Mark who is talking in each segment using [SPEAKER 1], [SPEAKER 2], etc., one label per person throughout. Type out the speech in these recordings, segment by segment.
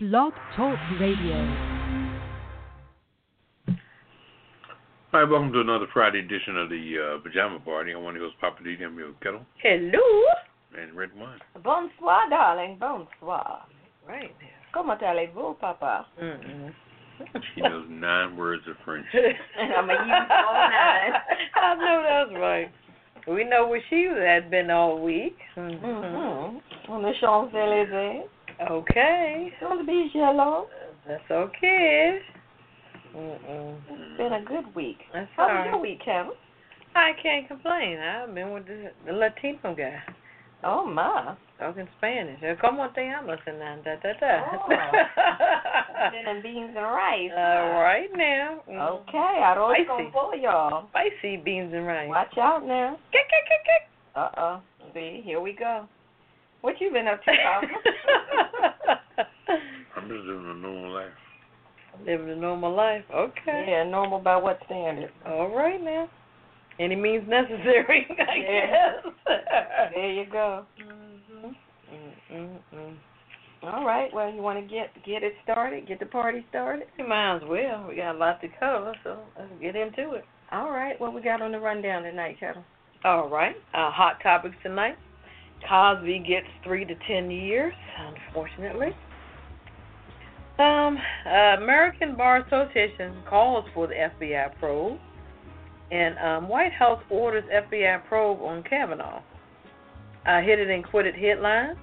[SPEAKER 1] Blog Talk Radio.
[SPEAKER 2] All right, welcome to another Friday edition of the uh, Pajama Party. I'm one of your hosts, Papa D. I'm your kettle
[SPEAKER 3] Hello.
[SPEAKER 2] and red wine.
[SPEAKER 3] Bonsoir, darling. Bonsoir.
[SPEAKER 4] Right there.
[SPEAKER 3] Comment allez-vous, papa?
[SPEAKER 4] Mm-hmm.
[SPEAKER 2] She knows nine words of French.
[SPEAKER 3] I'ma use all nine.
[SPEAKER 4] I know that's right. We know where she had been all week.
[SPEAKER 3] Mm-hmm. On the Champs-Élysées.
[SPEAKER 4] Okay.
[SPEAKER 3] Don't be jealous.
[SPEAKER 4] That's okay. Mm-mm.
[SPEAKER 3] It's been a good week.
[SPEAKER 4] That's
[SPEAKER 3] How
[SPEAKER 4] all
[SPEAKER 3] was your
[SPEAKER 4] right.
[SPEAKER 3] week, Kevin?
[SPEAKER 4] I can't complain. I've been with the, the Latino guy
[SPEAKER 3] Oh, my.
[SPEAKER 4] talking Spanish. Eh, ¿Cómo te llamas? And then da da da.
[SPEAKER 3] Chicken and beans and rice.
[SPEAKER 4] All right now. Mm.
[SPEAKER 3] Okay, arroz
[SPEAKER 4] Spicy.
[SPEAKER 3] con pollo.
[SPEAKER 4] Spicy beans and rice.
[SPEAKER 3] Watch out now.
[SPEAKER 4] Kick, kick, kick, kick.
[SPEAKER 3] Uh-oh. See, here we go. What you been up to, Papa?
[SPEAKER 2] I'm just living a normal life.
[SPEAKER 4] Living a normal life. Okay.
[SPEAKER 3] yeah, normal by what standard?
[SPEAKER 4] All right now. Any means necessary, I
[SPEAKER 3] Yeah.
[SPEAKER 4] guess.
[SPEAKER 3] There you go.
[SPEAKER 4] Mhm. Mm-mm-mm.
[SPEAKER 3] Mm-hmm. All right. Well, you want to get get it started, get the party started.
[SPEAKER 4] We might as well. We got a lot to cover, so let's get into it.
[SPEAKER 3] All right. What we got on the rundown tonight, Kevin?
[SPEAKER 4] All right. Uh, hot topics tonight. Cosby gets three to ten years, unfortunately. Um, uh, American Bar Association calls for the FBI probe, and um, White House orders FBI probe on Kavanaugh. Uh, hit it and quit it headlines.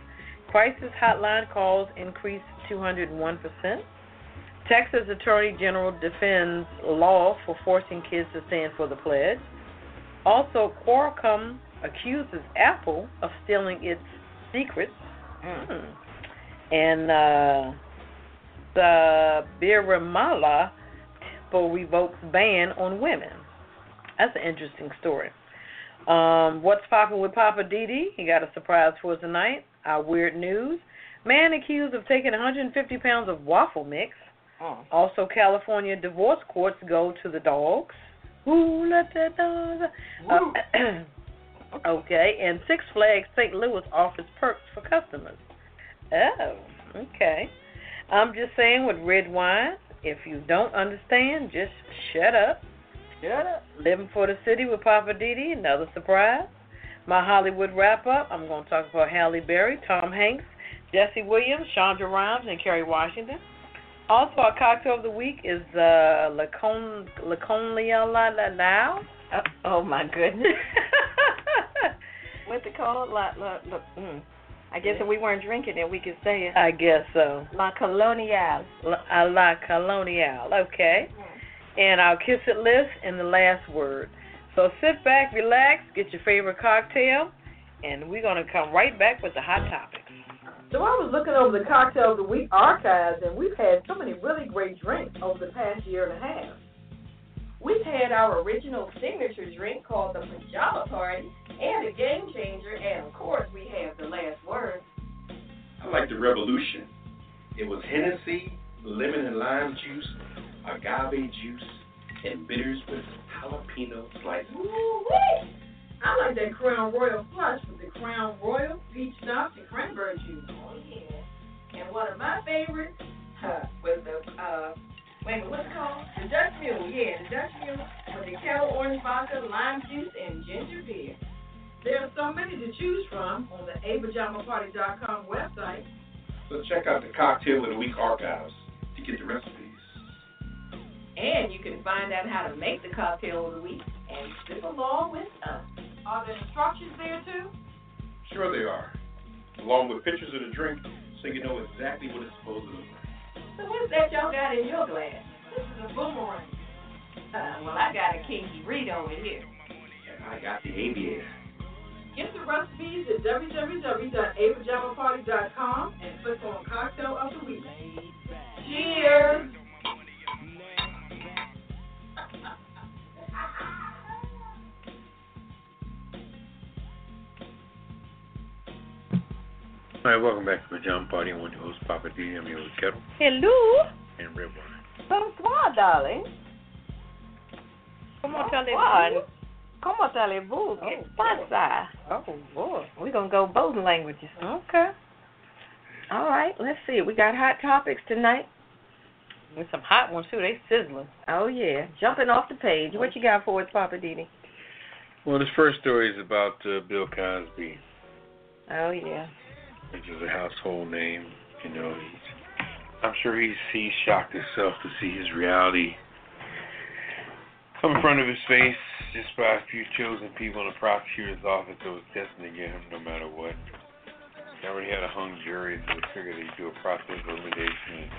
[SPEAKER 4] Crisis hotline calls increase 201%. Texas Attorney General defends law for forcing kids to stand for the pledge. Also, Qualcomm accuses Apple of stealing its secrets.
[SPEAKER 3] Mm.
[SPEAKER 4] Hmm. And uh, the Birimala temple revokes ban on women. That's an interesting story. Um, what's popping with Papa Didi? He got a surprise for us tonight. Our weird news. Man accused of taking 150 pounds of waffle mix.
[SPEAKER 3] Mm.
[SPEAKER 4] Also, California divorce courts go to the dogs. Who let the dogs? out? Uh, okay, and Six Flags St. Louis offers perks for customers. Oh, okay. I'm just saying with red wine, if you don't understand, just shut up.
[SPEAKER 3] Shut up.
[SPEAKER 4] Living for the City with Papa Didi, another surprise. My Hollywood wrap up, I'm going to talk about Halle Berry, Tom Hanks, Jesse Williams, Chandra Rhimes, and Kerry Washington. Also, our cocktail of the week is uh, Lacon- Laconia La La Lao.
[SPEAKER 3] Uh, oh my goodness. What's it called? La, la, la, mm. I guess if we weren't drinking it, we could say it.
[SPEAKER 4] I guess so.
[SPEAKER 3] La Colonial.
[SPEAKER 4] La, a la Colonial, okay. And I'll kiss it list and the last word. So sit back, relax, get your favorite cocktail, and we're going to come right back with the hot topics.
[SPEAKER 5] So I was looking over the cocktail of the week archives, and we've had so many really great drinks over the past year and a half. We've had our original signature drink called the Pajama Party, and a game changer, and of course we have the last word.
[SPEAKER 6] I like the revolution. It was Hennessy, lemon and lime juice, agave juice, and bitters with jalapeno slices.
[SPEAKER 5] Ooh-wee! I like that Crown Royal Flush with the Crown Royal, peach schnapps, and cranberry juice. Oh yeah. And one of my favorites huh, was the uh, wait a minute, what's it called? The Dutch Mule, yeah, the Dutch Mule with the kettle orange vodka, lime juice, and ginger beer. There are so many to choose from on the apajamaparty.com website.
[SPEAKER 6] So check out the cocktail of the week archives to get the recipes.
[SPEAKER 5] And you can find out how to make the cocktail of the week and sip along with us. Are there instructions there too?
[SPEAKER 6] Sure they are, along with pictures of the drink, so you know exactly what it's supposed to look like.
[SPEAKER 5] So what's that y'all got in your glass? This is a boomerang. Uh, well, I got a kinky read over here.
[SPEAKER 6] And I got the ABS.
[SPEAKER 5] Get the recipes at www.apajamaparty.com and click on Cocktail of the Week. Cheers!
[SPEAKER 2] All right, welcome back to the Pajama Party. I'm one of your hosts, Papa D. I'm your host, kettle
[SPEAKER 4] Hello.
[SPEAKER 2] and red wine.
[SPEAKER 3] Bonsoir, darling.
[SPEAKER 4] Come on, tell
[SPEAKER 3] Bonsoir.
[SPEAKER 4] them.
[SPEAKER 3] Comment allez-vous?
[SPEAKER 4] Oh,
[SPEAKER 3] Qu'est-ce qui se passe?
[SPEAKER 4] Oh, Lord.
[SPEAKER 3] We're going to go both languages.
[SPEAKER 4] Okay.
[SPEAKER 3] All right, let's see. We got hot topics tonight.
[SPEAKER 4] There's some hot ones too. They sizzling.
[SPEAKER 3] Oh yeah, jumping off the page. What you got for us, Papa Didi?
[SPEAKER 2] Well, this first story is about uh, Bill Cosby,
[SPEAKER 3] Oh yeah.
[SPEAKER 2] which is a household name. You know, he's, I'm sure he's he's shocked himself to see his reality come in front of his face just by a few chosen people in the prosecutor's office that was destined to get him no matter what. They already had a hung jury, so they figured they'd do a process of elimination and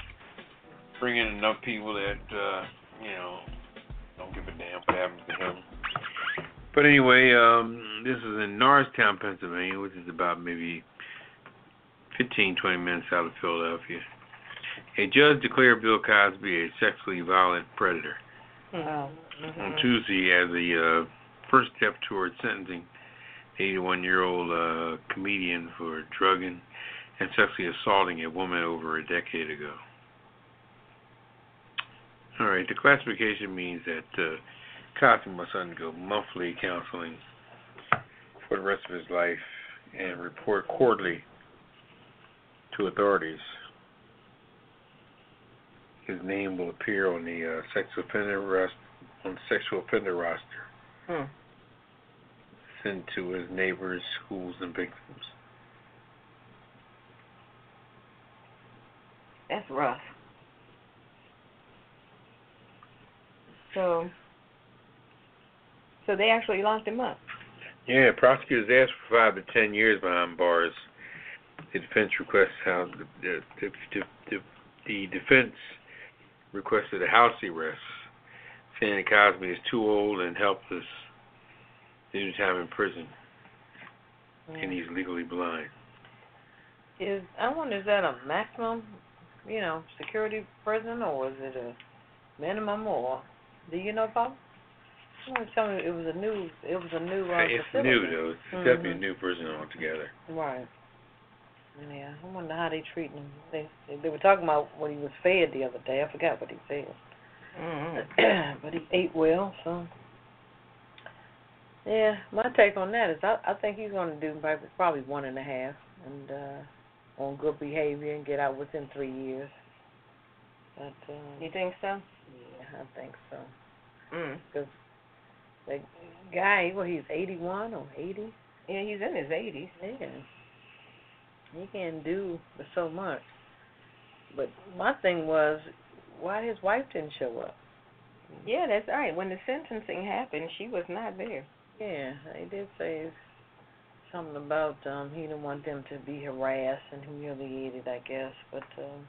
[SPEAKER 2] bring in enough people that uh, you know don't give a damn what happens to him. But anyway, um, this is in Norristown, Pennsylvania, which is about maybe 15, 20 minutes out of Philadelphia. A judge declared Bill Cosby a sexually violent predator
[SPEAKER 3] Oh.
[SPEAKER 2] on Tuesday as the uh, first step toward sentencing the 81 year old uh, comedian for drugging and sexually assaulting a woman over a decade ago. All right, the classification means that uh, Cosby must undergo monthly counseling for the rest of his life and report quarterly to authorities. His name will appear on the uh, sex offender arrest on the sexual offender roster
[SPEAKER 4] Hmm.
[SPEAKER 2] sent to his neighbors, schools, and victims.
[SPEAKER 3] That's rough. So, so they actually locked him up.
[SPEAKER 2] Yeah, prosecutors asked for five to ten years behind bars. The defense requests how the the, the, the, the defense requested a house arrest, saying that Cosby is too old and helpless due to time in prison, and he's legally blind.
[SPEAKER 4] Is I wonder is that a maximum, you know, security prison or is it a minimum or do you know about? Someone tell me it was a new it was a new uh,
[SPEAKER 2] it's
[SPEAKER 4] facility.
[SPEAKER 2] new though; it's definitely a
[SPEAKER 4] Mhm.
[SPEAKER 2] new prison altogether.
[SPEAKER 4] Right. Yeah, I wonder how they treating him. They they were talking about what he was fed the other day. I forgot what he said.
[SPEAKER 3] Mm-hmm.
[SPEAKER 4] but he ate well, so yeah. My take on that is I I think he's going to do prob- probably one and a half, and uh, on good behavior and get out within three years. But uh,
[SPEAKER 3] You think so?
[SPEAKER 4] yeah, I think so.
[SPEAKER 3] Mm.
[SPEAKER 4] Because the guy, well, he's 81 or 80.
[SPEAKER 3] Yeah, he's in his eighties.
[SPEAKER 4] Yeah. He can do so much. But my thing was, why his wife didn't show up?
[SPEAKER 3] Yeah, that's right. When the sentencing happened, she was not there.
[SPEAKER 4] Yeah, they did say something about um he didn't want them to be harassed and humiliated, I guess. But um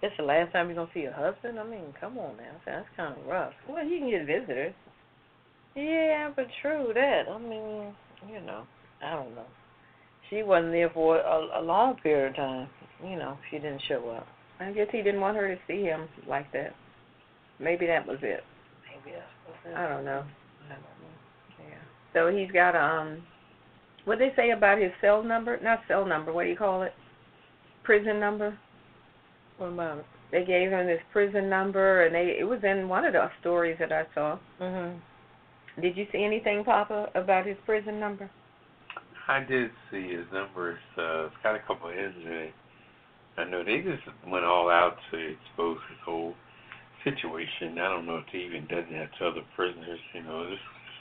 [SPEAKER 4] that's the last time you're gonna see a husband. I mean, come on now, that's kind of rough.
[SPEAKER 3] Well, he can get visitors.
[SPEAKER 4] Yeah, but true that. I mean, you know, I don't know. She wasn't there for a, a long period of time. You know, she didn't show up.
[SPEAKER 3] I guess he didn't want her to see him like that. Maybe that was it.
[SPEAKER 4] Maybe that's what
[SPEAKER 3] I don't know.
[SPEAKER 4] I don't know.
[SPEAKER 3] So he's got um, what they say about his cell number? Not cell number. What do you call it? Prison number.
[SPEAKER 4] What about it?
[SPEAKER 3] They gave him his prison number, and they it was in one of the stories that I saw.
[SPEAKER 4] Mhm.
[SPEAKER 3] Did you see anything, Papa, about his prison number?
[SPEAKER 2] I did see his numbers. Uh, it's got a couple of hits in it. I know they just went all out to expose his whole situation. I don't know if they even done that to other prisoners. You know, this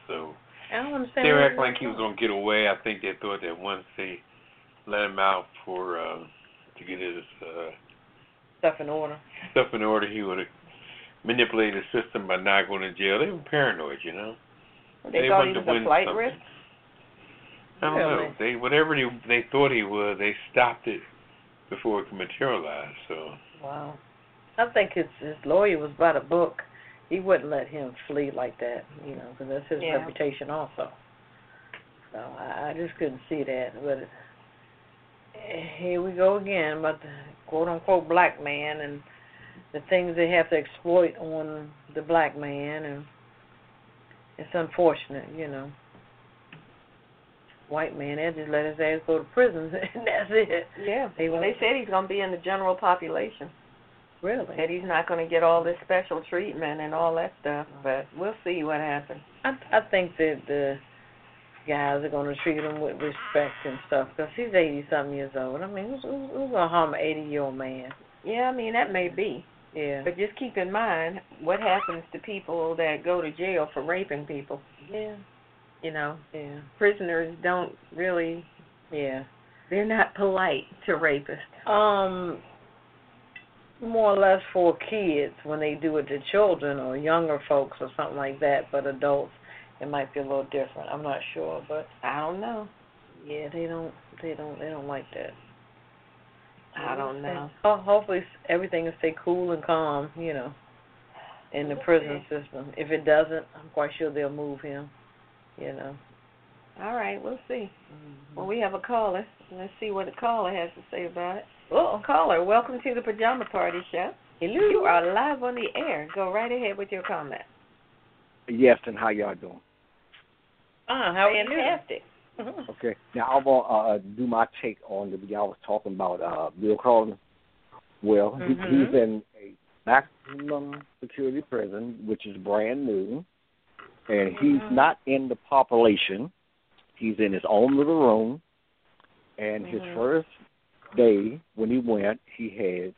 [SPEAKER 2] so
[SPEAKER 4] I don't
[SPEAKER 2] they
[SPEAKER 4] understand.
[SPEAKER 2] were
[SPEAKER 4] why
[SPEAKER 2] acting like he was
[SPEAKER 4] not.
[SPEAKER 2] gonna get away. I think they thought that once they let him out for uh, to get his uh,
[SPEAKER 4] stuff in order.
[SPEAKER 2] stuff in order, he would manipulate the system by not going to jail. They were paranoid, you know.
[SPEAKER 3] They,
[SPEAKER 2] they
[SPEAKER 3] thought
[SPEAKER 2] wanted
[SPEAKER 3] he
[SPEAKER 2] to
[SPEAKER 3] was
[SPEAKER 2] win
[SPEAKER 3] a flight
[SPEAKER 2] something.
[SPEAKER 3] risk.
[SPEAKER 2] I don't know. They whatever they they thought he was, they stopped it before it could materialize. So
[SPEAKER 4] Wow. I think his his lawyer was by the book. He wouldn't let him flee like that, you know, because that's his
[SPEAKER 3] Yeah.
[SPEAKER 4] reputation also. So I, I just couldn't see that. But eh, here we go again about the quote unquote black man and the things they have to exploit on the black man, and it's unfortunate, you know. White man, they just let his ass go to prison, and that's it.
[SPEAKER 3] Yeah.
[SPEAKER 4] They
[SPEAKER 3] Well,
[SPEAKER 4] won't-
[SPEAKER 3] they said he's going to be in the general population.
[SPEAKER 4] Really.
[SPEAKER 3] That he's not going to get all this special treatment and all that stuff. But we'll see what happens.
[SPEAKER 4] I I think that the guys are going to treat him with respect and stuff because he's 80 something years old. I mean, who's, who's, who's going to harm an 80 year old man?
[SPEAKER 3] Yeah, I mean that may be.
[SPEAKER 4] Yeah.
[SPEAKER 3] But just keep in mind what happens to people that go to jail for raping people.
[SPEAKER 4] yeah.
[SPEAKER 3] You know,
[SPEAKER 4] Yeah.
[SPEAKER 3] prisoners don't really
[SPEAKER 4] Yeah.
[SPEAKER 3] they're not polite to rapists.
[SPEAKER 4] Um, more or less for kids when they do it to children or younger folks or something like that, but adults, it might be a little different. I'm not sure, but
[SPEAKER 3] I don't know.
[SPEAKER 4] yeah, they don't, they don't, they don't like that.
[SPEAKER 3] I don't know.
[SPEAKER 4] Oh, hopefully s- everything will stay cool and calm, you know, in the prison system. If it doesn't, I'm quite sure they'll move him, you know.
[SPEAKER 3] All right, we'll see.
[SPEAKER 4] Mm-hmm.
[SPEAKER 3] Well, we have a caller. Let's see what the caller has to say about it.
[SPEAKER 4] Oh,
[SPEAKER 3] Caller, welcome to the Pajama Party Show.
[SPEAKER 4] hello.
[SPEAKER 3] You are live on the air. Go right ahead with your comment.
[SPEAKER 7] Yes, and how y'all doing?
[SPEAKER 4] Ah, how are you?
[SPEAKER 3] Fantastic.
[SPEAKER 7] Okay. Now I want to uh, do my take on the y'all was talking about uh, Bill Carlin. Well, he-
[SPEAKER 4] Mhm.
[SPEAKER 7] he's in a maximum security prison, which is brand new, and he's
[SPEAKER 4] Mhm.
[SPEAKER 7] not in the population. He's in his own little room, and his
[SPEAKER 4] Mhm.
[SPEAKER 7] first day when he went, he had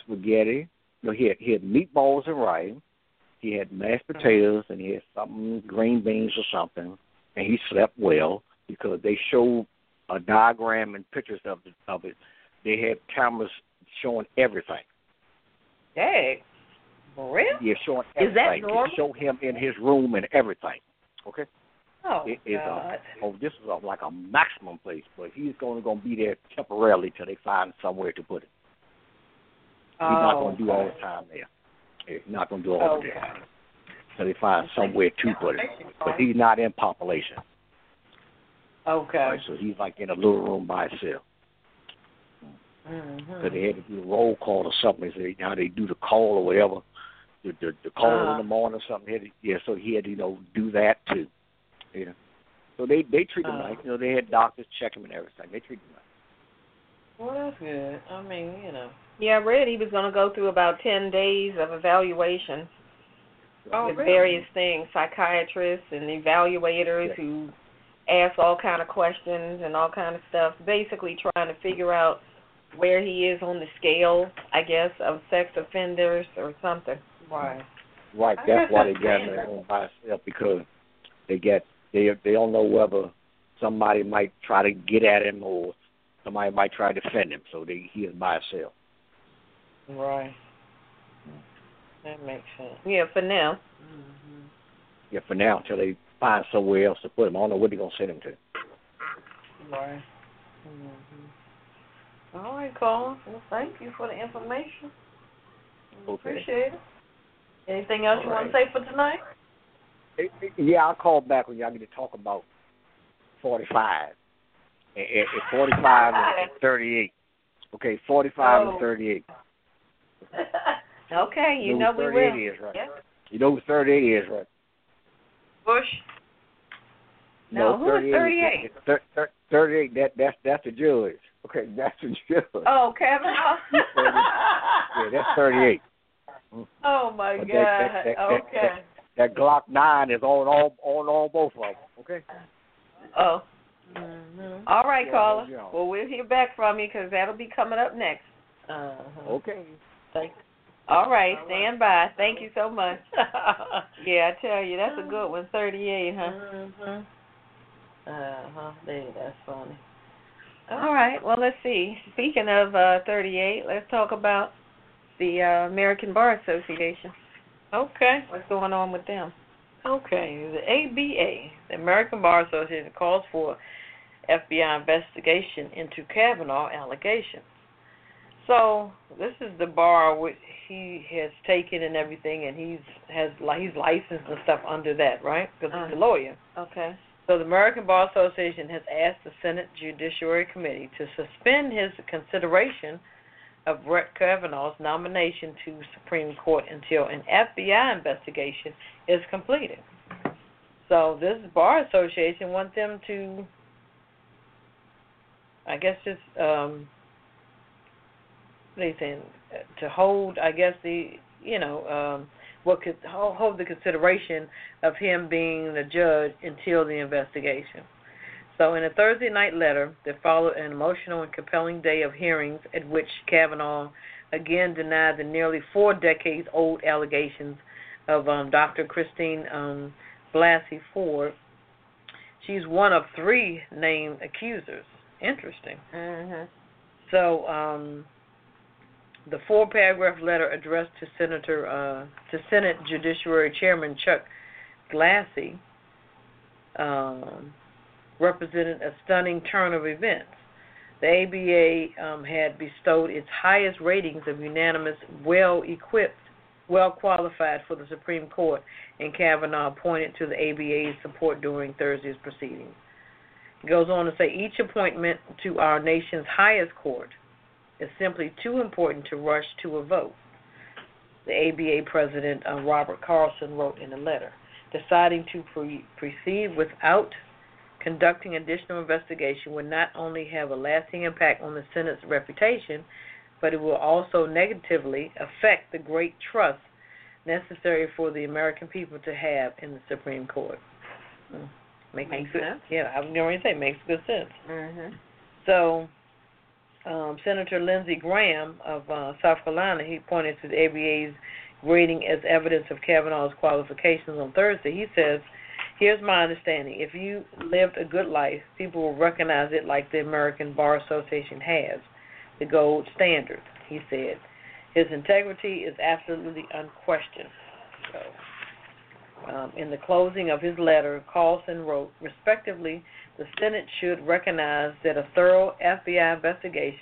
[SPEAKER 7] spaghetti. No, he had he had meatballs and rice. He had mashed potatoes and he had something green beans or something, and he slept well because they showed a diagram and pictures of it, of it. They had cameras showing everything.
[SPEAKER 4] Hey, for real?
[SPEAKER 7] Yeah, showing
[SPEAKER 4] Is that
[SPEAKER 7] everything. It
[SPEAKER 4] normal?
[SPEAKER 7] showed him in his room and everything. Okay.
[SPEAKER 4] Oh,
[SPEAKER 7] It is a-
[SPEAKER 4] God.
[SPEAKER 7] Oh, this is a, like a maximum place, but he's only going to be there temporarily till they find somewhere to put it. He's not
[SPEAKER 4] Oh,
[SPEAKER 7] going to do all
[SPEAKER 4] God.
[SPEAKER 7] the time there. He's not going to do all
[SPEAKER 4] Okay.
[SPEAKER 7] the time. So they find somewhere to put it. But he's not in population.
[SPEAKER 4] Okay.
[SPEAKER 7] Right? So he's like in a little room by himself.
[SPEAKER 4] Mm-hmm.
[SPEAKER 7] So they had to do a roll call or something. So they, how they do the call or whatever, the the, the call
[SPEAKER 4] Uh-huh.
[SPEAKER 7] in the morning or something. He had to, yeah, so he had to you know do that too. You know, so they they treat him
[SPEAKER 4] Uh-huh.
[SPEAKER 7] nice. You know, they had doctors check him and everything. They treat him nice.
[SPEAKER 4] Well, that's good. I mean, you know.
[SPEAKER 3] Yeah, I read he was going to go through about 10 days of evaluation
[SPEAKER 4] Oh,
[SPEAKER 3] with
[SPEAKER 4] really?
[SPEAKER 3] various things, psychiatrists and evaluators
[SPEAKER 7] Yeah.
[SPEAKER 3] who ask all kind of questions and all kind of stuff, basically trying to figure out where he is on the scale, I guess, of sex offenders or something.
[SPEAKER 4] Right.
[SPEAKER 7] Right,
[SPEAKER 4] I guess
[SPEAKER 7] that's why they
[SPEAKER 4] that's
[SPEAKER 7] got him
[SPEAKER 4] fair.
[SPEAKER 7] on by himself because they get they they don't know whether somebody might try to get at him or somebody might try to defend him. So they he is by himself.
[SPEAKER 4] Right. That makes sense.
[SPEAKER 3] Yeah, for now.
[SPEAKER 7] Yeah, for now until they find somewhere else to put him. I don't know where they're gonna send him to.
[SPEAKER 4] Right. Mm-hmm. All right, Colin. Well, thank you for the information.
[SPEAKER 7] Okay.
[SPEAKER 4] Appreciate it. Anything else you
[SPEAKER 7] All
[SPEAKER 4] want to say for tonight?
[SPEAKER 7] Eh, eh, Yeah, I'll call back when y'all get to talk about forty five. And, and forty five and thirty eight. Okay, forty five
[SPEAKER 4] Oh.
[SPEAKER 7] and thirty eight.
[SPEAKER 3] Okay, you know
[SPEAKER 7] know
[SPEAKER 3] we
[SPEAKER 7] who
[SPEAKER 3] will.
[SPEAKER 7] thirty eight is, right?
[SPEAKER 3] Yeah.
[SPEAKER 7] You know who thirty eight is, right?
[SPEAKER 4] Bush.
[SPEAKER 3] No, who is
[SPEAKER 7] 38? It's thir- thir- 38, that, that's, that's the judge. Okay, that's the judge.
[SPEAKER 4] Oh, Kevin.
[SPEAKER 7] Yeah, that's 38.
[SPEAKER 4] Oh my
[SPEAKER 7] But
[SPEAKER 4] God.
[SPEAKER 7] that- that- that- that-
[SPEAKER 4] okay.
[SPEAKER 7] That Glock 9 is on all, on all both of them, okay?
[SPEAKER 3] Oh. All right,
[SPEAKER 7] Yeah,
[SPEAKER 3] caller.
[SPEAKER 7] yeah.
[SPEAKER 3] Well, we'll hear back from you because that'll be coming up next.
[SPEAKER 4] uh-huh.
[SPEAKER 7] Okay.
[SPEAKER 3] All right, stand by. Thank you so much.
[SPEAKER 4] yeah.
[SPEAKER 3] Yeah, I tell you, that's a good one. 38, huh?
[SPEAKER 4] Mhm. Uh
[SPEAKER 7] Uh-huh.
[SPEAKER 4] huh. That's funny.
[SPEAKER 3] Uh-huh. All right. Well, let's see. Speaking of uh, 38, let's talk about the uh, American Bar Association.
[SPEAKER 4] Okay.
[SPEAKER 3] What's going on with them?
[SPEAKER 4] Okay. The ABA, the American Bar Association, calls for FBI investigation into Kavanaugh allegations. So this is the bar which he has taken and everything, and he's has li- he's licensed and stuff under that, right? Because he's a lawyer.
[SPEAKER 3] Okay.
[SPEAKER 4] So the American Bar Association has asked the Senate Judiciary Committee to suspend his consideration of Brett Kavanaugh's nomination to Supreme Court until an FBI investigation is completed. So this bar association wants them to, I guess, just um, what are you saying? Uh, To hold, I guess the you know um, what could hold, hold the consideration of him being the judge until the investigation. So, in a Thursday night letter that followed an emotional and compelling day of hearings at which Kavanaugh again denied the nearly four decades old allegations of um, Dr. Christine um, Blasey Ford, she's one of three named accusers. Interesting.
[SPEAKER 3] Mhm.
[SPEAKER 4] So, um, the four-paragraph letter addressed to Senator uh, to Senate Judiciary Chairman Chuck Glassy um, represented a stunning turn of events. The ABA um, had bestowed its highest ratings of unanimous, well-equipped, well-qualified for the Supreme Court, and Kavanaugh pointed to the ABA's support during Thursday's proceedings. It goes on to say each appointment to our nation's highest court is simply too important to rush to a vote. The ABA president, uh, Robert Carlson, wrote in a letter deciding to pre- proceed without conducting additional investigation would not only have a lasting impact on the Senate's reputation, but it will also negatively affect the great trust necessary for the American people to have in the Supreme Court. Mm.
[SPEAKER 3] Makes
[SPEAKER 4] good,
[SPEAKER 3] sense.
[SPEAKER 4] Yeah, I was going to say makes good sense.
[SPEAKER 3] Mhm.
[SPEAKER 4] So, um, Senator Lindsey Graham of uh, South Carolina, he pointed to the ABA's grading as evidence of Kavanaugh's qualifications on Thursday. He says, "Here's my understanding: if you lived a good life, people will recognize it like the American Bar Association has, the gold standard." He said, "His integrity is absolutely unquestioned." So. Um, in the closing of his letter, Carlson wrote, respectively, the Senate should recognize that a thorough FBI investigation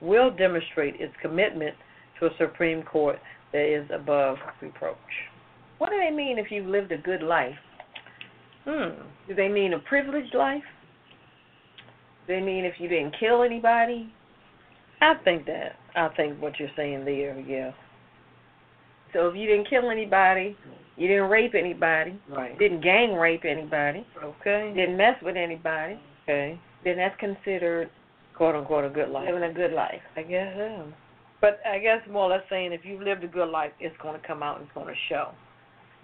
[SPEAKER 4] will demonstrate its commitment to a Supreme Court that is above reproach.
[SPEAKER 3] What do they mean if you've lived a good life?
[SPEAKER 4] Hmm.
[SPEAKER 3] Do they mean a privileged life? Do they mean if you didn't kill anybody?
[SPEAKER 4] I think that. I think what you're saying there, yeah.
[SPEAKER 3] So if you didn't kill anybody, you didn't rape anybody,
[SPEAKER 4] Right.
[SPEAKER 3] didn't gang rape anybody,
[SPEAKER 4] Okay.
[SPEAKER 3] didn't mess with anybody,
[SPEAKER 4] Okay.
[SPEAKER 3] then that's considered
[SPEAKER 4] Quote unquote a good life.
[SPEAKER 3] living a good life.
[SPEAKER 4] I guess yeah. But I guess more or less saying if you've lived a good life, it's going to come out and it's going to show.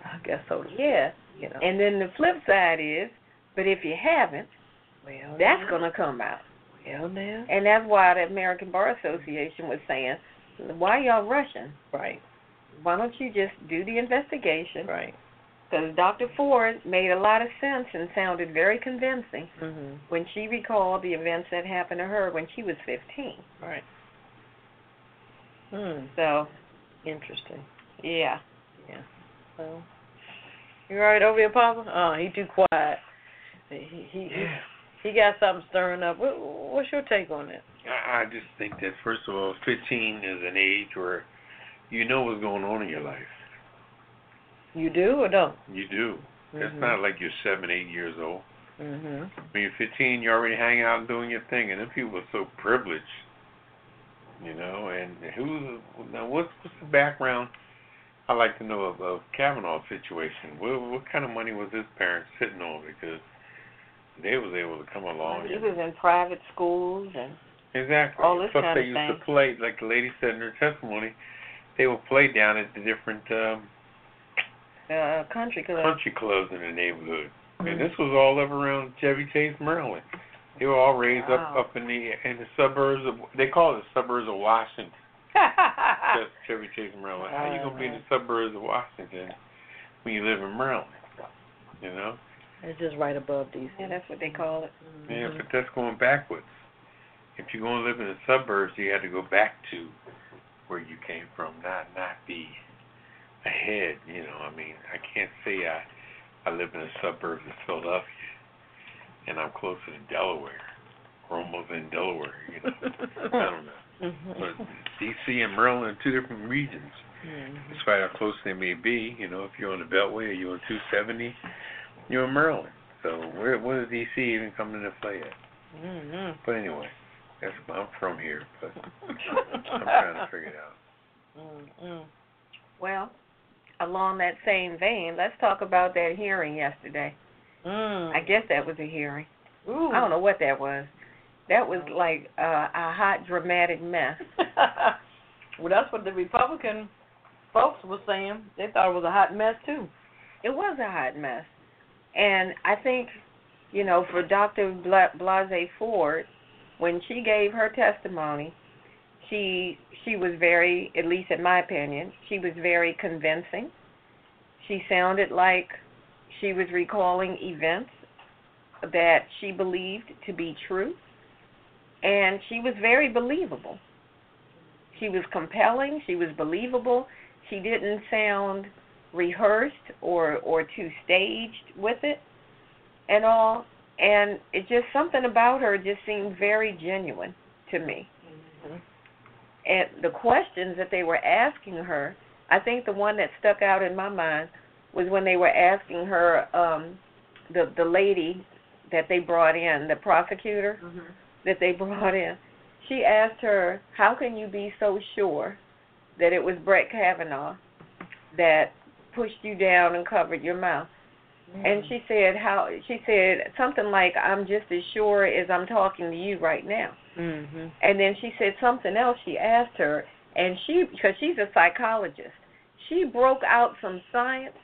[SPEAKER 4] I guess so.
[SPEAKER 3] Yeah.
[SPEAKER 4] You know.
[SPEAKER 3] And then the flip side is, but if you haven't,
[SPEAKER 4] well,
[SPEAKER 3] that's
[SPEAKER 4] now.
[SPEAKER 3] going to come out.
[SPEAKER 4] Well, now.
[SPEAKER 3] And that's why the American Bar Association was saying, why y'all rushing?
[SPEAKER 4] Right.
[SPEAKER 3] Why don't you just do the investigation?
[SPEAKER 4] Right.
[SPEAKER 3] Because Dr. Ford made a lot of sense and sounded very convincing
[SPEAKER 4] Mhm.
[SPEAKER 3] when she recalled the events that happened to her when she was 15.
[SPEAKER 4] Right. Hmm.
[SPEAKER 3] So,
[SPEAKER 4] Interesting.
[SPEAKER 3] yeah.
[SPEAKER 4] So, you all right over here, Papa? Uh, he too quiet. He he
[SPEAKER 2] Yeah.
[SPEAKER 4] he, he got something stirring up. What, what's your take on it?
[SPEAKER 2] I, I just think that first of all, 15 is an age where you know what's going on in your life.
[SPEAKER 4] You do or don't? Mm-hmm.
[SPEAKER 2] You do.
[SPEAKER 3] Mm-hmm.
[SPEAKER 2] It's not like you're seven, eight years old.
[SPEAKER 4] Mhm.
[SPEAKER 2] When you're 15, you're already hanging out and doing your thing, and them people are so privileged, you know. And who now? What's, what's the background? I like to know of, of Kavanaugh's situation. What, what kind of money was his parents sitting on? Because they was able to come along.
[SPEAKER 3] He
[SPEAKER 2] and-
[SPEAKER 3] was in private schools and
[SPEAKER 2] Exactly.
[SPEAKER 3] All this
[SPEAKER 2] Plus,
[SPEAKER 3] kind
[SPEAKER 2] they
[SPEAKER 3] of
[SPEAKER 2] used
[SPEAKER 3] thing.
[SPEAKER 2] to play, like the lady said in her testimony, they would play down at the different um,
[SPEAKER 3] uh, country clubs.
[SPEAKER 2] country clubs in the neighborhood. And this was all up around Chevy Chase, Maryland. They were all raised
[SPEAKER 3] Wow.
[SPEAKER 2] up up in the in the suburbs of they call it the suburbs of Washington. That's Chevy Chase, Maryland. How you gonna be in the suburbs of Washington when you live in Maryland? You know?
[SPEAKER 4] It's just right above DC.
[SPEAKER 3] Yeah, that's what they call it.
[SPEAKER 2] Yeah, but that's going backwards. If you're gonna live in the suburbs you had to go back to where you came from, not not be ahead, you know, I mean I can't say I I live in the suburbs of Philadelphia and I'm closer to Delaware. We're almost in Delaware, you know. I don't know.
[SPEAKER 4] Mm-hmm.
[SPEAKER 2] But DC and Maryland are two different regions.
[SPEAKER 4] Mm-hmm.
[SPEAKER 2] Despite how close they may be, you know, if you're on the Beltway or you're on two seventy, you're in Maryland. So where where does DC even come into play at?
[SPEAKER 4] Mhm.
[SPEAKER 2] But anyway, that's I'm from here, but I'm trying to figure it out.
[SPEAKER 4] Mhm.
[SPEAKER 3] Well, along that same vein, let's talk about that hearing yesterday.
[SPEAKER 4] Mm.
[SPEAKER 3] I guess that was a hearing.
[SPEAKER 4] Ooh.
[SPEAKER 3] I don't know what that was. That was like uh, a hot, dramatic mess.
[SPEAKER 4] well, that's what the Republican folks were saying. They thought it was a hot mess too.
[SPEAKER 3] It was a hot mess. And I think you know, for Dr. Bla- Blase Ford, when she gave her testimony, she she was very, at least in my opinion, she was very convincing. She sounded like she was recalling events that she believed to be true, and she was very believable. She was compelling. She was believable. She didn't sound rehearsed or or too staged with it and all and it just something about her just seemed very genuine to me and the questions that they were asking her i think the one that stuck out in my mind was when they were asking her um the the lady that they brought in the prosecutor that they brought in she asked her how can you be so sure that it was brett kavanaugh that pushed you down and covered your mouth. And she said how she said something like I'm just as sure as I'm talking to you right now.
[SPEAKER 4] Mm-hmm.
[SPEAKER 3] And then she said something else she asked her and she because she's a psychologist. She broke out some science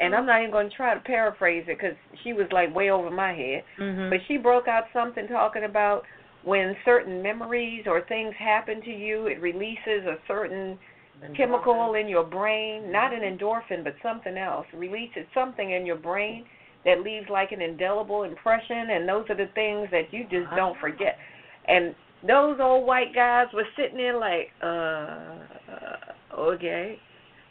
[SPEAKER 3] and I'm not even going to try to paraphrase it cuz she was like way over my head.
[SPEAKER 4] Mm-hmm.
[SPEAKER 3] But she broke out something talking about when certain memories or things happen to you, it releases a certain chemical in your brain, not an
[SPEAKER 4] Mm-hmm.
[SPEAKER 3] endorphin, but something else, releases something in your brain that leaves like an indelible impression, and those are the things that you just
[SPEAKER 4] Uh-huh.
[SPEAKER 3] don't forget. And those old white guys were sitting there like, uh, uh okay.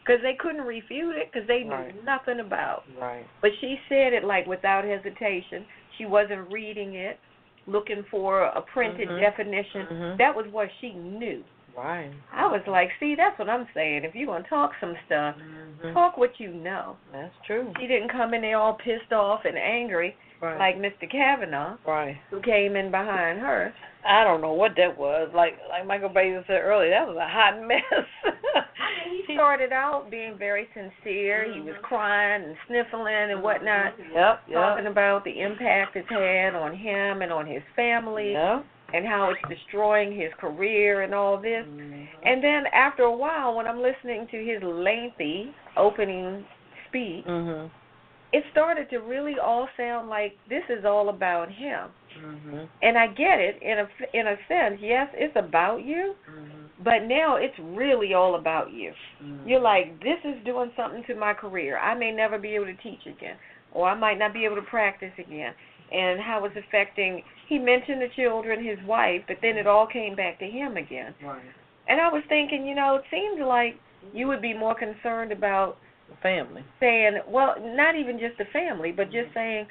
[SPEAKER 3] Because they couldn't refute it because they knew
[SPEAKER 4] Right.
[SPEAKER 3] nothing about.
[SPEAKER 4] right.
[SPEAKER 3] But she said it like without hesitation. She wasn't reading it, looking for a printed
[SPEAKER 4] Mhm.
[SPEAKER 3] definition.
[SPEAKER 4] Mhm.
[SPEAKER 3] That was what she knew.
[SPEAKER 4] Right.
[SPEAKER 3] I was like, see, that's what I'm saying. If you're going to talk some stuff,
[SPEAKER 4] Mm-hmm.
[SPEAKER 3] talk what you know.
[SPEAKER 4] That's true.
[SPEAKER 3] She didn't come in there all pissed off and angry
[SPEAKER 4] Right.
[SPEAKER 3] like Mr. Kavanaugh,
[SPEAKER 4] right.
[SPEAKER 3] who came in behind her.
[SPEAKER 4] I don't know what that was. Like like Michael Bailey said earlier, that was a hot mess.
[SPEAKER 5] I mean,
[SPEAKER 3] He
[SPEAKER 5] he
[SPEAKER 3] started out being very sincere. He
[SPEAKER 4] Mm-hmm.
[SPEAKER 3] was crying and sniffling and whatnot,
[SPEAKER 4] yep.
[SPEAKER 3] talking
[SPEAKER 4] Yep.
[SPEAKER 3] about the impact it's had on him and on his family
[SPEAKER 4] Yep.
[SPEAKER 3] and how it's destroying his career and all this.
[SPEAKER 4] Mm-hmm.
[SPEAKER 3] And then after a while, when I'm listening to his lengthy opening speech,
[SPEAKER 4] Mhm.
[SPEAKER 3] it started to really all sound like this is all about him.
[SPEAKER 4] Mhm.
[SPEAKER 3] And I get it in a in a sense. Yes, it's about you,
[SPEAKER 4] Mhm.
[SPEAKER 3] but now it's really all about you.
[SPEAKER 4] Mm-hmm.
[SPEAKER 3] You're like, this is doing something to my career. I may never be able to teach again, or I might not be able to practice again. And how it's affecting. He mentioned the children, his wife, but then it all came back to him again.
[SPEAKER 4] Right.
[SPEAKER 3] And I was thinking, you know, it seems like you would be more concerned about
[SPEAKER 4] Family.
[SPEAKER 3] saying, well, not even just the family, but just saying,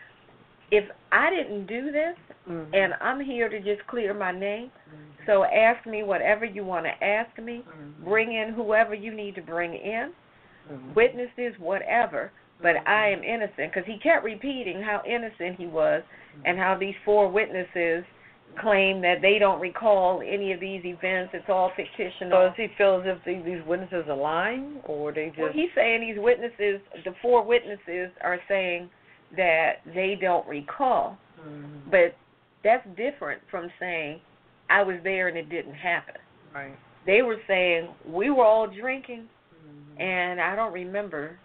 [SPEAKER 3] if I didn't do this
[SPEAKER 4] Mhm.
[SPEAKER 3] and I'm here to just clear my name, so ask me whatever you want to ask me, bring in whoever you need to bring in,
[SPEAKER 4] Mhm.
[SPEAKER 3] witnesses, whatever, but I am innocent. Because he kept repeating how innocent he was and how these four witnesses claim that they don't recall any of these events, it's all fictional.
[SPEAKER 4] So does he feel as if the- these witnesses are lying, or they just?
[SPEAKER 3] Well, he's saying these witnesses, the four witnesses, are saying that they don't recall,
[SPEAKER 4] Mhm.
[SPEAKER 3] but that's different from saying I was there and it didn't happen.
[SPEAKER 4] Right.
[SPEAKER 3] They were saying we were all drinking
[SPEAKER 4] Mm-hmm.
[SPEAKER 3] and I don't remember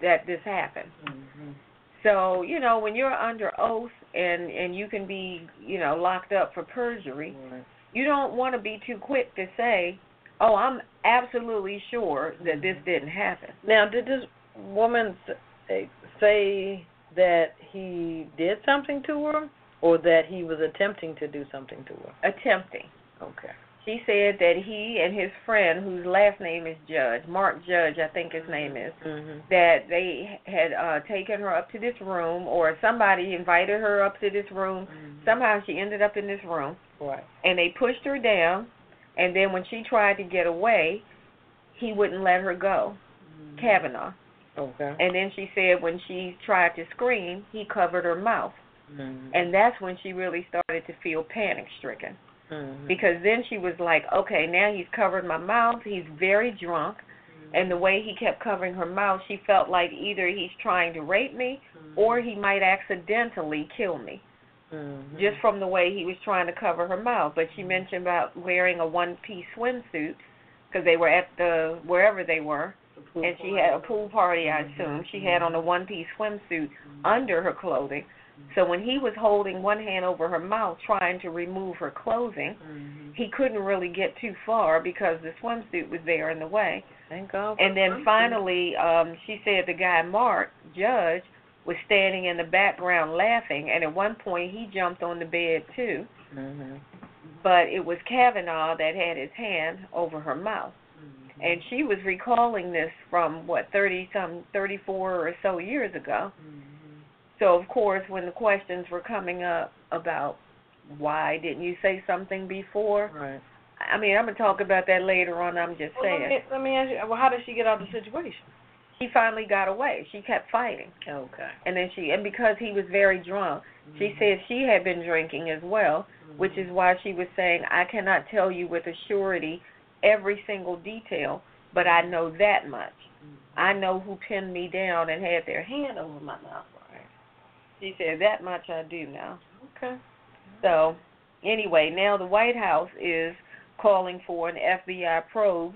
[SPEAKER 3] that this happened.
[SPEAKER 4] Mhm.
[SPEAKER 3] So you know when you're under oath and and you can be you know locked up for perjury,
[SPEAKER 4] Right.
[SPEAKER 3] you don't want to be too quick to say, oh I'm absolutely sure that this didn't happen.
[SPEAKER 4] Now, did this woman s- eh, say that he did something to her, or that he was attempting to do something to her?
[SPEAKER 3] Attempting.
[SPEAKER 4] Okay.
[SPEAKER 3] She said that he and his friend, whose last name is Judge, Mark Judge, I think his name is,
[SPEAKER 4] Mhm.
[SPEAKER 3] that they had uh taken her up to this room, or somebody invited her up to this room. Somehow she ended up in this room,
[SPEAKER 4] Right.
[SPEAKER 3] and they pushed her down. And then when she tried to get away, he wouldn't let her go, Kavanaugh.
[SPEAKER 4] Okay.
[SPEAKER 3] And then she said when she tried to scream, he covered her mouth.
[SPEAKER 4] Mhm.
[SPEAKER 3] And that's when she really started to feel panic stricken
[SPEAKER 4] Mhm.
[SPEAKER 3] because then she was like, okay, now he's covered my mouth. He's very drunk. And the way he kept covering her mouth, she felt like either he's trying to rape me or he might accidentally kill me
[SPEAKER 4] Mhm.
[SPEAKER 3] just from the way he was trying to cover her mouth. But she mentioned about wearing a one piece swimsuit because they were at the wherever they were. And she had a pool party, I assume. She had on a one piece swimsuit under her clothing. So when he was holding one hand over her mouth trying to remove her clothing,
[SPEAKER 4] Mm-hmm.
[SPEAKER 3] he couldn't really get too far because the swimsuit was there in the way.
[SPEAKER 4] Thank God. for
[SPEAKER 3] And then
[SPEAKER 4] something.
[SPEAKER 3] finally, um, she said the guy Mark Judge was standing in the background laughing, and at one point he jumped on the bed too.
[SPEAKER 4] Mhm.
[SPEAKER 3] But it was Kavanaugh that had his hand over her mouth, and she was recalling this from what thirty some thirty four or so years ago. So of course, when the questions were coming up about why didn't you say something before,
[SPEAKER 4] Right.
[SPEAKER 3] I mean I'm gonna talk about that later on. I'm just
[SPEAKER 4] Well, let
[SPEAKER 3] saying
[SPEAKER 4] me, let me ask you. Well, how did she get out of the situation?
[SPEAKER 3] she finally got away. She kept fighting.
[SPEAKER 4] Okay.
[SPEAKER 3] and then she and because he was very drunk she said she had been drinking as well which is why she was saying i cannot tell you with a surety every single detail but i know that much i know who pinned me down and had their hand over my mouth she said that much i do know
[SPEAKER 4] Okay.
[SPEAKER 3] so anyway now the white house is calling for an fbi probe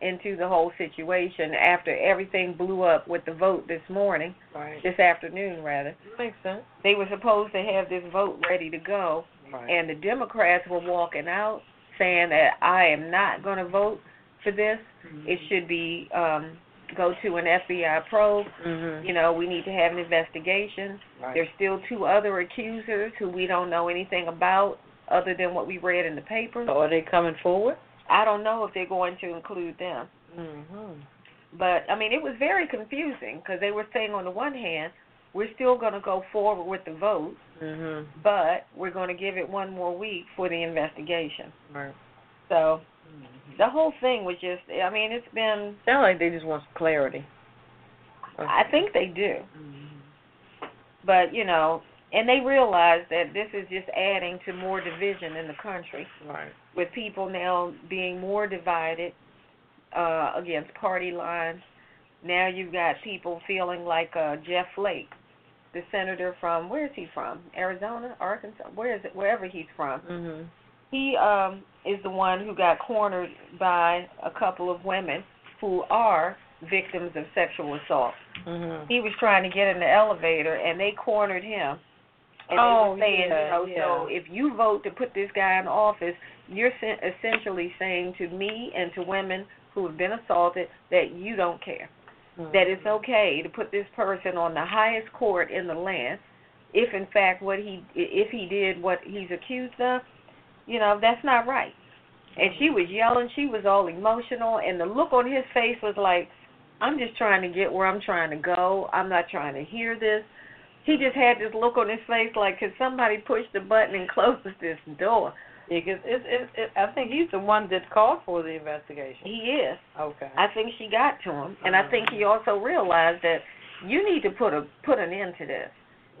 [SPEAKER 3] into the whole situation after everything blew up with the vote this morning
[SPEAKER 4] Right.
[SPEAKER 3] this afternoon rather
[SPEAKER 4] Makes sense.
[SPEAKER 3] they were supposed to have this vote ready to go,
[SPEAKER 4] Right.
[SPEAKER 3] and the Democrats were walking out saying that I am not going to vote for this.
[SPEAKER 4] Mm-hmm.
[SPEAKER 3] It should be um, go to an FBI probe.
[SPEAKER 4] Mhm.
[SPEAKER 3] You know, we need to have an investigation.
[SPEAKER 4] Right.
[SPEAKER 3] There's still two other accusers who we don't know anything about other than what we read in the paper.
[SPEAKER 4] So are they coming forward?
[SPEAKER 3] I don't know if they're going to include them.
[SPEAKER 4] Mhm.
[SPEAKER 3] But I mean, it was very confusing because they were saying on the one hand, we're still going to go forward with the vote.
[SPEAKER 4] Mhm.
[SPEAKER 3] but we're going to give it one more week for the investigation.
[SPEAKER 4] Right.
[SPEAKER 3] So the whole thing was just, I mean, it's been,
[SPEAKER 4] Sound like they just want some clarity.
[SPEAKER 3] I think they do. But, you know, and they realize that this is just adding to more division in the country
[SPEAKER 4] Right.
[SPEAKER 3] with people now being more divided uh, against party lines. Now you've got people feeling like uh, Jeff Flake, the senator from, where is he from? Arizona? Arkansas? Where is it? Wherever he's from.
[SPEAKER 4] Mhm.
[SPEAKER 3] he um is the one who got cornered by a couple of women who are victims of sexual assault.
[SPEAKER 4] Mhm.
[SPEAKER 3] He was trying to get in the elevator and they cornered him. And
[SPEAKER 4] Oh,
[SPEAKER 3] they were saying,
[SPEAKER 4] yeah,
[SPEAKER 3] you know, so
[SPEAKER 4] yeah.
[SPEAKER 3] if you vote to put this guy in office, you're sen- essentially saying to me and to women who have been assaulted that you don't care that it's okay to put this person on the highest court in the land if in fact what he if he did what he's accused of you know that's not right and she was yelling she was all emotional and the look on his face was like i'm just trying to get where i'm trying to go i'm not trying to hear this he just had this look on his face like could somebody push the button and close this door
[SPEAKER 4] Because it's it's it, I think he's the one that called for the investigation.
[SPEAKER 3] he is
[SPEAKER 4] Okay.
[SPEAKER 3] i think she got to him and i think he also realized that you need to put a put an end to this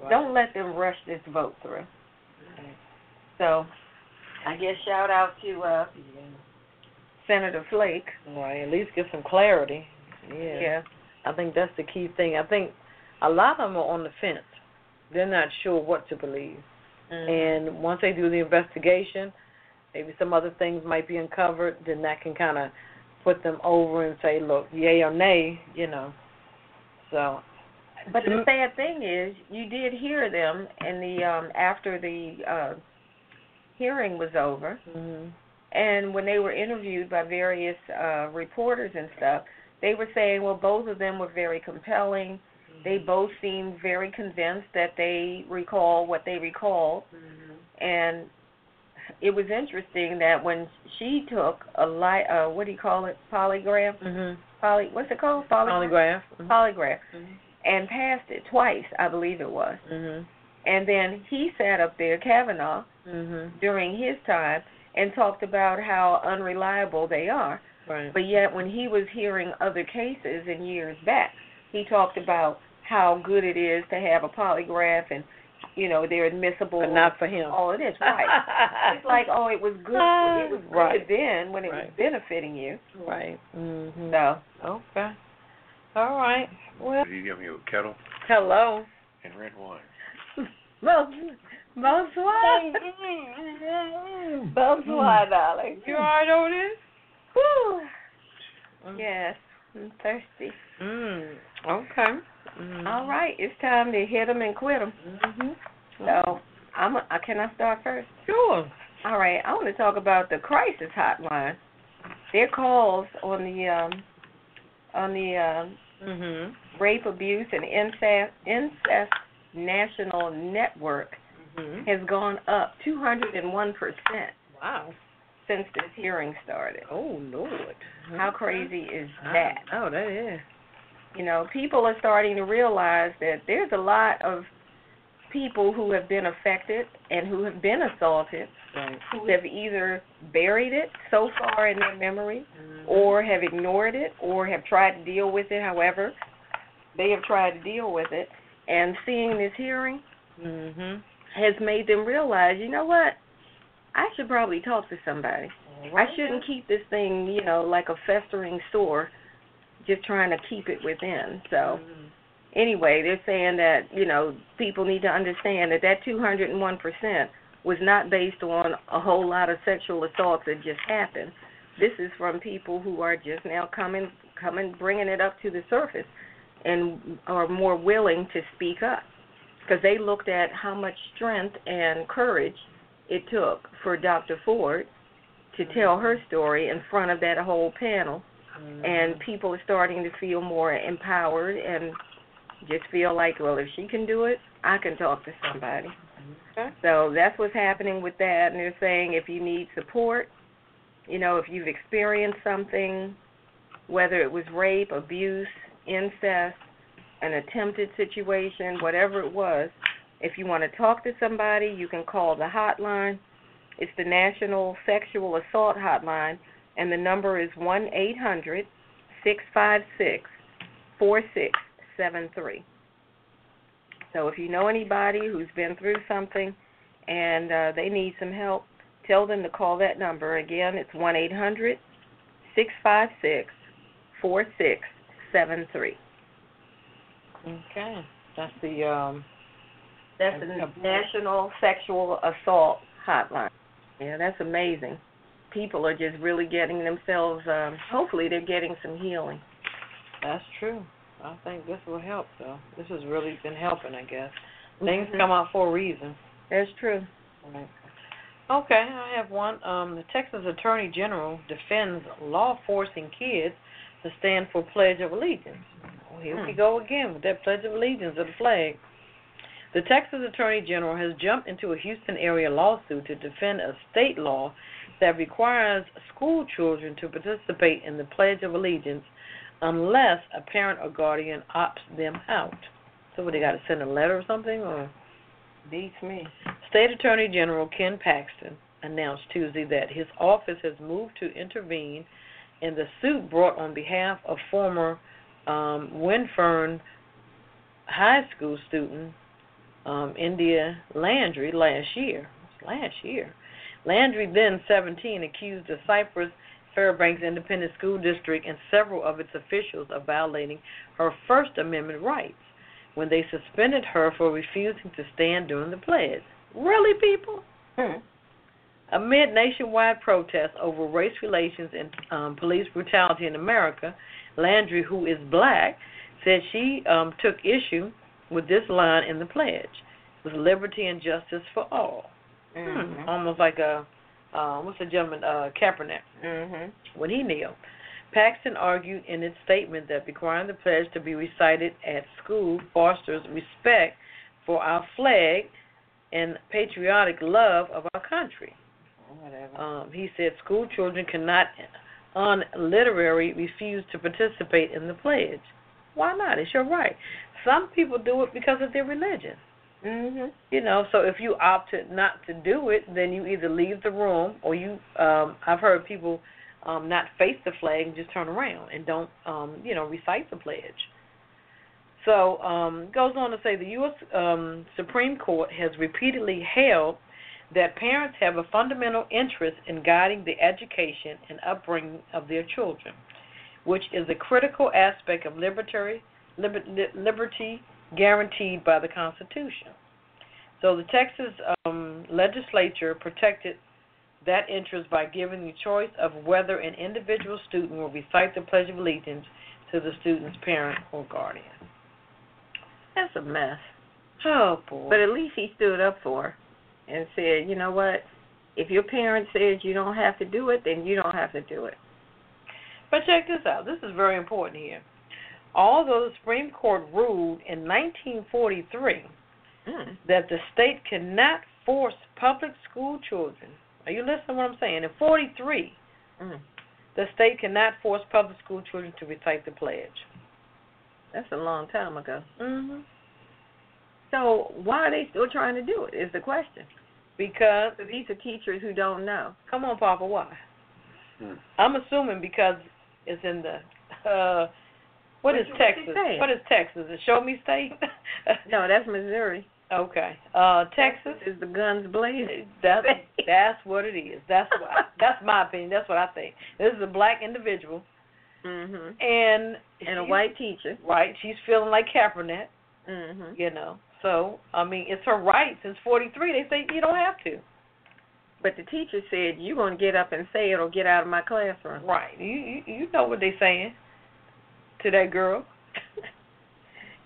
[SPEAKER 4] Right.
[SPEAKER 3] Don't let them rush this vote through.
[SPEAKER 4] Okay.
[SPEAKER 3] So, I guess shout out to uh, Senator Flake.
[SPEAKER 4] Right. At least get some clarity. Yeah. I think that's the key thing. I think a lot of them are on the fence. They're not sure what to believe. Mm-hmm.
[SPEAKER 3] Mm-hmm.
[SPEAKER 4] And once they do the investigation, maybe some other things might be uncovered. Then that can kind of put them over and say, look, yay or nay, you know. So.
[SPEAKER 3] but the sad thing is, you did hear them in the um, after the uh, hearing was over,
[SPEAKER 4] Mhm.
[SPEAKER 3] and when they were interviewed by various uh, reporters and stuff, they were saying, well, both of them were very compelling. They both seemed very convinced that they recall what they recalled. and it was interesting that when she took a li uh what do you call it polygraph
[SPEAKER 4] Mhm.
[SPEAKER 3] poly what's it called polygraph
[SPEAKER 4] Polygraph.
[SPEAKER 3] Mm-hmm.
[SPEAKER 4] Mhm.
[SPEAKER 3] polygraph
[SPEAKER 4] Mhm.
[SPEAKER 3] and passed it twice i believe it was
[SPEAKER 4] Mhm.
[SPEAKER 3] and then he sat up there kavanaugh
[SPEAKER 4] Mhm.
[SPEAKER 3] during his time and talked about how unreliable they are
[SPEAKER 4] Right.
[SPEAKER 3] but yet when he was hearing other cases in years back he talked about how good it is to have a polygraph and you know they're admissible
[SPEAKER 4] But not for him.
[SPEAKER 3] all of this right it's like, oh, it was good. It was good
[SPEAKER 4] Ah, Right.
[SPEAKER 3] then when it was
[SPEAKER 4] Right.
[SPEAKER 3] benefiting you.
[SPEAKER 4] Right. Mhm.
[SPEAKER 3] So
[SPEAKER 4] Okay. All right. Well.
[SPEAKER 2] Did you give me a kettle
[SPEAKER 4] Hello.
[SPEAKER 2] and red wine?
[SPEAKER 3] most most why,
[SPEAKER 4] Hmm.
[SPEAKER 3] most why, darling.
[SPEAKER 4] You all right over there?
[SPEAKER 3] Whew. Yes, I'm thirsty.
[SPEAKER 4] Mm. Okay. Mm.
[SPEAKER 3] All right, it's time to hit 'em and quit 'em.
[SPEAKER 4] Mm-hmm.
[SPEAKER 3] So I'm. A, I can I start first?
[SPEAKER 4] Sure.
[SPEAKER 3] All right. I want to talk about the crisis hotline. Their calls on the um, on the um,
[SPEAKER 4] Mhm.
[SPEAKER 3] rape, abuse, and incest, incest national network
[SPEAKER 4] Mhm.
[SPEAKER 3] has gone up 201 percent
[SPEAKER 4] Wow.
[SPEAKER 3] since this hearing started.
[SPEAKER 4] Oh Lord.
[SPEAKER 3] How crazy is
[SPEAKER 4] Wow.
[SPEAKER 3] that?
[SPEAKER 4] Oh, that is.
[SPEAKER 3] you know, people are starting to realize that there's a lot of people who have been affected and who have been assaulted
[SPEAKER 4] Right.
[SPEAKER 3] who have either buried it so far in their memory
[SPEAKER 4] Mm-hmm.
[SPEAKER 3] or have ignored it or have tried to deal with it however they have tried to deal with it and seeing this hearing
[SPEAKER 4] Mhm.
[SPEAKER 3] has made them realize you know what i should probably talk to somebody i shouldn't keep this thing you know like a festering sore just trying to keep it within so
[SPEAKER 4] Mhm.
[SPEAKER 3] anyway, they're saying that you know people need to understand that that 201 percent was not based on a whole lot of sexual assaults that just happened. This is from people who are just now coming, coming, bringing it up to the surface, and are more willing to speak up because they looked at how much strength and courage it took for Dr. Ford to tell her story in front of that whole panel and people are starting to feel more empowered and just feel like, well, if she can do it, I can talk to somebody.
[SPEAKER 4] Okay.
[SPEAKER 3] So that's what's happening with that, and they're saying if you need support, you know, if you've experienced something, whether it was rape, abuse, incest, an attempted situation, whatever it was, if you want to talk to somebody, you can call the hotline. It's the National Sexual Assault Hotline and the number is 1 eight hundred six five six four six seven three. So if you know anybody who's been through something and uh, they need some help, tell them to call that number. Again, it's 1 eight hundred six five six four six seven three.
[SPEAKER 4] Okay. That's the um.
[SPEAKER 3] That's the National Sexual Assault Hotline. Yeah, that's amazing. People are just really getting themselves, um, hopefully, they're getting some healing.
[SPEAKER 4] That's true. I think this will help though. This has really been helping, I guess. Things
[SPEAKER 3] Mm-hmm.
[SPEAKER 4] come out for a reason.
[SPEAKER 3] That's true.
[SPEAKER 4] Right. Okay, I have one. Um, the Texas Attorney General defends law forcing kids to stand for Pledge of Allegiance. Well, here we
[SPEAKER 3] Hmm.
[SPEAKER 4] go again with that Pledge of Allegiance of the flag. The Texas Attorney General has jumped into a Houston area lawsuit to defend a state law that requires school children to participate in the Pledge of Allegiance unless a parent or guardian opts them out. So, what, they got to send a letter or something? or
[SPEAKER 3] Beats me.
[SPEAKER 4] State Attorney General Ken Paxton announced Tuesday that his office has moved to intervene in the suit brought on behalf of former um, Winfern High School student um, India Landry last year. Last year. Landry, then 17, accused the Cypress Fairbanks Independent School District and several of its officials of violating her First Amendment rights when they suspended her for refusing to stand during the pledge. Really, people?
[SPEAKER 3] Hmm.
[SPEAKER 4] Amid nationwide protests over race relations and um, police brutality in America, Landry, who is black, said she um, took issue with this line in the pledge: "With liberty and justice for all."
[SPEAKER 3] Mm-hmm.
[SPEAKER 4] Hmm,
[SPEAKER 3] Um,
[SPEAKER 4] Almost like a uh, what's the gentleman uh, Kaepernick
[SPEAKER 3] Mhm.
[SPEAKER 4] when he kneeled. Paxton argued in its statement that requiring the pledge to be recited at school fosters respect for our flag and patriotic love of our country. Um, he said school children cannot, on literary, refuse to participate in the pledge. Why not? It's your right. Some people do it because of their religion.
[SPEAKER 3] Mhm.
[SPEAKER 4] You know, so if you opted not to do it, then you either leave the room or you. Um, I've heard people um, not face the flag and just turn around and don't, um, you know, recite the pledge. So um, it goes on to say the U.S. Um, Supreme Court has repeatedly held that parents have a fundamental interest in guiding the education and upbringing of their children, which is a critical aspect of libertary liber- li- liberty guaranteed by the Constitution. So the Texas um, legislature protected that interest by giving the choice of whether an individual student will recite the Pledge of Allegiance to the student's parent or guardian. That's a mess. Oh boy.
[SPEAKER 3] But at least he stood up for her and said, you know what? If your parent says you don't have to do it, then you don't have to do it.
[SPEAKER 4] But check this out. This is very important here. Although the Supreme Court ruled in 1943
[SPEAKER 3] Mm.
[SPEAKER 4] that the state cannot force public school children, are you listening to what I'm saying? In 43,
[SPEAKER 3] Mm.
[SPEAKER 4] the state cannot force public school children to recite the pledge.
[SPEAKER 3] That's a long time ago.
[SPEAKER 4] Mm-hmm.
[SPEAKER 3] So why are they still trying to do it? Is the question.
[SPEAKER 4] Because,
[SPEAKER 3] So these are teachers who don't know.
[SPEAKER 4] come on, Papa, why?
[SPEAKER 2] Hmm.
[SPEAKER 4] I'm assuming because it's in the, uh, what is
[SPEAKER 3] What you- what you
[SPEAKER 4] Texas?
[SPEAKER 3] saying?
[SPEAKER 4] What is Texas? A show me state?
[SPEAKER 3] No, that's Missouri.
[SPEAKER 4] Okay. Uh, Texas.
[SPEAKER 3] This is the guns blazing.
[SPEAKER 4] That's that's what it is. That's what I, that's my opinion. That's what I think. This is a black individual Mm-hmm.
[SPEAKER 3] hmm
[SPEAKER 4] and
[SPEAKER 3] And a
[SPEAKER 4] she's-
[SPEAKER 3] white teacher.
[SPEAKER 4] right. She's feeling like Kaepernick,
[SPEAKER 3] hmm
[SPEAKER 4] you know. So I mean, it's her right. Since '43, they say you don't have to.
[SPEAKER 3] But the teacher said, "You're gonna get up and say it, or get out of my classroom."
[SPEAKER 4] Right. You you, you know what they saying to that girl.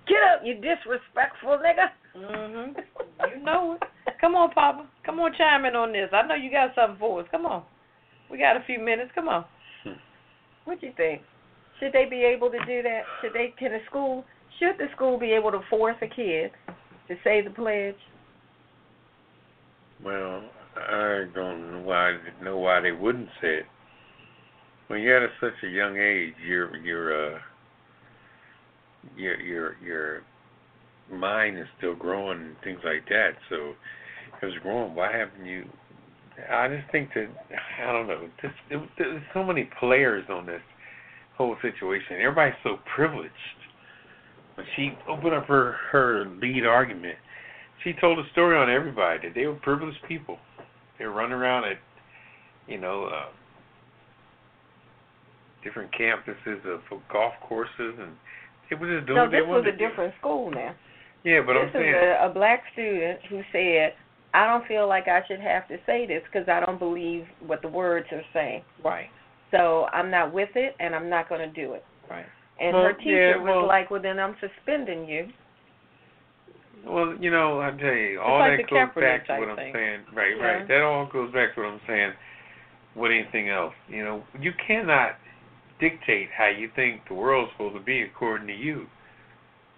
[SPEAKER 3] Get up, you disrespectful nigga.
[SPEAKER 4] Mhm. You know it. Come on, Papa. Come on, chime in on this. I know you got something for us. Come on. We got a few minutes. Come on.
[SPEAKER 3] What you think? Should they be able to do that? Should they? Can the school? Should the school be able to force a kid to say the pledge?
[SPEAKER 2] Well, I don't know why know why they wouldn't say it. When you're at such a young age, your your uh, your your your mind is still growing and things like that. So if it's growing, why haven't you? I just think that I don't know. This, there, there's so many players on this whole situation. Everybody's so privileged. When she opened up her her lead argument, she told a story on everybody that they were privileged people. They run around at, you know, uh, different campuses of golf courses, and they were just doing
[SPEAKER 3] no,
[SPEAKER 2] what they
[SPEAKER 3] this was
[SPEAKER 2] wanted
[SPEAKER 3] a
[SPEAKER 2] to do.
[SPEAKER 3] different school now.
[SPEAKER 2] Yeah, but
[SPEAKER 3] this
[SPEAKER 2] I'm saying
[SPEAKER 3] is a, a black student who said, "I don't feel like I should have to say this because I don't believe what the words are saying,
[SPEAKER 4] Right.
[SPEAKER 3] so I'm not with it and I'm not going to do it."
[SPEAKER 4] Right.
[SPEAKER 3] And
[SPEAKER 2] Well,
[SPEAKER 3] her teacher
[SPEAKER 2] yeah, well-
[SPEAKER 3] was like, "Well, then I'm suspending you."
[SPEAKER 2] Well, you know, I tell you, all
[SPEAKER 4] like
[SPEAKER 2] that
[SPEAKER 4] the
[SPEAKER 2] goes
[SPEAKER 4] Kaepernick
[SPEAKER 2] back to
[SPEAKER 4] type
[SPEAKER 2] what I'm
[SPEAKER 4] thing.
[SPEAKER 2] saying. Right,
[SPEAKER 4] Yeah.
[SPEAKER 2] right. That all goes back to what I'm saying with anything else. You know, you cannot dictate how you think the world's supposed to be according to you.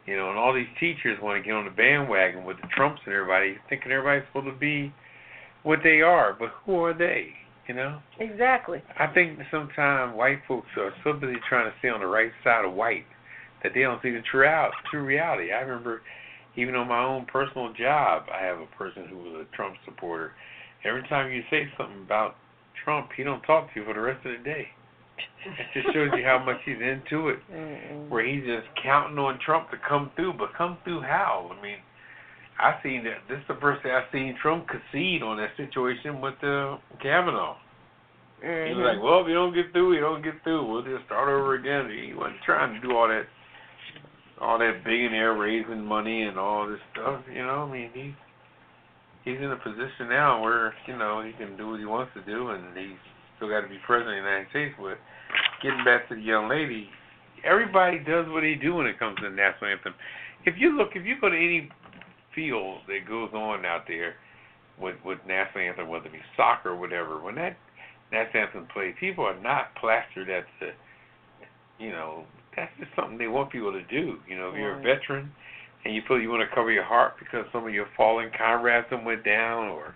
[SPEAKER 2] You know, and all these teachers want to get on the bandwagon with the Trumps and everybody, thinking everybody's supposed to be what they are. But who are they? You know?
[SPEAKER 3] Exactly.
[SPEAKER 2] I think sometimes white folks are so busy trying to stay on the right side of white that they don't see the true out true reality. I remember even on my own personal job, I have a person who was a Trump supporter. Every time you say something about Trump, he don't talk to you for the rest of the day. It just shows you how much he's into it. Where he's just counting on Trump to come through, but come through how? I mean, I seen that. This is the first day I seen Trump concede on that situation with uh, Kavanaugh. He
[SPEAKER 4] Mm-hmm.
[SPEAKER 2] was like, well, if you don't get through, you don't get through. We'll just start over again. He wasn't trying to do all that, all that billionaire raising money and all this stuff. You know, I mean, he's he's in a position now where you know he can do what he wants to do, and he's still got to be president of the United States. But getting back to the young lady, everybody does what they do when it comes to the national anthem. If you look, if you go to any field that goes on out there with with national anthem, whether it be soccer or whatever, when that national anthem plays, people are not plastered at the, you know, that's just something they want people to do. You know, if you're a
[SPEAKER 4] Right.
[SPEAKER 2] veteran and you feel you want to cover your heart because some of your fallen comrades done went down or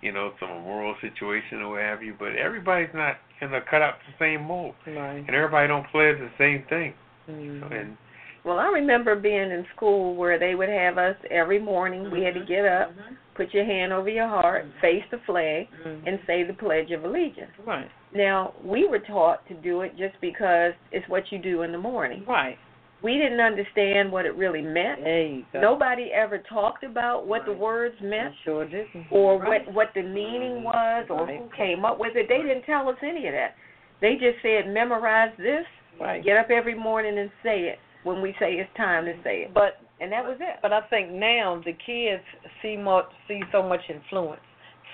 [SPEAKER 2] you know some immoral situation or what have you but everybody's not you know cut out the same mold
[SPEAKER 4] Right. Mm-hmm.
[SPEAKER 2] and everybody don't play the same thing and
[SPEAKER 3] Well, I remember being in school where they would have us every morning. We had to get up, put your hand over your heart, face the flag,
[SPEAKER 4] Mm-hmm.
[SPEAKER 3] and say the Pledge of Allegiance.
[SPEAKER 4] Right.
[SPEAKER 3] Now, we were taught to do it just because it's what you do in the morning.
[SPEAKER 4] Right.
[SPEAKER 3] We didn't understand what it really meant.
[SPEAKER 4] There you go.
[SPEAKER 3] Nobody ever talked about what the words meant
[SPEAKER 4] Sure didn't.
[SPEAKER 3] or what what the meaning was or who came up with it. They didn't tell us any of that. They just said memorize this,
[SPEAKER 4] Right.
[SPEAKER 3] get up every morning and say it when we say it's time to say it.
[SPEAKER 4] But
[SPEAKER 3] And that was it.
[SPEAKER 4] but I think now the kids see much see so much influence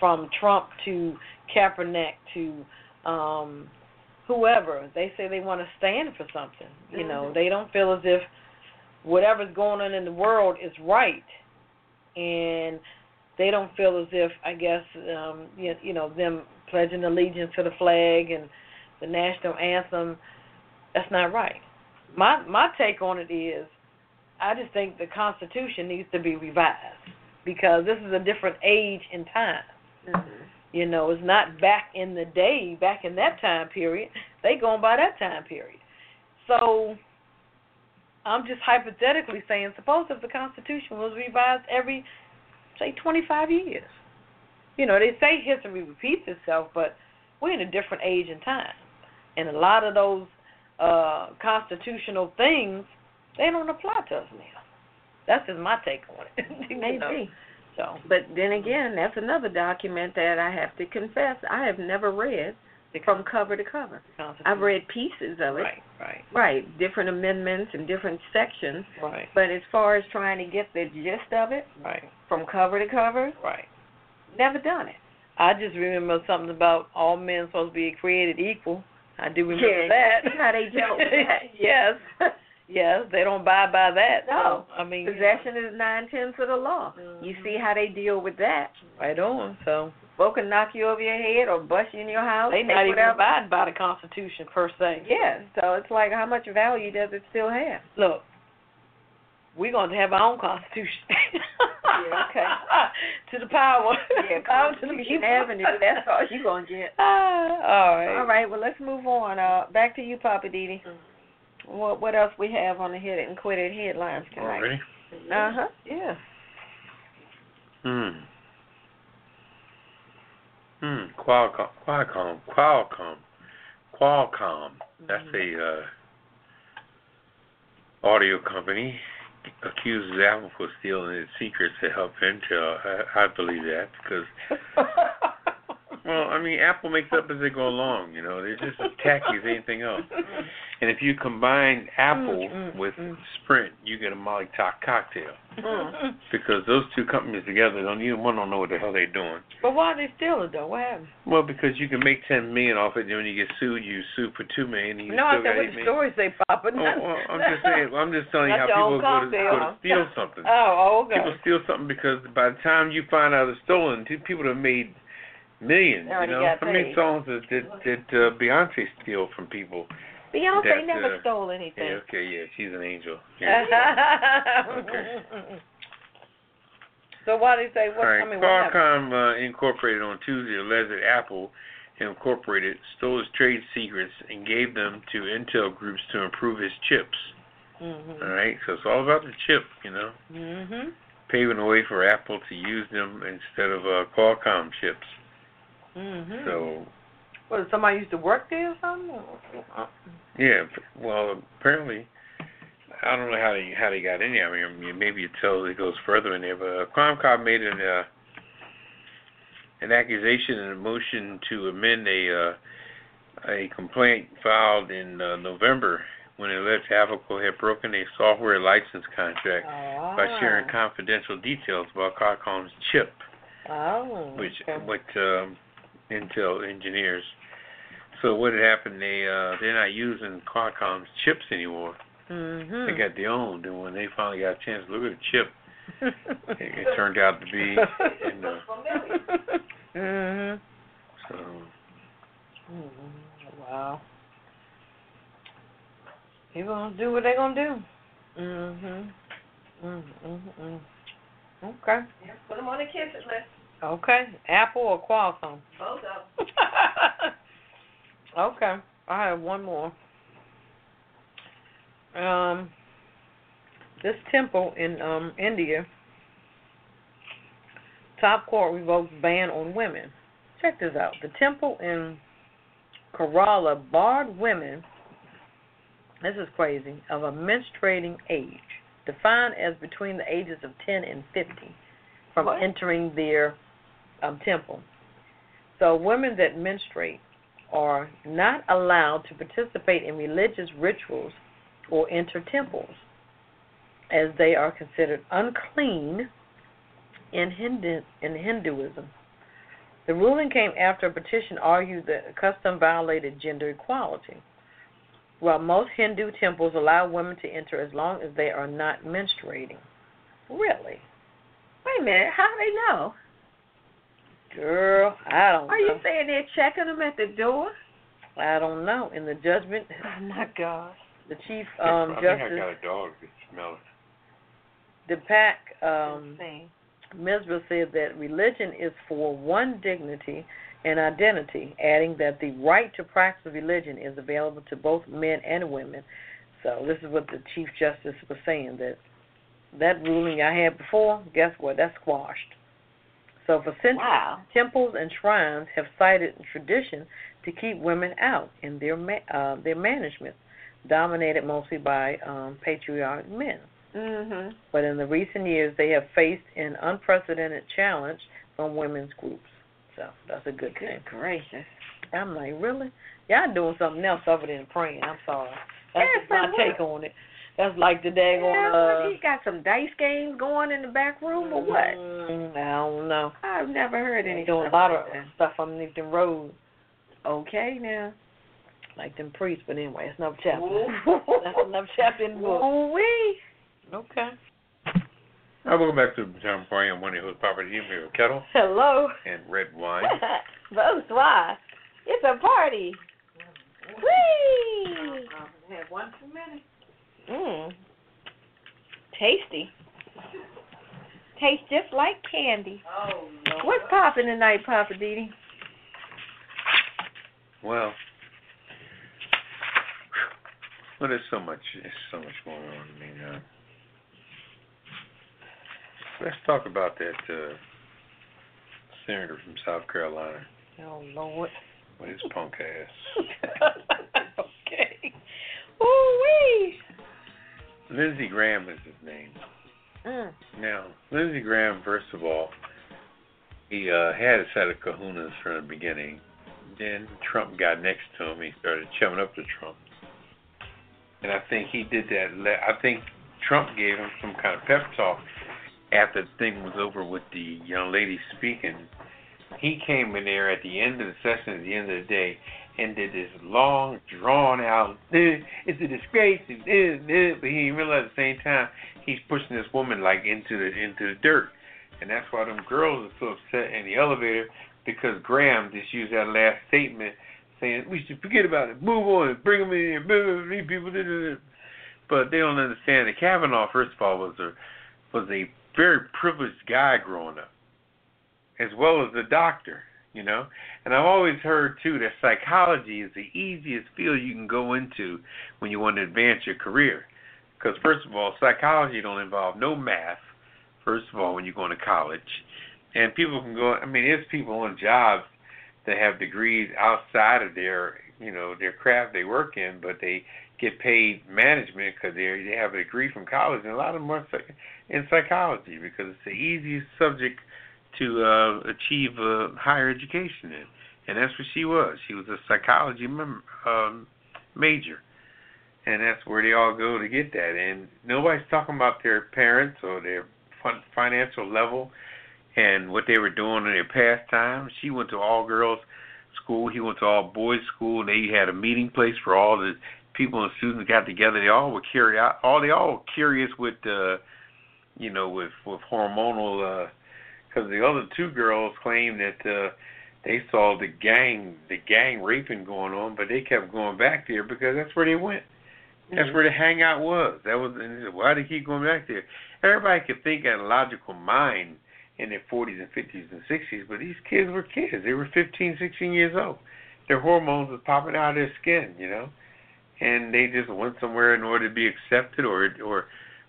[SPEAKER 4] from Trump to Kaepernick to um whoever. They say they want to stand for something. You know,
[SPEAKER 3] Mhm.
[SPEAKER 4] they don't feel as if whatever's going on in the world is right. and they don't feel as if I guess um you, you know them pledging allegiance to the flag and the national anthem that's not right. My my take on it is I just think the constitution needs to be revised because this is a different age and time. You know, it's not back in the day, back in that time period. They going by that time period. So I'm just hypothetically saying, suppose if the Constitution was revised every, say, 25 years. You know, they say history repeats itself, but we're in a different age and time. And a lot of those uh, constitutional things, they don't apply to us now. That's just my take on it. you
[SPEAKER 3] Maybe.
[SPEAKER 4] know. So,
[SPEAKER 3] But then again, that's another document that I have to confess I have never read from cover to cover. I've read pieces of it.
[SPEAKER 4] Mm-hmm. Right, right,
[SPEAKER 3] Right, different amendments and different sections.
[SPEAKER 4] right,
[SPEAKER 3] But as far as trying to get the gist of it
[SPEAKER 4] right,
[SPEAKER 3] from cover to cover,
[SPEAKER 4] right.
[SPEAKER 3] never done it.
[SPEAKER 4] I just remember something about all men supposed to be created equal. I do remember
[SPEAKER 3] Yeah,
[SPEAKER 4] that.
[SPEAKER 3] see how they dealt with that.
[SPEAKER 4] yes, yes, they don't abide by that.
[SPEAKER 3] No.
[SPEAKER 4] so, I mean
[SPEAKER 3] Possession is nine tenths of the law.
[SPEAKER 4] Mm-hmm.
[SPEAKER 3] You see how they deal with that.
[SPEAKER 4] Right on. So
[SPEAKER 3] Folk can knock you over your head or bust you in your house.
[SPEAKER 4] they
[SPEAKER 3] take
[SPEAKER 4] not even
[SPEAKER 3] whatever.
[SPEAKER 4] abiding by the Constitution per se.
[SPEAKER 3] Yeah, so it's like how much value does it still have?
[SPEAKER 4] Look, we're going to have our own Constitution.
[SPEAKER 3] Yeah, okay.
[SPEAKER 4] to the power.
[SPEAKER 3] Yeah,
[SPEAKER 4] power to the
[SPEAKER 3] Constitution
[SPEAKER 4] people.
[SPEAKER 3] Avenue, that's all you're going to get.
[SPEAKER 4] Ah, all right.
[SPEAKER 3] All right, well let's move on. Uh, back to you, Papa Didi. What what else we have on the hit it and quit it headlines tonight?
[SPEAKER 2] Already?
[SPEAKER 3] Uh huh.
[SPEAKER 4] Yeah.
[SPEAKER 2] Hmm. Hmm. Qualcomm. Qualcomm. Qualcomm. Qualcomm. That's a
[SPEAKER 4] Mm-hmm.
[SPEAKER 2] uh, audio company. Accuses Apple for stealing its secrets to help Intel. I, I believe that because, well, I mean, Apple makes up as they go along. You know, they're just as tacky as anything else. And if you combine Apple
[SPEAKER 4] Mm, mm,
[SPEAKER 2] with
[SPEAKER 4] mm.
[SPEAKER 2] Sprint, you get a Molly Top cocktail
[SPEAKER 3] Mm.
[SPEAKER 2] because those two companies together don't even one don't know what the hell they're doing.
[SPEAKER 4] But why they steal it though? What happened?
[SPEAKER 2] Well, because you can make ten million off it, and when you get sued, you sue for two million. And you
[SPEAKER 4] No,
[SPEAKER 2] still
[SPEAKER 4] I said
[SPEAKER 2] got eight
[SPEAKER 4] what the
[SPEAKER 2] million.
[SPEAKER 4] stories they pop.
[SPEAKER 2] Oh, well, I'm just saying. well, I'm just telling you how
[SPEAKER 4] That's
[SPEAKER 2] people go
[SPEAKER 4] your own
[SPEAKER 2] to, go to
[SPEAKER 4] cocktail.
[SPEAKER 2] steal something.
[SPEAKER 4] Oh, okay.
[SPEAKER 2] People steal something because by the time you find out it's stolen, two people have made millions. You
[SPEAKER 3] They already
[SPEAKER 2] know,
[SPEAKER 3] got
[SPEAKER 2] how many
[SPEAKER 3] paid.
[SPEAKER 2] songs did did, did uh, Beyonce steal from people?
[SPEAKER 3] Beyonce
[SPEAKER 2] That's,
[SPEAKER 3] never
[SPEAKER 2] uh,
[SPEAKER 3] stole anything.
[SPEAKER 2] Yeah, okay, yeah, she's an angel.
[SPEAKER 4] Uh,
[SPEAKER 2] Yeah.
[SPEAKER 4] okay. So why they say what?
[SPEAKER 2] All right.
[SPEAKER 4] I mean, what happened?
[SPEAKER 2] Qualcomm uh, Incorporated on Tuesday alleged that Apple Incorporated stole its trade secrets and gave them to Intel groups to improve its chips. All
[SPEAKER 4] Mhm.
[SPEAKER 2] right, so it's all about the chip, you know,
[SPEAKER 4] Mhm.
[SPEAKER 2] paving the way for Apple to use them instead of uh, Qualcomm chips.
[SPEAKER 4] Mhm.
[SPEAKER 2] So
[SPEAKER 4] what? Somebody used to work there or something?
[SPEAKER 2] yeah, p- well apparently. I don't know how they how they got in there. I mean, maybe it tells it goes further in there. But uh, Qualcomm made an uh, an accusation and a motion to amend a uh, a complaint filed in uh, November when it alleged Apple had broken a software license contract by
[SPEAKER 4] Ah.
[SPEAKER 2] sharing confidential details about Qualcomm's chip,
[SPEAKER 4] Oh.
[SPEAKER 2] which
[SPEAKER 4] okay.
[SPEAKER 2] what um, Intel engineers. So what had happened? They uh, they're not using Qualcomm's chips anymore.
[SPEAKER 4] Mhm.
[SPEAKER 2] They got their own. And when they finally got a chance to look at the chip, it, it turned out to be. And, uh,
[SPEAKER 4] mhm.
[SPEAKER 2] so
[SPEAKER 4] Mhm. Wow. People gonna do what they gonna do. Mhm. Mhm. Mhm. mhm. Okay.
[SPEAKER 5] Put them on the kiss it list.
[SPEAKER 4] Okay. Apple or Qualcomm?
[SPEAKER 5] Both of them.
[SPEAKER 4] okay. I have one more. Um, this temple in um India, top court revokes ban on women. Check this out. The temple in Kerala barred women. This is crazy. Of a menstruating age, defined as between the ages of 10 and 50, from
[SPEAKER 3] What?
[SPEAKER 4] entering their um, temple. So women that menstruate are not allowed to participate in religious rituals or enter temples, as they are considered unclean in, Hindu, in Hinduism. The ruling came after a petition argued that the custom violated gender equality. While most Hindu temples allow women to enter as long as they are not menstruating. Really?
[SPEAKER 3] Wait a minute, how do they know?
[SPEAKER 4] Girl, I don't
[SPEAKER 3] Are
[SPEAKER 4] know.
[SPEAKER 3] you saying they're checking them at the door?
[SPEAKER 4] I don't know. In the judgment,
[SPEAKER 3] Oh my gosh.
[SPEAKER 4] the chief um,
[SPEAKER 2] I think I
[SPEAKER 4] justice,
[SPEAKER 2] got a dog that smells.
[SPEAKER 4] the pack, um,
[SPEAKER 3] Insane.
[SPEAKER 4] Misra said that religion is for one dignity and identity, adding that the right to practice religion is available to both men and women. So this is what the Chief Justice was saying that that ruling I had before, guess what? That's squashed. So for centuries,
[SPEAKER 3] Wow.
[SPEAKER 4] temples and shrines have cited tradition to keep women out in their ma- uh, their management, dominated mostly by um, patriarch men.
[SPEAKER 3] Mhm.
[SPEAKER 4] But in the recent years, they have faced an unprecedented challenge from women's groups. So that's a good thing.
[SPEAKER 3] Good gracious.
[SPEAKER 4] I'm like, really? Y'all doing something else other than praying. I'm sorry. That's
[SPEAKER 3] Yes,
[SPEAKER 4] just my
[SPEAKER 3] I will.
[SPEAKER 4] take on it. That's like the day
[SPEAKER 3] Yeah,
[SPEAKER 4] on. Uh,
[SPEAKER 3] he's got some dice games going in the back room or what?
[SPEAKER 4] mm, I don't know.
[SPEAKER 3] I've never heard any
[SPEAKER 4] They doing a
[SPEAKER 3] stuff
[SPEAKER 4] lot
[SPEAKER 3] like
[SPEAKER 4] of
[SPEAKER 3] that.
[SPEAKER 4] stuff underneath the road,
[SPEAKER 3] Okay now.
[SPEAKER 4] like them priests. But anyway, it's another chapter. That's another chapter in the book.
[SPEAKER 3] Ooh-wee.
[SPEAKER 4] Okay.
[SPEAKER 2] I welcome back to John Parry. I'm one of your hosts, Papa D. Here with Kettle
[SPEAKER 3] Hello.
[SPEAKER 2] and Red Wine.
[SPEAKER 3] Bonsoir. It's a party. Whee!
[SPEAKER 5] Um, had one too many.
[SPEAKER 3] Mmm. Tasty. Tastes just like candy.
[SPEAKER 5] Oh, no.
[SPEAKER 3] What's popping tonight, Papa Didi?
[SPEAKER 2] Well, well, there's so much, there's so much going on. I mean, uh, let's talk about that uh, senator from South Carolina
[SPEAKER 4] Oh Lord.
[SPEAKER 2] with his punk ass.
[SPEAKER 4] okay. Ooh wee.
[SPEAKER 2] Lindsey Graham is his name.
[SPEAKER 4] Mm.
[SPEAKER 3] Mm-hmm.
[SPEAKER 2] Now, Lindsey Graham, first of all, he uh, had a set of kahunas from the beginning. Then Trump got next to him. He started chumming up to Trump. And I think he did that. Le- I think Trump gave him some kind of pep talk after the thing was over with the young lady speaking. He came in there at the end of the session, at the end of the day, and did this long, drawn out, "Eh, it's a disgrace, eh, eh, eh," but he didn't realize at the same time he's pushing this woman like into the into the dirt, and that's why them girls are so upset in the elevator because Graham just used that last statement saying we should forget about it, move on, and bring them in here, blah, blah, blah, these people. da, da, da." But they don't understand that Kavanaugh, first of all, was a was a very privileged guy growing up, as well as a doctor, you know. And I've always heard too that psychology is the easiest field you can go into when you want to advance your career. Because first of all, psychology don't involve no math. First of all, when you're going to college, and people can go. I mean, there's people on jobs that have degrees outside of their, you know, their craft they work in, but they get paid management because they they have a degree from college, and a lot of them are psych- in psychology because it's the easiest subject to uh, achieve uh, higher education in, and that's what she was. She was a psychology mem- um, major and that's where they all go to get that. And nobody's talking about their parents or their fin- financial level and what they were doing in their past time. She went to all girls school. He went to all boys school. They had a meeting place for all the people and students got together. They all were curious. All they all were curious with, uh, you know, with with hormonal. Because the other two girls claimed that. Uh, they saw the gang, the gang raping going on, but they kept going back there because that's where they went. That's
[SPEAKER 3] Mm-hmm.
[SPEAKER 2] where the hangout was. That was and they said, why they keep going back there. Everybody could think at a logical mind in their 40s and 50s and 60s, but these kids were kids. They were 15, 16 years old. Their hormones was popping out of their skin, you know, and they just went somewhere in order to be accepted, or or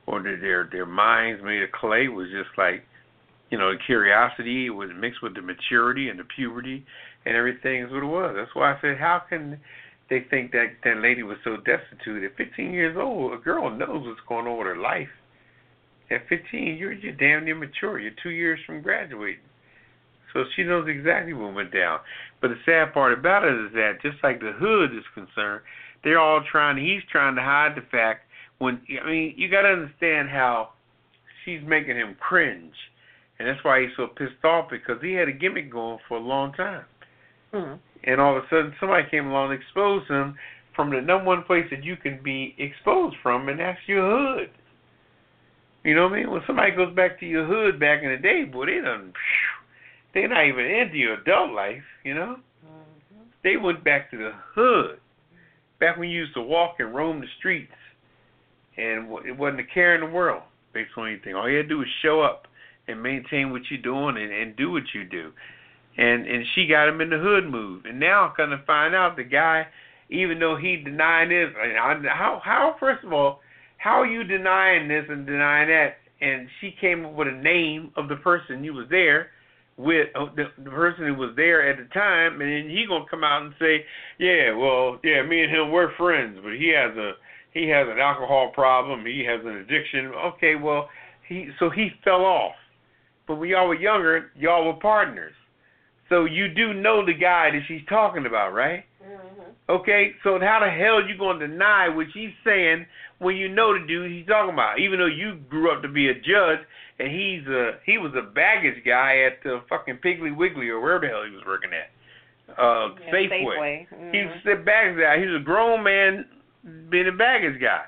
[SPEAKER 2] or their their, their minds made of clay was just like, you know, the curiosity was mixed with the maturity and the puberty and everything is what it was. That's why I said, how can they think that that lady was so destitute. At 15 years old, a girl knows what's going on with her life. At 15, you're, you're damn near mature. You're two years from graduating. So she knows exactly what went down. But the sad part about it is that just like the hood is concerned, they're all trying, he's trying to hide the fact when, I mean, you got to understand how she's making him cringe. And that's why he's so pissed off because he had a gimmick going for a long time
[SPEAKER 3] Mm-hmm.
[SPEAKER 4] Mm.
[SPEAKER 2] and all of a sudden somebody came along and exposed him from the number one place that you can be exposed from, and that's your hood. You know what I mean? When somebody goes back to your hood back in the day, boy, they done. They're not even into your adult life, you know. They went back to the hood, back when you used to walk and roam the streets, and wa- it wasn't a care in the world based on anything. All you had to do was show up and maintain what you're doing and, and do what you do. And and she got him in the hood move, and now I'm gonna find out the guy, even though he denying this, and I- how how first of all, how are you denying this and denying that? And she came up with a name of the person you was there with, uh, the, the person who was there at the time, and then he gonna come out and say, yeah, well, yeah, me and him we're friends, but he has a he has an alcohol problem, he has an addiction. Okay, well, he so he fell off. But when y'all were younger, y'all were partners. So you do know the guy that she's talking about, right?
[SPEAKER 5] Mm-hmm.
[SPEAKER 2] Okay, so how the hell you gonna deny what she's saying when you know the dude he's talking about? Even though you grew up to be a judge and he's a he was a baggage guy at the fucking Piggly Wiggly or wherever the hell he was working at. Uh
[SPEAKER 3] Yeah,
[SPEAKER 2] Safeway.
[SPEAKER 3] Safeway.
[SPEAKER 2] He
[SPEAKER 3] Mhm.
[SPEAKER 2] was a baggage guy. He was a grown man being a baggage guy.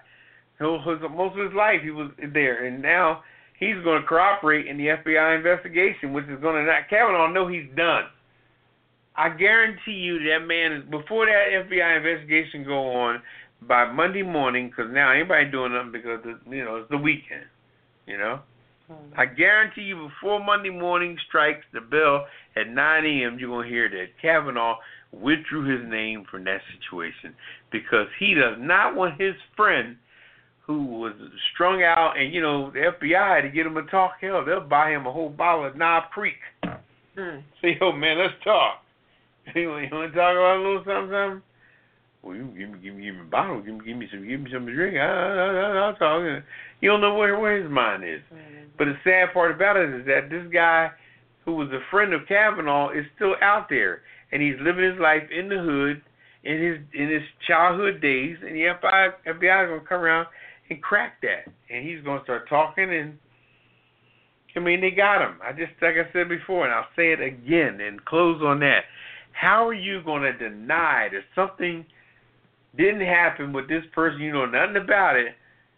[SPEAKER 2] He was, most of his life he was there, and now he's going to cooperate in the FBI investigation, which is going to not Kavanaugh know he's done. I guarantee you that man is before that FBI investigation go on by Monday morning, because now anybody doing nothing because the, you know it's the weekend, you know. I guarantee you, before Monday morning strikes the bell at 9 a.m., you're going to hear that Kavanaugh withdrew his name from that situation because he does not want his friend who was strung out and, you know, the FBI to get him to talk. Hell, they'll buy him a whole bottle of Knob Creek.
[SPEAKER 3] Mm.
[SPEAKER 2] Say, yo, man, let's talk. You want to talk about a little something, something? Well, you give me, give me, give me a bottle. Give me, give me some, give me some to drink. I, I, I, I'll talk. You don't know where where his mind is. But the sad part about it is that this guy, who was a friend of Kavanaugh, is still out there, and he's living his life in the hood, in his in his childhood days. And the FBI FBI is gonna come around and crack that, and he's gonna start talking. And I mean, they got him. I just like I said before, and I'll say it again and close on that. How are you gonna deny that something didn't happen with this person you know nothing about it?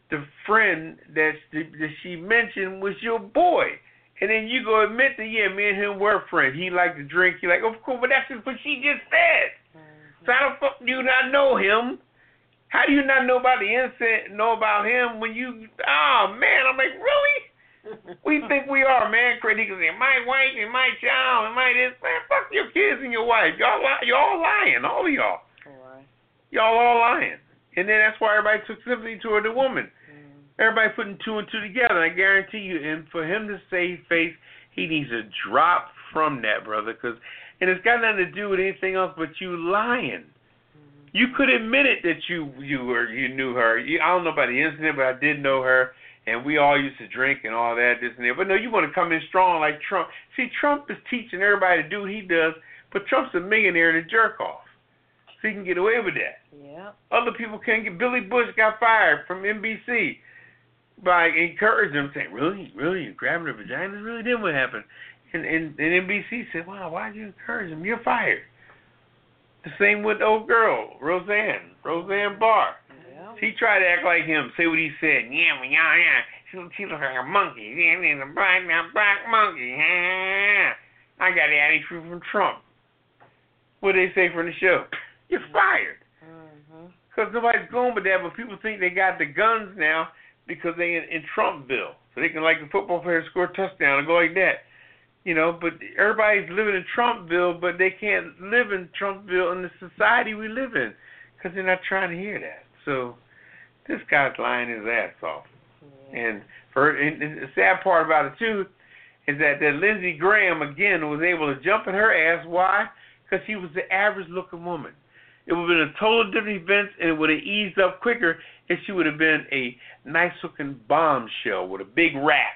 [SPEAKER 2] the friend that she, that she mentioned was your boy. And then you go admit that yeah, me and him were friends. He liked to drink. He like, of course, but that's just what she just said. So how the fuck do you not know him? How do you not know about the incident? Know about him when you? Oh man, I'm like, really? We think we are, man. Critics and my wife and my child and my this man. Fuck your kids and your wife. Y'all, li- y'all lying, all of y'all. Y'all all lying. And then that's why everybody took sympathy toward the woman. Everybody putting two and two together. I guarantee you. And for him to save face, he needs to drop from that, brother. Cause, and it's got nothing to do with anything else but you lying. You could admit it that you you were you knew her. You, I don't know about the incident, but I did know her, and we all used to drink and all that, this and that. But no, you want to come in strong like Trump. See, Trump is teaching everybody to do what he does, but Trump's a millionaire and a jerk off, so he can get away with that.
[SPEAKER 4] Yeah.
[SPEAKER 2] Other people can't get. Billy Bush got fired from NBC by encouraging him, saying, "Really, really, you're grabbing her vagina? This Really, then what happened?" And and, and NBC said, "Wow, why'd you encourage him? You're fired." The same with old girl Roseanne, Roseanne Barr.
[SPEAKER 4] Yeah.
[SPEAKER 2] She tried to act like him, say what he said. Yeah, well, yeah, yeah. She, she looks like a monkey. Yeah, she's a black, a black monkey. Yeah. I got the attitude from Trump. What they say from the show? You're fired.
[SPEAKER 4] Mm-hmm.
[SPEAKER 2] Because nobody's going with that, but people think they got the guns now because they in, in Trumpville. So they can, like the football player, score a touchdown and go like that. You know, but everybody's living in Trumpville, but they can't live in Trumpville in the society we live in because they're not trying to hear that. So this guy's lying his ass off. And for and, and the sad part about it, too, is that, that Lindsey Graham, again, was able to jump in her ass. Why? Because she was the average looking woman. It would have been a total different event, and it would have eased up quicker if she would have been a nice looking bombshell with a big rack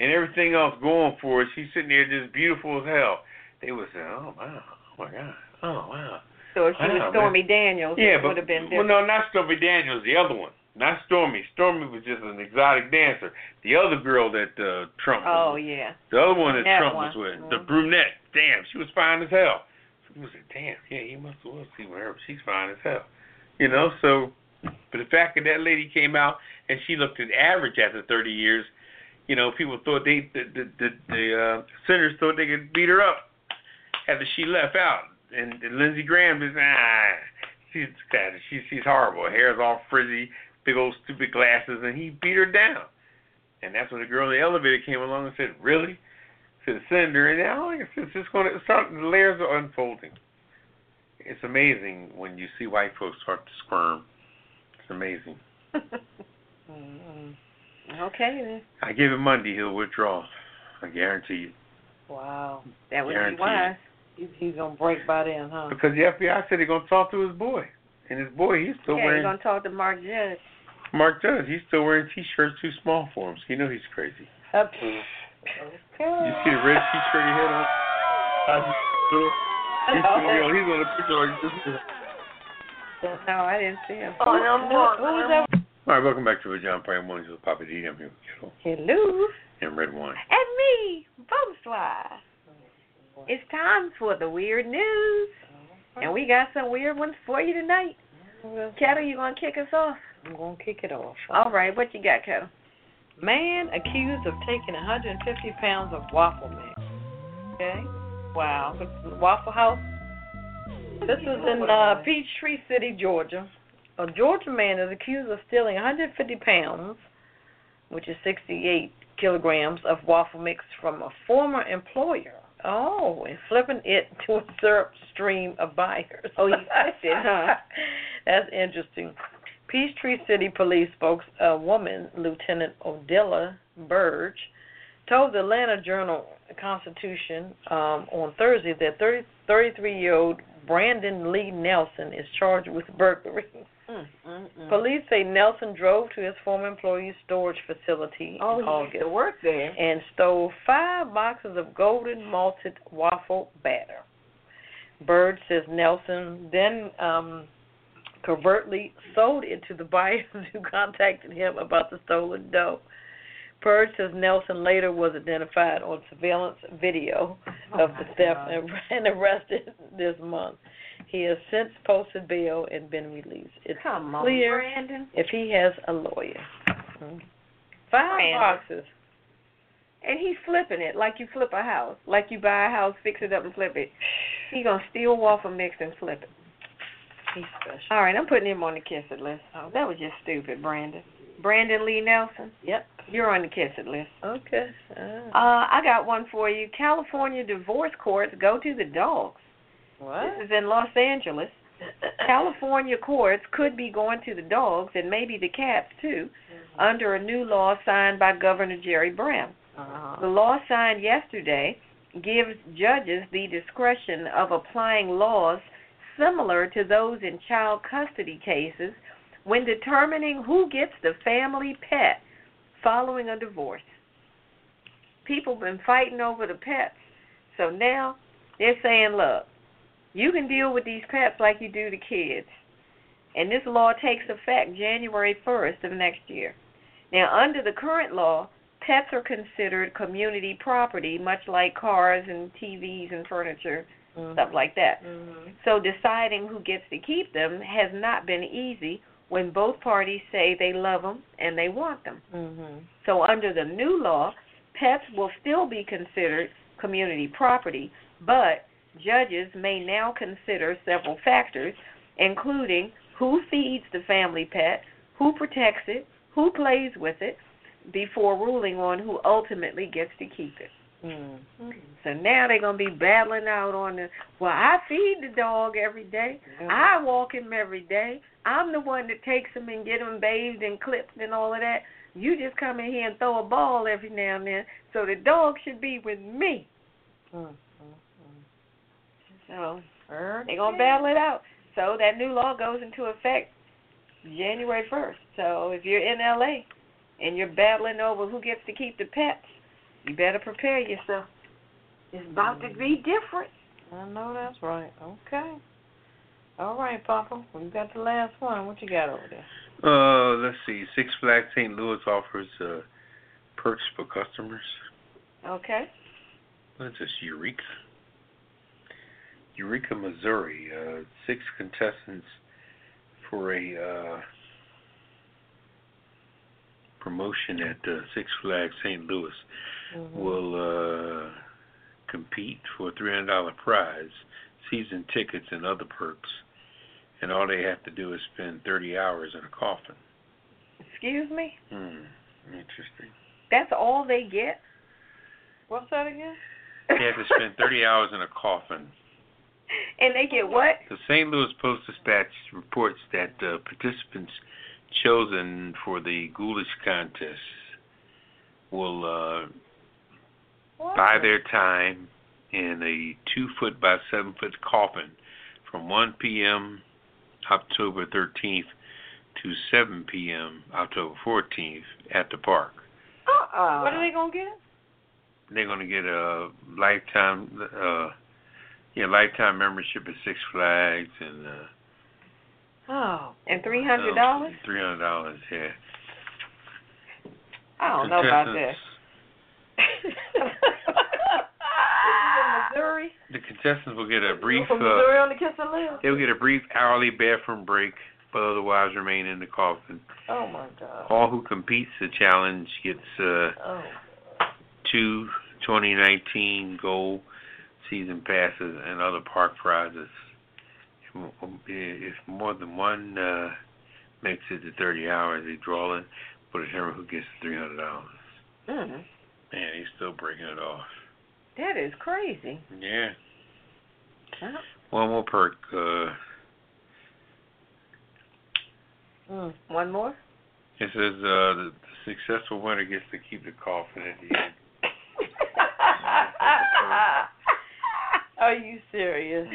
[SPEAKER 2] and everything else going for her. She's sitting there just beautiful as hell. They would say, "Oh wow, oh my god, oh wow."
[SPEAKER 3] So if she
[SPEAKER 2] Wow, Oh,
[SPEAKER 3] was
[SPEAKER 2] man.
[SPEAKER 3] Stormy Daniels,
[SPEAKER 2] Yeah,
[SPEAKER 3] it
[SPEAKER 2] but
[SPEAKER 3] would have been
[SPEAKER 2] well,
[SPEAKER 3] different.
[SPEAKER 2] no, not Stormy Daniels. The other one, not Stormy. Stormy was just an exotic dancer. The other girl that uh, Trump was
[SPEAKER 3] oh yeah.
[SPEAKER 2] the other one that
[SPEAKER 3] That
[SPEAKER 2] Trump
[SPEAKER 3] one. Mm-hmm.
[SPEAKER 2] was with, the brunette. Damn, she was fine as hell. He was like, damn, yeah, he must have was sleeping with her. She's fine as hell. You know, so, but the fact that that lady came out and she looked at average after 30 years, You know, people thought they the the the, the uh, sinners thought they could beat her up after she left out, and, and Lindsey Graham is ah, she's kind of, she, she's horrible. Hair's all frizzy, big old stupid glasses, and he beat her down. And that's when the girl in the elevator came along and said, "Really?" To the senator, and now it's it's just going to start. The layers are unfolding. It's amazing when you see white folks start to squirm. It's amazing.
[SPEAKER 3] Mm, Okay then.
[SPEAKER 2] I give him Monday, he'll withdraw. I guarantee you.
[SPEAKER 4] Wow.
[SPEAKER 3] That would
[SPEAKER 2] Guaranteed.
[SPEAKER 3] be wise.
[SPEAKER 4] He- He's gonna break by then, huh?
[SPEAKER 2] Because the FBI said they're gonna talk to his boy, and his boy he's still
[SPEAKER 3] yeah, you're
[SPEAKER 2] wearing
[SPEAKER 3] gonna talk to Mark Judge.
[SPEAKER 2] Mark does. He's still wearing T-shirts too small for him. So you know he's crazy.
[SPEAKER 4] Up.
[SPEAKER 2] You see the red T-shirt he had on? I just- He's, you know, he's on a picture like this.
[SPEAKER 3] No, I didn't see him.
[SPEAKER 4] Oh, no, Mark. What was that?
[SPEAKER 2] All right, welcome back to the John Prime Mornings with Papa D. I'm here with Kettle
[SPEAKER 3] Hello.
[SPEAKER 2] and Red Wine.
[SPEAKER 3] And me, Bonsoir. It's time for the weird news. And we got some weird ones for you tonight. Kettle, you gonna kick us off?
[SPEAKER 4] I'm gonna kick it off.
[SPEAKER 3] All right, what you got, Kettle?
[SPEAKER 4] Man accused of taking 150 pounds of waffle mix. Okay. Wow. This is Waffle House. This is in uh, Peachtree City, Georgia. A Georgia man is accused of stealing 150 pounds, which is 68 kilograms, of waffle mix from a former employer. Oh, and flipping it to a syrup stream of buyers.
[SPEAKER 3] Oh, you flipped it, huh?
[SPEAKER 4] That's interesting. Peachtree City Police spokeswoman, Lieutenant Odella Burge, told the Atlanta Journal Constitution um, on Thursday that 30, 33 year old Brandon Lee Nelson is charged with burglary.
[SPEAKER 3] Mm, Mm-hmm.
[SPEAKER 4] Police say Nelson drove to his former employee's storage facility
[SPEAKER 3] Oh,
[SPEAKER 4] in
[SPEAKER 3] he used
[SPEAKER 4] August
[SPEAKER 3] to work there.
[SPEAKER 4] and stole five boxes of golden malted waffle batter. Bird says Nelson then um, covertly sold it to the buyers who contacted him about the stolen dough. Bird says Nelson later was identified on surveillance video of the theft and, and arrested this month. He has since posted bail and been released. It's
[SPEAKER 3] Come on,
[SPEAKER 4] clear
[SPEAKER 3] Brandon.
[SPEAKER 4] if he has a lawyer. Hmm. Five
[SPEAKER 3] Brandon.
[SPEAKER 4] boxes.
[SPEAKER 3] And he's flipping it like you flip a house, like you buy a house, fix it up, and flip it. He gonna steal waffle mix and flip it.
[SPEAKER 4] He's special.
[SPEAKER 3] All right, I'm putting him on the kiss it list. Oh, that was just stupid, Brandon. Brandon Lee Nelson,
[SPEAKER 4] Yep.
[SPEAKER 3] you're on the kiss it list.
[SPEAKER 4] Okay.
[SPEAKER 3] Uh, I got one for you. California divorce courts go to the dogs. This is in Los Angeles. California courts could be going to the dogs and maybe the cats too, under a new law signed by Governor Jerry Brown.
[SPEAKER 4] Uh-huh.
[SPEAKER 3] The law signed yesterday gives judges the discretion of applying laws similar to those in child custody cases when determining who gets the family pet following a divorce. People been fighting over the pets. So now they're saying, look, you can deal with these pets like you do the kids. And this law takes effect January 1st of next year. Now, under the current law, pets are considered community property, much like cars and TVs and furniture, stuff like that. So deciding who gets to keep them has not been easy when both parties say they love them and they want them.
[SPEAKER 4] Mm-hmm.
[SPEAKER 3] So under the new law, pets will still be considered community property, but judges may now consider several factors, including who feeds the family pet, who protects it, who plays with it, before ruling on who ultimately gets to keep it.
[SPEAKER 4] Mm-hmm.
[SPEAKER 3] So now they're gonna be battling out on the well, I feed the dog every day. I walk him every day. I'm the one that takes him and get him bathed and clipped and all of that. You just come in here and throw a ball every now and then. So the dog should be with me. So
[SPEAKER 4] Mm-hmm.
[SPEAKER 3] they're gonna battle it out. So that new law goes into effect January first. So if you're in LA and you're battling over who gets to keep the pets, you better prepare yourself. It's about to be different.
[SPEAKER 4] I know that's right. Okay. All right, Papa. We got the last one. What you got over there?
[SPEAKER 2] Uh, let's see. Six Flags St. Louis offers uh, perks for customers.
[SPEAKER 3] Okay.
[SPEAKER 2] That's just Eureka. Eureka, Missouri. Uh, six contestants for a uh, promotion at uh, Six Flags St. Louis will uh, compete for a $300 prize, season tickets, and other perks. And all they have to do is spend 30 hours in a coffin.
[SPEAKER 3] Excuse me?
[SPEAKER 2] Hmm, interesting.
[SPEAKER 3] That's all they get?
[SPEAKER 4] What's that again?
[SPEAKER 2] They have to spend 30 hours in a coffin.
[SPEAKER 3] And they get what?
[SPEAKER 2] The St. Louis Postal Stats reports that uh, participants chosen for the Ghoulish contest will uh, buy their time in a two foot by seven foot coffin from 1 p.m. October 13th to 7 p.m. October 14th at the park.
[SPEAKER 3] Uh-uh.
[SPEAKER 4] What are
[SPEAKER 2] Oh.
[SPEAKER 4] they gonna get?
[SPEAKER 2] They're going to get a lifetime, uh, yeah, lifetime membership at Six Flags and. Uh, um,
[SPEAKER 4] Oh,
[SPEAKER 3] And $300?
[SPEAKER 2] Three hundred dollars, yeah.
[SPEAKER 3] I don't know about this.
[SPEAKER 2] Contestants-
[SPEAKER 5] Missouri.
[SPEAKER 2] The contestants will get a brief.
[SPEAKER 5] From
[SPEAKER 2] Uh,
[SPEAKER 5] Missouri on the kiss and live.
[SPEAKER 2] They'll get a brief hourly bathroom break, but otherwise remain in the coffin.
[SPEAKER 5] Oh my God.
[SPEAKER 2] All who competes the challenge gets uh,
[SPEAKER 5] Oh.
[SPEAKER 2] two 2019 gold season passes and other park prizes. If more than one uh, makes it to 30 hours, they draw it, but determine who gets the $300.
[SPEAKER 3] Mm,
[SPEAKER 2] Man, he's still breaking it off.
[SPEAKER 3] that is crazy.
[SPEAKER 2] Yeah.
[SPEAKER 3] Huh?
[SPEAKER 2] One more perk. Uh,
[SPEAKER 3] Mm, one more?
[SPEAKER 2] it says uh, the successful winner gets to keep the coffin at the end.
[SPEAKER 4] are you serious?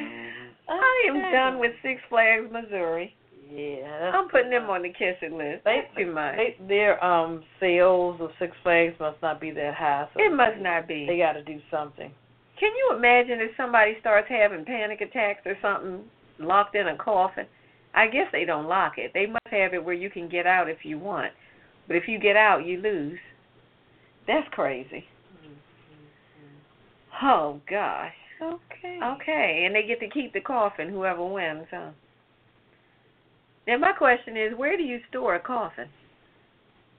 [SPEAKER 3] I am done with Six Flags Missouri.
[SPEAKER 4] Yeah, that's
[SPEAKER 3] I'm putting them on the kiss it list.
[SPEAKER 4] They-
[SPEAKER 3] That's too much.
[SPEAKER 4] They, their um sales of Six Flags must not be that high. So
[SPEAKER 3] It must not
[SPEAKER 4] They
[SPEAKER 3] be.
[SPEAKER 4] got to do something.
[SPEAKER 3] Can you imagine if somebody starts having panic attacks or something locked in a coffin? I guess they don't lock it. They must have it where you can get out if you want. But if you get out, you lose. That's crazy. Oh gosh.
[SPEAKER 4] Okay.
[SPEAKER 3] Okay, and they get to keep the coffin, whoever wins, huh? Now my question is, where do you store a coffin?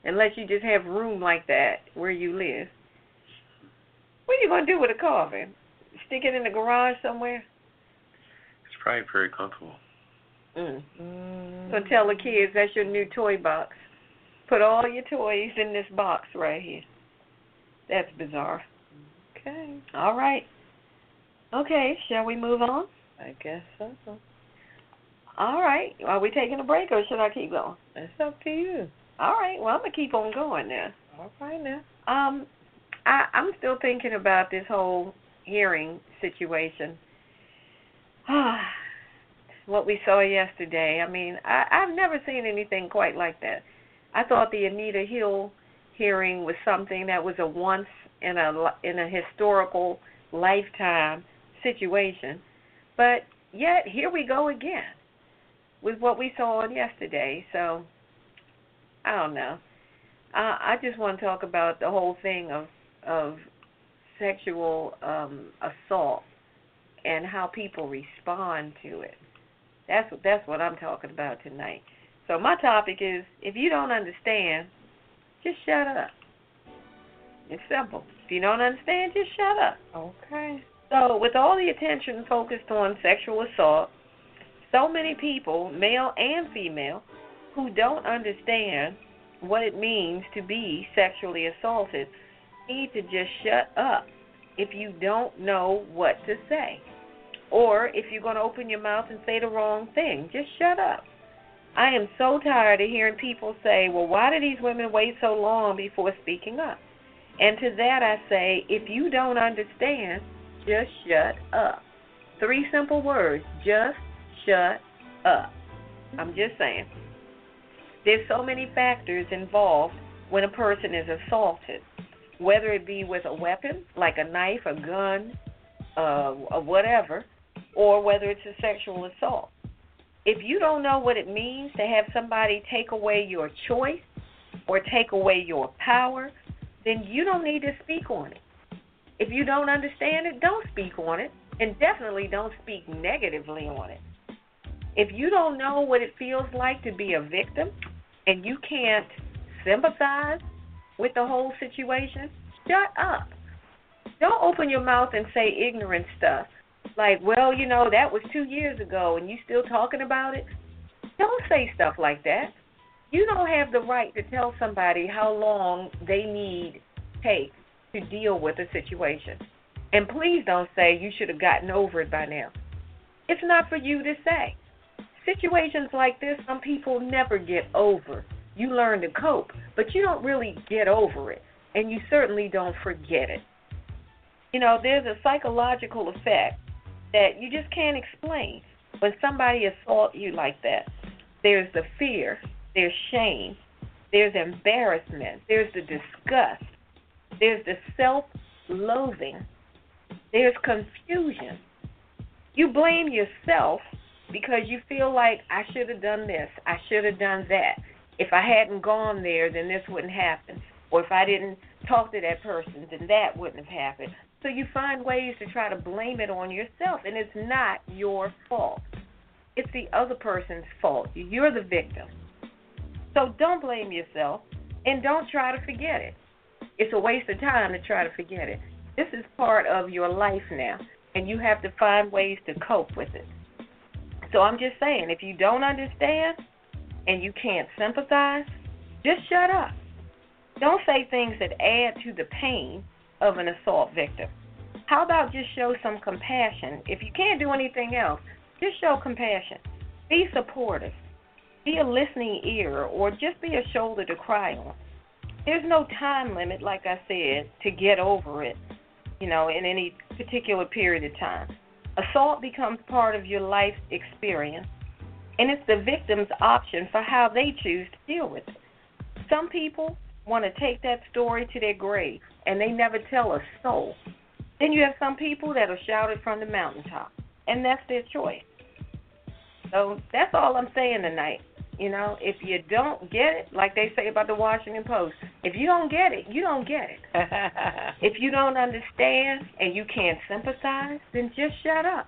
[SPEAKER 3] Unless you just have room like that where you live. What are you gonna do with a coffin? Stick it in the garage somewhere?
[SPEAKER 2] It's probably very comfortable.
[SPEAKER 3] Mm.
[SPEAKER 4] Mm.
[SPEAKER 3] So tell the kids that's your new toy box. Put all your toys in this box right here. That's bizarre.
[SPEAKER 4] Okay.
[SPEAKER 3] All right. Okay, shall we move on?
[SPEAKER 4] I guess so.
[SPEAKER 3] All right. Are we taking a break or should I keep going?
[SPEAKER 4] It's up to you.
[SPEAKER 3] All right. Well, I'm gonna keep on going now.
[SPEAKER 4] All right now.
[SPEAKER 3] Um, I, I'm still thinking about this whole hearing situation. what we saw yesterday. I mean, I, I've never seen anything quite like that. I thought the Anita Hill hearing was something that was a once in a li- in a historical lifetime situation, but yet here we go again with what we saw on yesterday. So I don't know. I I just want to talk about the whole thing of of sexual um assault and how people respond to it. That's what that's what I'm talking about tonight. So my topic is if you don't understand, just shut up. It's simple. If you don't understand, just shut up.
[SPEAKER 4] Okay.
[SPEAKER 3] So, with all the attention focused on sexual assault, so many people, male and female, who don't understand what it means to be sexually assaulted need to just shut up if you don't know what to say. Or if you're going to open your mouth and say the wrong thing, just shut up. I am so tired of hearing people say, well, why do these women wait so long before speaking up? And to that I say, if you don't understand, just shut up. Three simple words. Just shut up. I'm just saying. There's so many factors involved when a person is assaulted, whether it be with a weapon, like a knife, a gun, uh, or whatever, or whether it's a sexual assault. If you don't know what it means to have somebody take away your choice or take away your power, then you don't need to speak on it. If you don't understand it, don't speak on it, and definitely don't speak negatively on it. If you don't know what it feels like to be a victim and you can't sympathize with the whole situation, shut up. Don't open your mouth and say ignorant stuff. Like, well, you know, that was two years ago and you still talking about it. Don't say stuff like that. You don't have the right to tell somebody how long they need take to deal with a situation. And please don't say you should have gotten over it by now. It's not for you to say. Situations like this, some people never get over. You learn to cope, but you don't really get over it, and you certainly don't forget it. You know, there's a psychological effect that you just can't explain. When somebody assaults you like that, there's the fear, there's shame, there's embarrassment, there's the disgust, there's the self loathing, there's confusion. You blame yourself because you feel like I should have done this, I should have done that. If I hadn't gone there, then this wouldn't happen. Or if I didn't talk to that person, then that wouldn't have happened. So you find ways to try to blame it on yourself, and it's not your fault. It's the other person's fault. You're the victim. So don't blame yourself and don't try to forget it. It's a waste of time to try to forget it. This is part of your life now, and you have to find ways to cope with it. So I'm just saying, if you don't understand and you can't sympathize, just shut up. Don't say things that add to the pain of an assault victim. How about just show some compassion? If you can't do anything else, just show compassion. Be supportive. Be a listening ear or just be a shoulder to cry on. There's no time limit, like I said, to get over it, you know, in any particular period of time. Assault becomes part of your life experience, and it's the victim's option for how they choose to deal with it. Some people want to take that story to their grave, and they never tell a soul. Then you have some people that are shouted from the mountaintop, and that's their choice. So that's all I'm saying tonight. You know, if you don't get it, like they say about the Washington Post, if you don't get it, you don't get it. If you don't understand and you can't sympathize, then just shut up.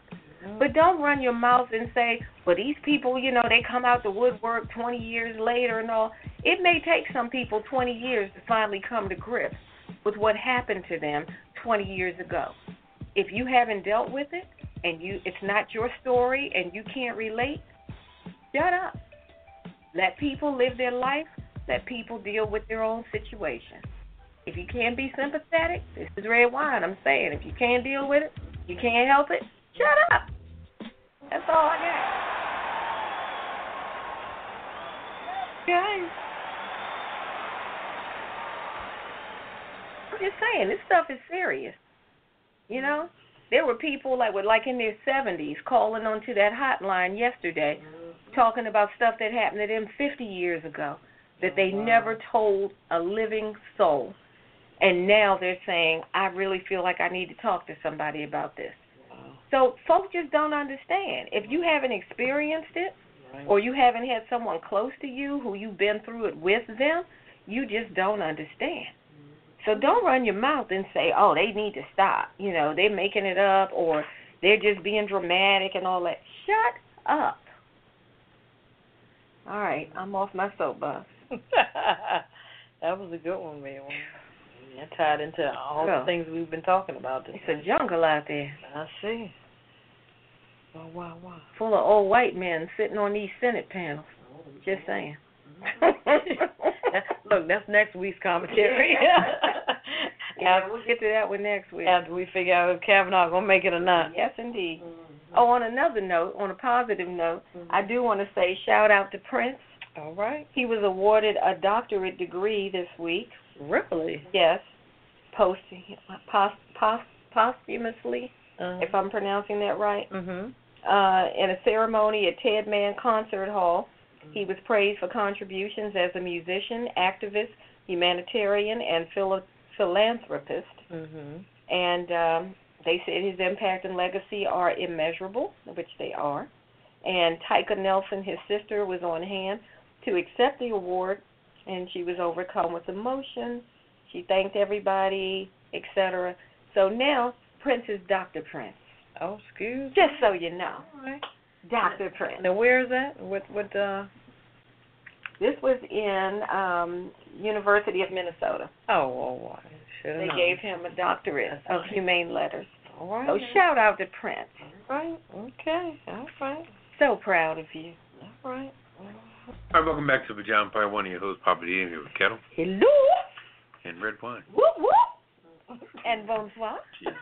[SPEAKER 3] But don't run your mouth and say, well, these people, you know, they come out the woodwork 20 years later and all. It may take some people 20 years to finally come to grips with what happened to them 20 years ago. If you haven't dealt with it and you it's not your story and you can't relate, shut up. Let people live their life, let people deal with their own situation. If you can't be sympathetic, this is red wine. I'm saying if you can't deal with it, you can't help it, shut up. That's all I got. Guys. I'm just saying, this stuff is serious. You know? There were people like were like in their seventies calling onto that hotline yesterday talking about stuff that happened to them fifty years ago that they never told a living soul. And now they're saying, I really feel like I need to talk to somebody about this. So folks just don't understand. If you haven't experienced it or you haven't had someone close to you who you've been through it with them, you just don't understand. So don't run your mouth and say, "Oh, they need to stop." You know, they're making it up or they're just being dramatic and all that. Shut up. All right, I'm off my soapbox.
[SPEAKER 4] that was a good one, man. That tied into all
[SPEAKER 3] Yeah.
[SPEAKER 4] the things we've been talking about. This
[SPEAKER 3] It's a jungle out there
[SPEAKER 4] I see. Wow, wow, wow.
[SPEAKER 3] full of old white men sitting on these Senate panels. Just saying.
[SPEAKER 4] Look, that's next week's commentary.
[SPEAKER 3] Yeah,
[SPEAKER 4] after,
[SPEAKER 3] we'll get to that one next week.
[SPEAKER 4] after we figure out if Kavanaugh gonna make it or not.
[SPEAKER 3] Yes, indeed. Oh, on another note, on a positive note, I do want to say shout out to Prince.
[SPEAKER 4] All right.
[SPEAKER 3] He was awarded a doctorate degree this week.
[SPEAKER 4] Really?
[SPEAKER 3] Yes, post, pos, pos, posthumously,
[SPEAKER 4] Uh,
[SPEAKER 3] if I'm pronouncing that right.
[SPEAKER 4] mhm.
[SPEAKER 3] Uh, in a ceremony at Ted Mann Concert Hall, he was praised for contributions as a musician, activist, humanitarian, and philo- philanthropist.
[SPEAKER 4] Mhm.
[SPEAKER 3] and um, they said his impact and legacy are immeasurable, which they are. And Tyka Nelson, his sister, was on hand to accept the award, and she was overcome with emotion. She thanked everybody, etc. So now Prince is Dr. Prince,
[SPEAKER 4] Oh, excuse.
[SPEAKER 3] just so you know,
[SPEAKER 4] All right.
[SPEAKER 3] Dr. Prince.
[SPEAKER 4] Now, where is that? What? What? Uh.
[SPEAKER 3] This was in um University of Minnesota.
[SPEAKER 4] Oh, well, why? Should
[SPEAKER 3] They gave him a doctorate of humane letters.
[SPEAKER 4] Uh-huh. All right.
[SPEAKER 3] So shout out to Prince.
[SPEAKER 4] All right. Okay. All right.
[SPEAKER 3] So proud of you.
[SPEAKER 4] All right.
[SPEAKER 2] All right, welcome back to Pajama Pie. One of your hosts, Papa D, in here with Kettle
[SPEAKER 3] Hello.
[SPEAKER 2] and Red Wine.
[SPEAKER 3] Whoop whoop. And bonsoir.
[SPEAKER 2] Jeez.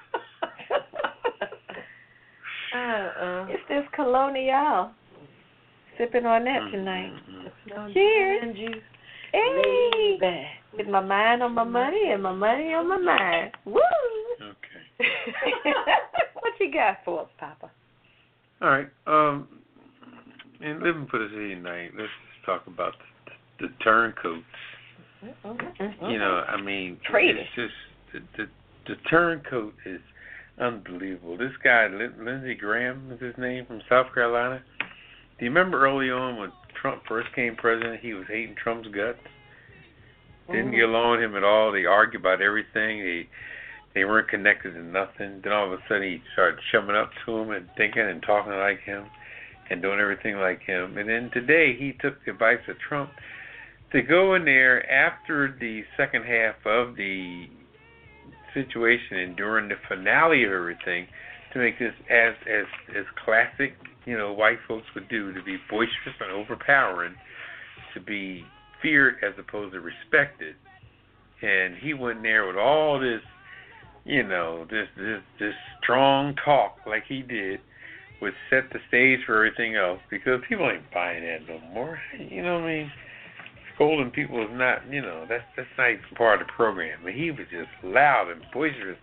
[SPEAKER 4] Uh-uh.
[SPEAKER 3] It's this colonial. Sipping on that tonight.
[SPEAKER 2] Mm,
[SPEAKER 3] Cheers.
[SPEAKER 4] Mm-hmm. And you
[SPEAKER 3] Hey. With my mind on my money and my money on my mind. Woo.
[SPEAKER 2] mm, mm. Okay.
[SPEAKER 3] what you got for us, Papa?
[SPEAKER 2] All right. Um, in living for the city tonight, let's just talk about the, the turncoats.
[SPEAKER 3] Mm-hmm.
[SPEAKER 2] You know, I mean,
[SPEAKER 3] Uh-huh. Traitor.
[SPEAKER 2] it's just the, the the turncoat is unbelievable. This guy, Lin- Lindsey Graham, is his name from South Carolina. Do you remember early on when Trump first came president, he was hating Trump's guts. Didn't get along with him at all. They argued about everything. They they weren't connected to nothing. Then all of a sudden he started chumming up to him and thinking and talking like him and doing everything like him. And then today he took the advice of Trump to go in there after the second half of the situation and during the finale of everything to make this as as as classic, you know, white folks would do to be boisterous and overpowering, to be feared as opposed to respected. And he went in there with all this you know, this this this strong talk like he did would set the stage for everything else because people ain't buying that no more. You know what I mean? Scolding people is not, you know, that's that's not even part of the program. But he was just loud and boisterous.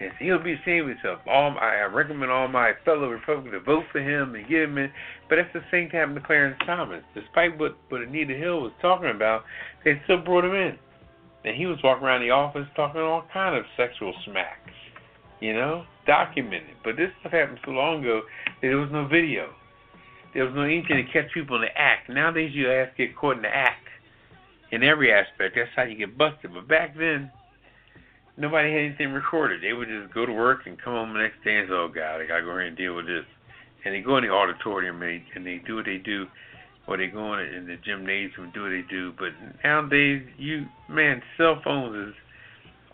[SPEAKER 2] And he'll be saying to himself, all my, I recommend all my fellow Republicans to vote for him and get him in. But at the same time, McLaren Thomas, despite what, what Anita Hill was talking about, they still brought him in. And he was walking around the office talking all kind of sexual smack, you know, documented. But this stuff happened so long ago that there was no video. There was no anything to catch people in the act. Nowadays, you have to get caught in the act in every aspect. That's how you get busted. But back then, nobody had anything recorded. They would just go to work and come home the next day and say, oh, God, I got to go here and deal with this. And they go in the auditorium and they, and they do what they do or they go in, in the gymnasium do what they do. But nowadays, you man, cell phones is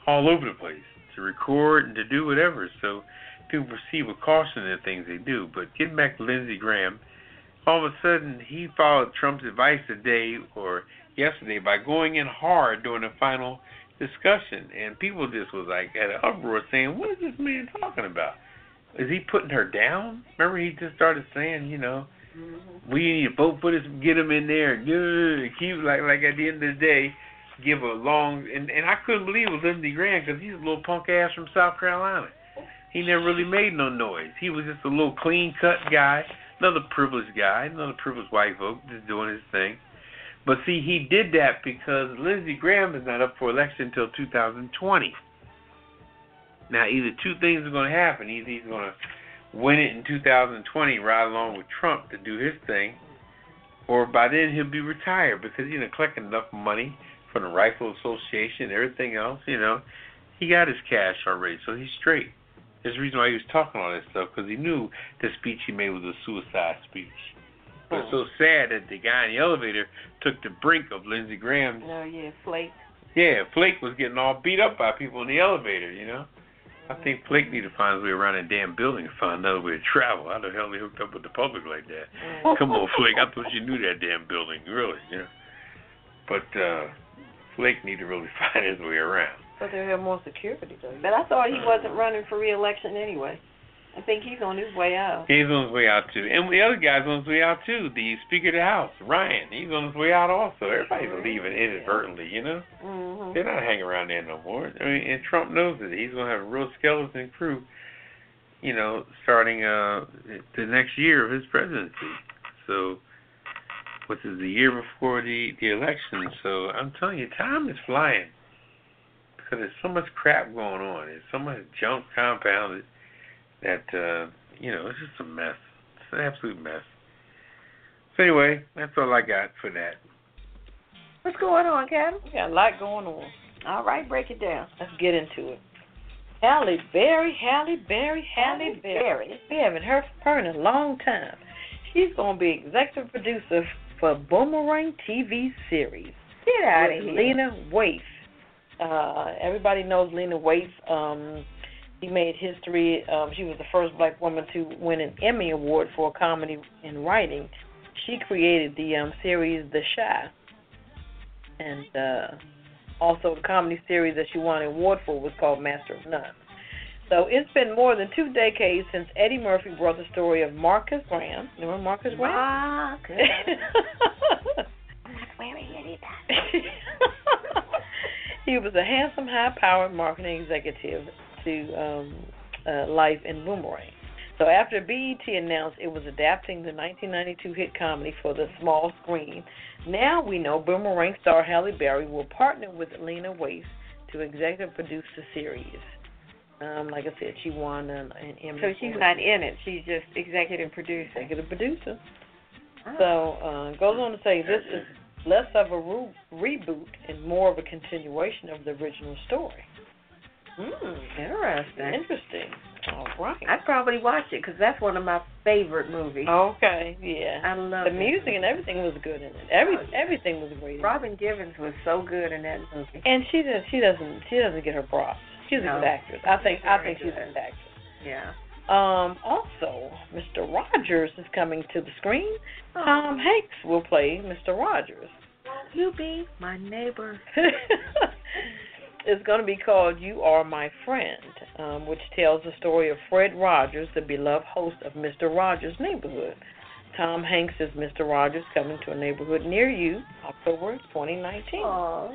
[SPEAKER 2] all over the place to record and to do whatever. So people proceed with caution in the things they do. But getting back to Lindsey Graham, all of a sudden he followed Trump's advice today or yesterday by going in hard during the final discussion, and people just was like at an uproar saying, "What is this man talking about?" Is he putting her down? Remember, he just started saying, you know, we need to vote for this, get him in there, and yeah, and keep like like at the end of the day, give a long and and I couldn't believe it was Lindsey Graham because he's a little punk ass from South Carolina. He never really made no noise. He was just a little clean cut guy, another privileged guy, another privileged white folk, just doing his thing. But see, he did that because Lindsey Graham is not up for election until 2020. Now, either two things are going to happen. Either he's going to win it in 2020, ride along with Trump to do his thing, or by then he'll be retired because you know collecting enough money from the Rifle Association and everything else, you know, he got his cash already, so he's straight. There's a reason why he was talking all that stuff because he knew the speech he made was a suicide speech. But it's so sad that the guy in the elevator took the brink of Lindsey Graham's
[SPEAKER 3] Oh yeah, Flake.
[SPEAKER 2] yeah, Flake was getting all beat up by people in the elevator, you know. I think Flake need to find his way around that damn building and find another way to travel. How the hell they hooked up with the public like that? Come on, Flake. I thought you knew that damn building, really, you know. But uh Flake need to really find his way around.
[SPEAKER 4] But they have more security, though.
[SPEAKER 3] But I thought he wasn't running for reelection anyway. I think he's on his way out.
[SPEAKER 2] He's on his way out too. And the other guy's on his way out too. The Speaker of the House, Ryan, he's on his way out also. Everybody's leaving inadvertently, you know?
[SPEAKER 3] hmm
[SPEAKER 2] They're not hanging around there no more. I mean, and Trump knows it. He's gonna have a real skeleton crew, you know, starting uh the next year of his presidency. So, which is the year before the the election. So I'm telling you, time is flying because there's so much crap going on. There's so much junk compounded that uh, you know it's just a mess. It's an absolute mess. So anyway, that's all I got for that.
[SPEAKER 3] What's going on, Cattle?
[SPEAKER 4] We got a lot going on.
[SPEAKER 3] All right, break it down.
[SPEAKER 4] Let's get into it. Halle Berry, Halle Berry, Halle
[SPEAKER 3] Halle
[SPEAKER 4] Berry. We haven't heard from her in a long time. She's going to be executive producer for Boomerang TV series.
[SPEAKER 3] Get out of
[SPEAKER 4] with
[SPEAKER 3] here.
[SPEAKER 4] Lena Waithe. Uh, everybody knows Lena Waithe. Um, she made history. Um, she was the first black woman to win an Emmy Award for comedy in writing. She created the um, series The Shy, and uh, also the comedy series that she won an award for was called Master of None. So it's been more than two decades since Eddie Murphy brought the story of Marcus Graham. Remember Marcus Graham?
[SPEAKER 3] Marcus.
[SPEAKER 4] he was a handsome, high-powered marketing executive to um, uh, life in Boomerang. So after BET announced it was adapting the 1992 hit comedy for the small screen, now we know Boomerang star Halle Berry will partner with Lena Waithe to executive produce the series. Um, like I said, she won an, an Emmy.
[SPEAKER 3] So she's
[SPEAKER 4] for
[SPEAKER 3] not in it. She's just executive producer.
[SPEAKER 4] executive producer.
[SPEAKER 3] Ah.
[SPEAKER 4] So uh, goes on to say this is less of a re- reboot and more of a continuation of the original story. Hmm.
[SPEAKER 3] Oh, Interesting.
[SPEAKER 4] Interesting. All right.
[SPEAKER 3] I'd probably watch it because that's one of my favorite movies.
[SPEAKER 4] Okay. Yeah.
[SPEAKER 3] I love
[SPEAKER 4] The
[SPEAKER 3] that
[SPEAKER 4] music
[SPEAKER 3] movie.
[SPEAKER 4] and everything was good in it. Every everything was great. in it.
[SPEAKER 3] Robin Givens was so good in that movie.
[SPEAKER 4] And she does. She doesn't. She doesn't get her props. She's a
[SPEAKER 3] No.
[SPEAKER 4] good actress. I think. I
[SPEAKER 3] Very
[SPEAKER 4] think she's
[SPEAKER 3] good.
[SPEAKER 4] a good actress.
[SPEAKER 3] Yeah.
[SPEAKER 4] Um, also, Mr. Rogers is coming to the screen.
[SPEAKER 3] Oh.
[SPEAKER 4] Tom Hanks will play Mr. Rogers.
[SPEAKER 3] You be my neighbor.
[SPEAKER 4] it's going to be called You Are My Friend, um, which tells the story of Fred Rogers, the beloved host of Mr. Rogers' Neighborhood. Tom Hanks is Mr. Rogers coming to a neighborhood near you, October 2019.
[SPEAKER 3] Oh,
[SPEAKER 4] All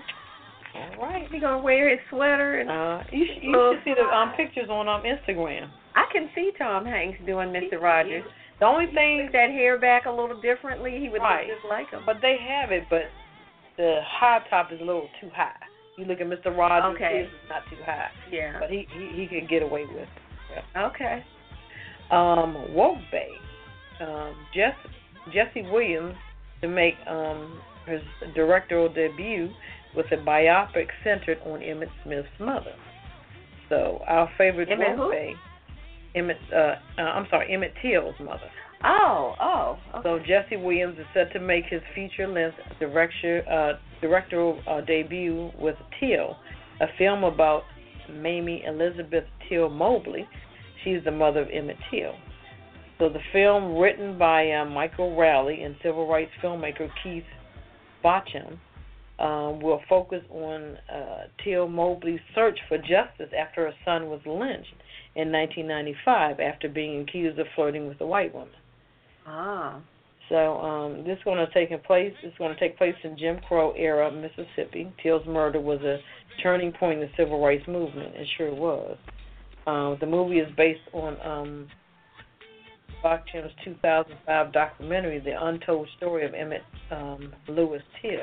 [SPEAKER 4] right.
[SPEAKER 3] he gonna wear his sweater and
[SPEAKER 4] Uh, you, sh- you should see the um, pictures on um, Instagram.
[SPEAKER 3] I can see Tom Hanks doing Mr. Rogers.
[SPEAKER 4] The only
[SPEAKER 3] Put
[SPEAKER 4] thing,
[SPEAKER 3] that hair back a little differently, he would
[SPEAKER 4] Right.
[SPEAKER 3] look just like him.
[SPEAKER 4] but they have it, but the high top is a little too high. You look at Mr. Rogers,
[SPEAKER 3] Okay.
[SPEAKER 4] his is not too high,
[SPEAKER 3] yeah.
[SPEAKER 4] but he he, he could get away with. it.
[SPEAKER 3] Okay.
[SPEAKER 4] um, Woke Bay, um, Jess, Jesse Williams to make um, his directorial debut with a biopic centered on Emmett Smith's mother. So our favorite Woke
[SPEAKER 3] Emmett who?
[SPEAKER 4] Bay, Emmett, uh, uh, I'm sorry, Emmett Till's mother.
[SPEAKER 3] Oh, oh. Okay.
[SPEAKER 4] So Jesse Williams is set to make his feature-length director, uh, directorial uh, debut with Till, a film about Mamie Elizabeth Till Mobley. She's the mother of Emmett Till. So the film, written by uh, Michael Rowley and civil rights filmmaker Keith Botcham, um, will focus on uh, Till Mobley's search for justice after her son was lynched in 1995 after being accused of flirting with a white woman.
[SPEAKER 3] ah.
[SPEAKER 4] So um, this is going to take in place. It's going to take place in Jim Crow era Mississippi. Till's murder was a turning point in the civil rights movement. It sure was. Um, the movie is based on um, Bachcham's 2005 documentary, The Untold Story of Emmett um, Lewis Till.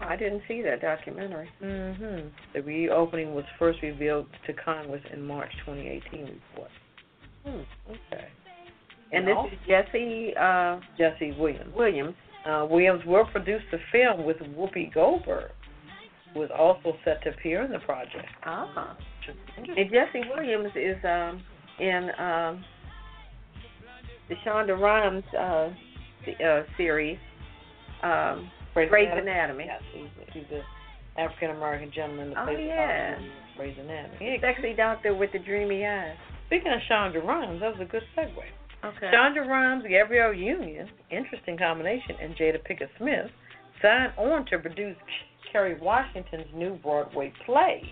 [SPEAKER 3] Oh, I didn't see that documentary.
[SPEAKER 4] Mm-hmm. The reopening was first revealed to Congress in March 2018 report. Hmm. Okay.
[SPEAKER 3] And
[SPEAKER 4] also
[SPEAKER 3] this is Jesse uh,
[SPEAKER 4] Jesse Williams.
[SPEAKER 3] Williams.
[SPEAKER 4] Uh, Williams will produce the film with Whoopi Goldberg, who is also set to appear in the project.
[SPEAKER 3] Ah. And Jesse Williams is um in um DeShonda Rhimes uh, se- uh series um
[SPEAKER 4] Grey's
[SPEAKER 3] Grey's
[SPEAKER 4] Anatomy.
[SPEAKER 3] Anatomy.
[SPEAKER 4] Yes, he's, he's the African American gentleman that
[SPEAKER 3] Oh,
[SPEAKER 4] plays
[SPEAKER 3] yeah.
[SPEAKER 4] the college in Grey's Anatomy. Yeah,
[SPEAKER 3] Sexy doctor with the dreamy eyes.
[SPEAKER 4] Speaking of Shonda Rhimes, that was a good segue.
[SPEAKER 3] Okay.
[SPEAKER 4] Shonda Rhimes, Gabrielle Union, interesting combination, and Jada Pickett Smith signed on to produce Kerry Washington's new Broadway play.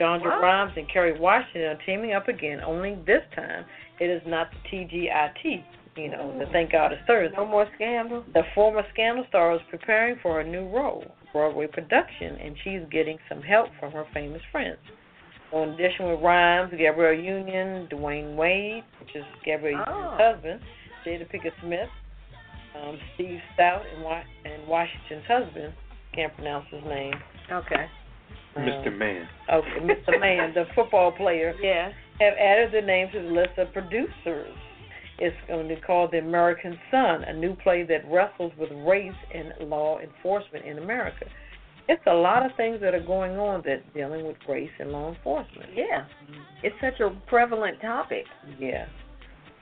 [SPEAKER 4] Shonda
[SPEAKER 3] Wow.
[SPEAKER 4] Rhimes and Kerry Washington are teaming up again, only this time it is not the TGIT, you know, the Thank God It's Thursday.
[SPEAKER 3] Oh. No more scandal.
[SPEAKER 4] The former Scandal star is preparing for her new role, Broadway production, and she's getting some help from her famous friends. So in addition with Rhymes, Gabrielle Union, Dwayne Wade, which is Gabrielle
[SPEAKER 3] Oh.
[SPEAKER 4] Union's husband, Jada Pickett Smith, um, Steve Stout, and, Wa- and Washington's husband, can't pronounce his name.
[SPEAKER 3] Okay.
[SPEAKER 4] Um,
[SPEAKER 2] Mr. Man.
[SPEAKER 4] Okay, Mr. Mann, the football player,
[SPEAKER 3] Yeah.
[SPEAKER 4] have added their names to the list of producers. It's going to be called The American Son, a new play that wrestles with race and law enforcement in America. It's a lot of things that are going on that dealing with race and law enforcement.
[SPEAKER 3] Yeah. It's such a prevalent topic.
[SPEAKER 4] Yeah.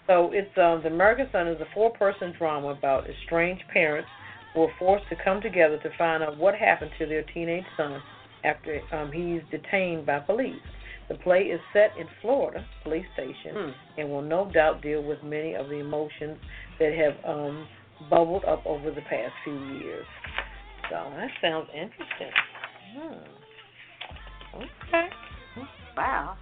[SPEAKER 4] So it's um, the American Son is a four-person drama about estranged parents who are forced to come together to find out what happened to their teenage son after um, he's detained by police. The play is set in Florida police station and will no doubt deal with many of the emotions that have um, bubbled up over the past few years. So that sounds interesting. Hmm. Okay,
[SPEAKER 3] Wow.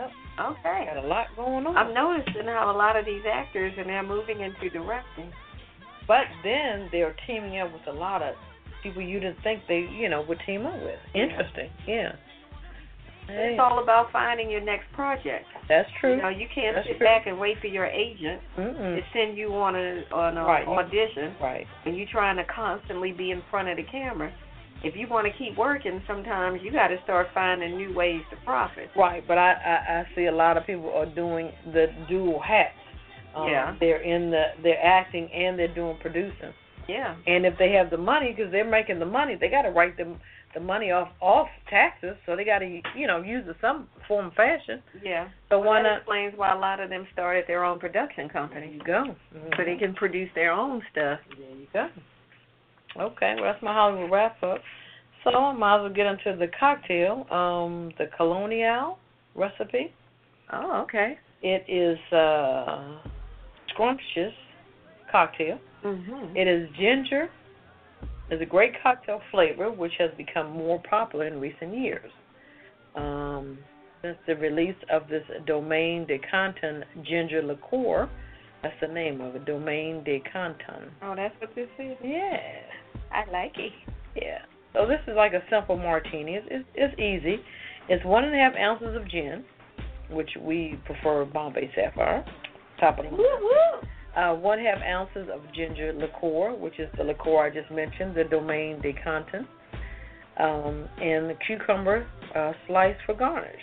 [SPEAKER 3] Oh, Okay.
[SPEAKER 4] got a lot going on.
[SPEAKER 3] I'm noticing how a lot of these actors are now moving into directing.
[SPEAKER 4] But then they're teaming up with a lot of people you didn't think they, you know, would team up with. Interesting. Yeah. Hey,
[SPEAKER 3] It's all about finding your next project.
[SPEAKER 4] that's
[SPEAKER 3] You
[SPEAKER 4] true.
[SPEAKER 3] know, you can't
[SPEAKER 4] That's
[SPEAKER 3] sit
[SPEAKER 4] true.
[SPEAKER 3] back and wait for your agent
[SPEAKER 4] Mm-mm.
[SPEAKER 3] to send you on a on a
[SPEAKER 4] Right.
[SPEAKER 3] audition,
[SPEAKER 4] Right.
[SPEAKER 3] and you trying to constantly be in front of the camera. If you want to keep working, sometimes you got to start finding new ways to profit.
[SPEAKER 4] Right. But I, I I see a lot of people are doing the dual hats. Um,
[SPEAKER 3] Yeah.
[SPEAKER 4] They're in the they're acting and they're doing producing.
[SPEAKER 3] Yeah.
[SPEAKER 4] And if they have the money, because they're making the money, they got to write them the money off off taxes. So they got to you know use it some form of fashion.
[SPEAKER 3] Yeah.
[SPEAKER 4] So
[SPEAKER 3] Well,
[SPEAKER 4] why
[SPEAKER 3] that
[SPEAKER 4] not?
[SPEAKER 3] explains why a lot of them started their own production
[SPEAKER 4] There
[SPEAKER 3] companies,
[SPEAKER 4] you go.
[SPEAKER 3] so they can produce their own stuff.
[SPEAKER 4] There you go. Okay, well, that's my Hollywood wrap up. So I might as well get into the cocktail, um, the Colonial recipe.
[SPEAKER 3] Oh, okay.
[SPEAKER 4] It is uh, scrumptious cocktail.
[SPEAKER 3] Mhm.
[SPEAKER 4] It is ginger. It's a great cocktail flavor, which has become more popular in recent years. Um, since the release of this Domaine de Canton ginger liqueur, that's the name of it, Domaine de Canton.
[SPEAKER 3] Oh, that's what this is.
[SPEAKER 4] Yeah.
[SPEAKER 3] I like it.
[SPEAKER 4] Yeah. So this is like a simple martini. It's, it's, it's easy. It's one and a half ounces of gin, which we prefer Bombay Sapphire, top of the line. Uh, one half ounces of ginger liqueur, which is the liqueur I just mentioned, the Domaine des Cantons, um, and the cucumber uh, sliced for garnish.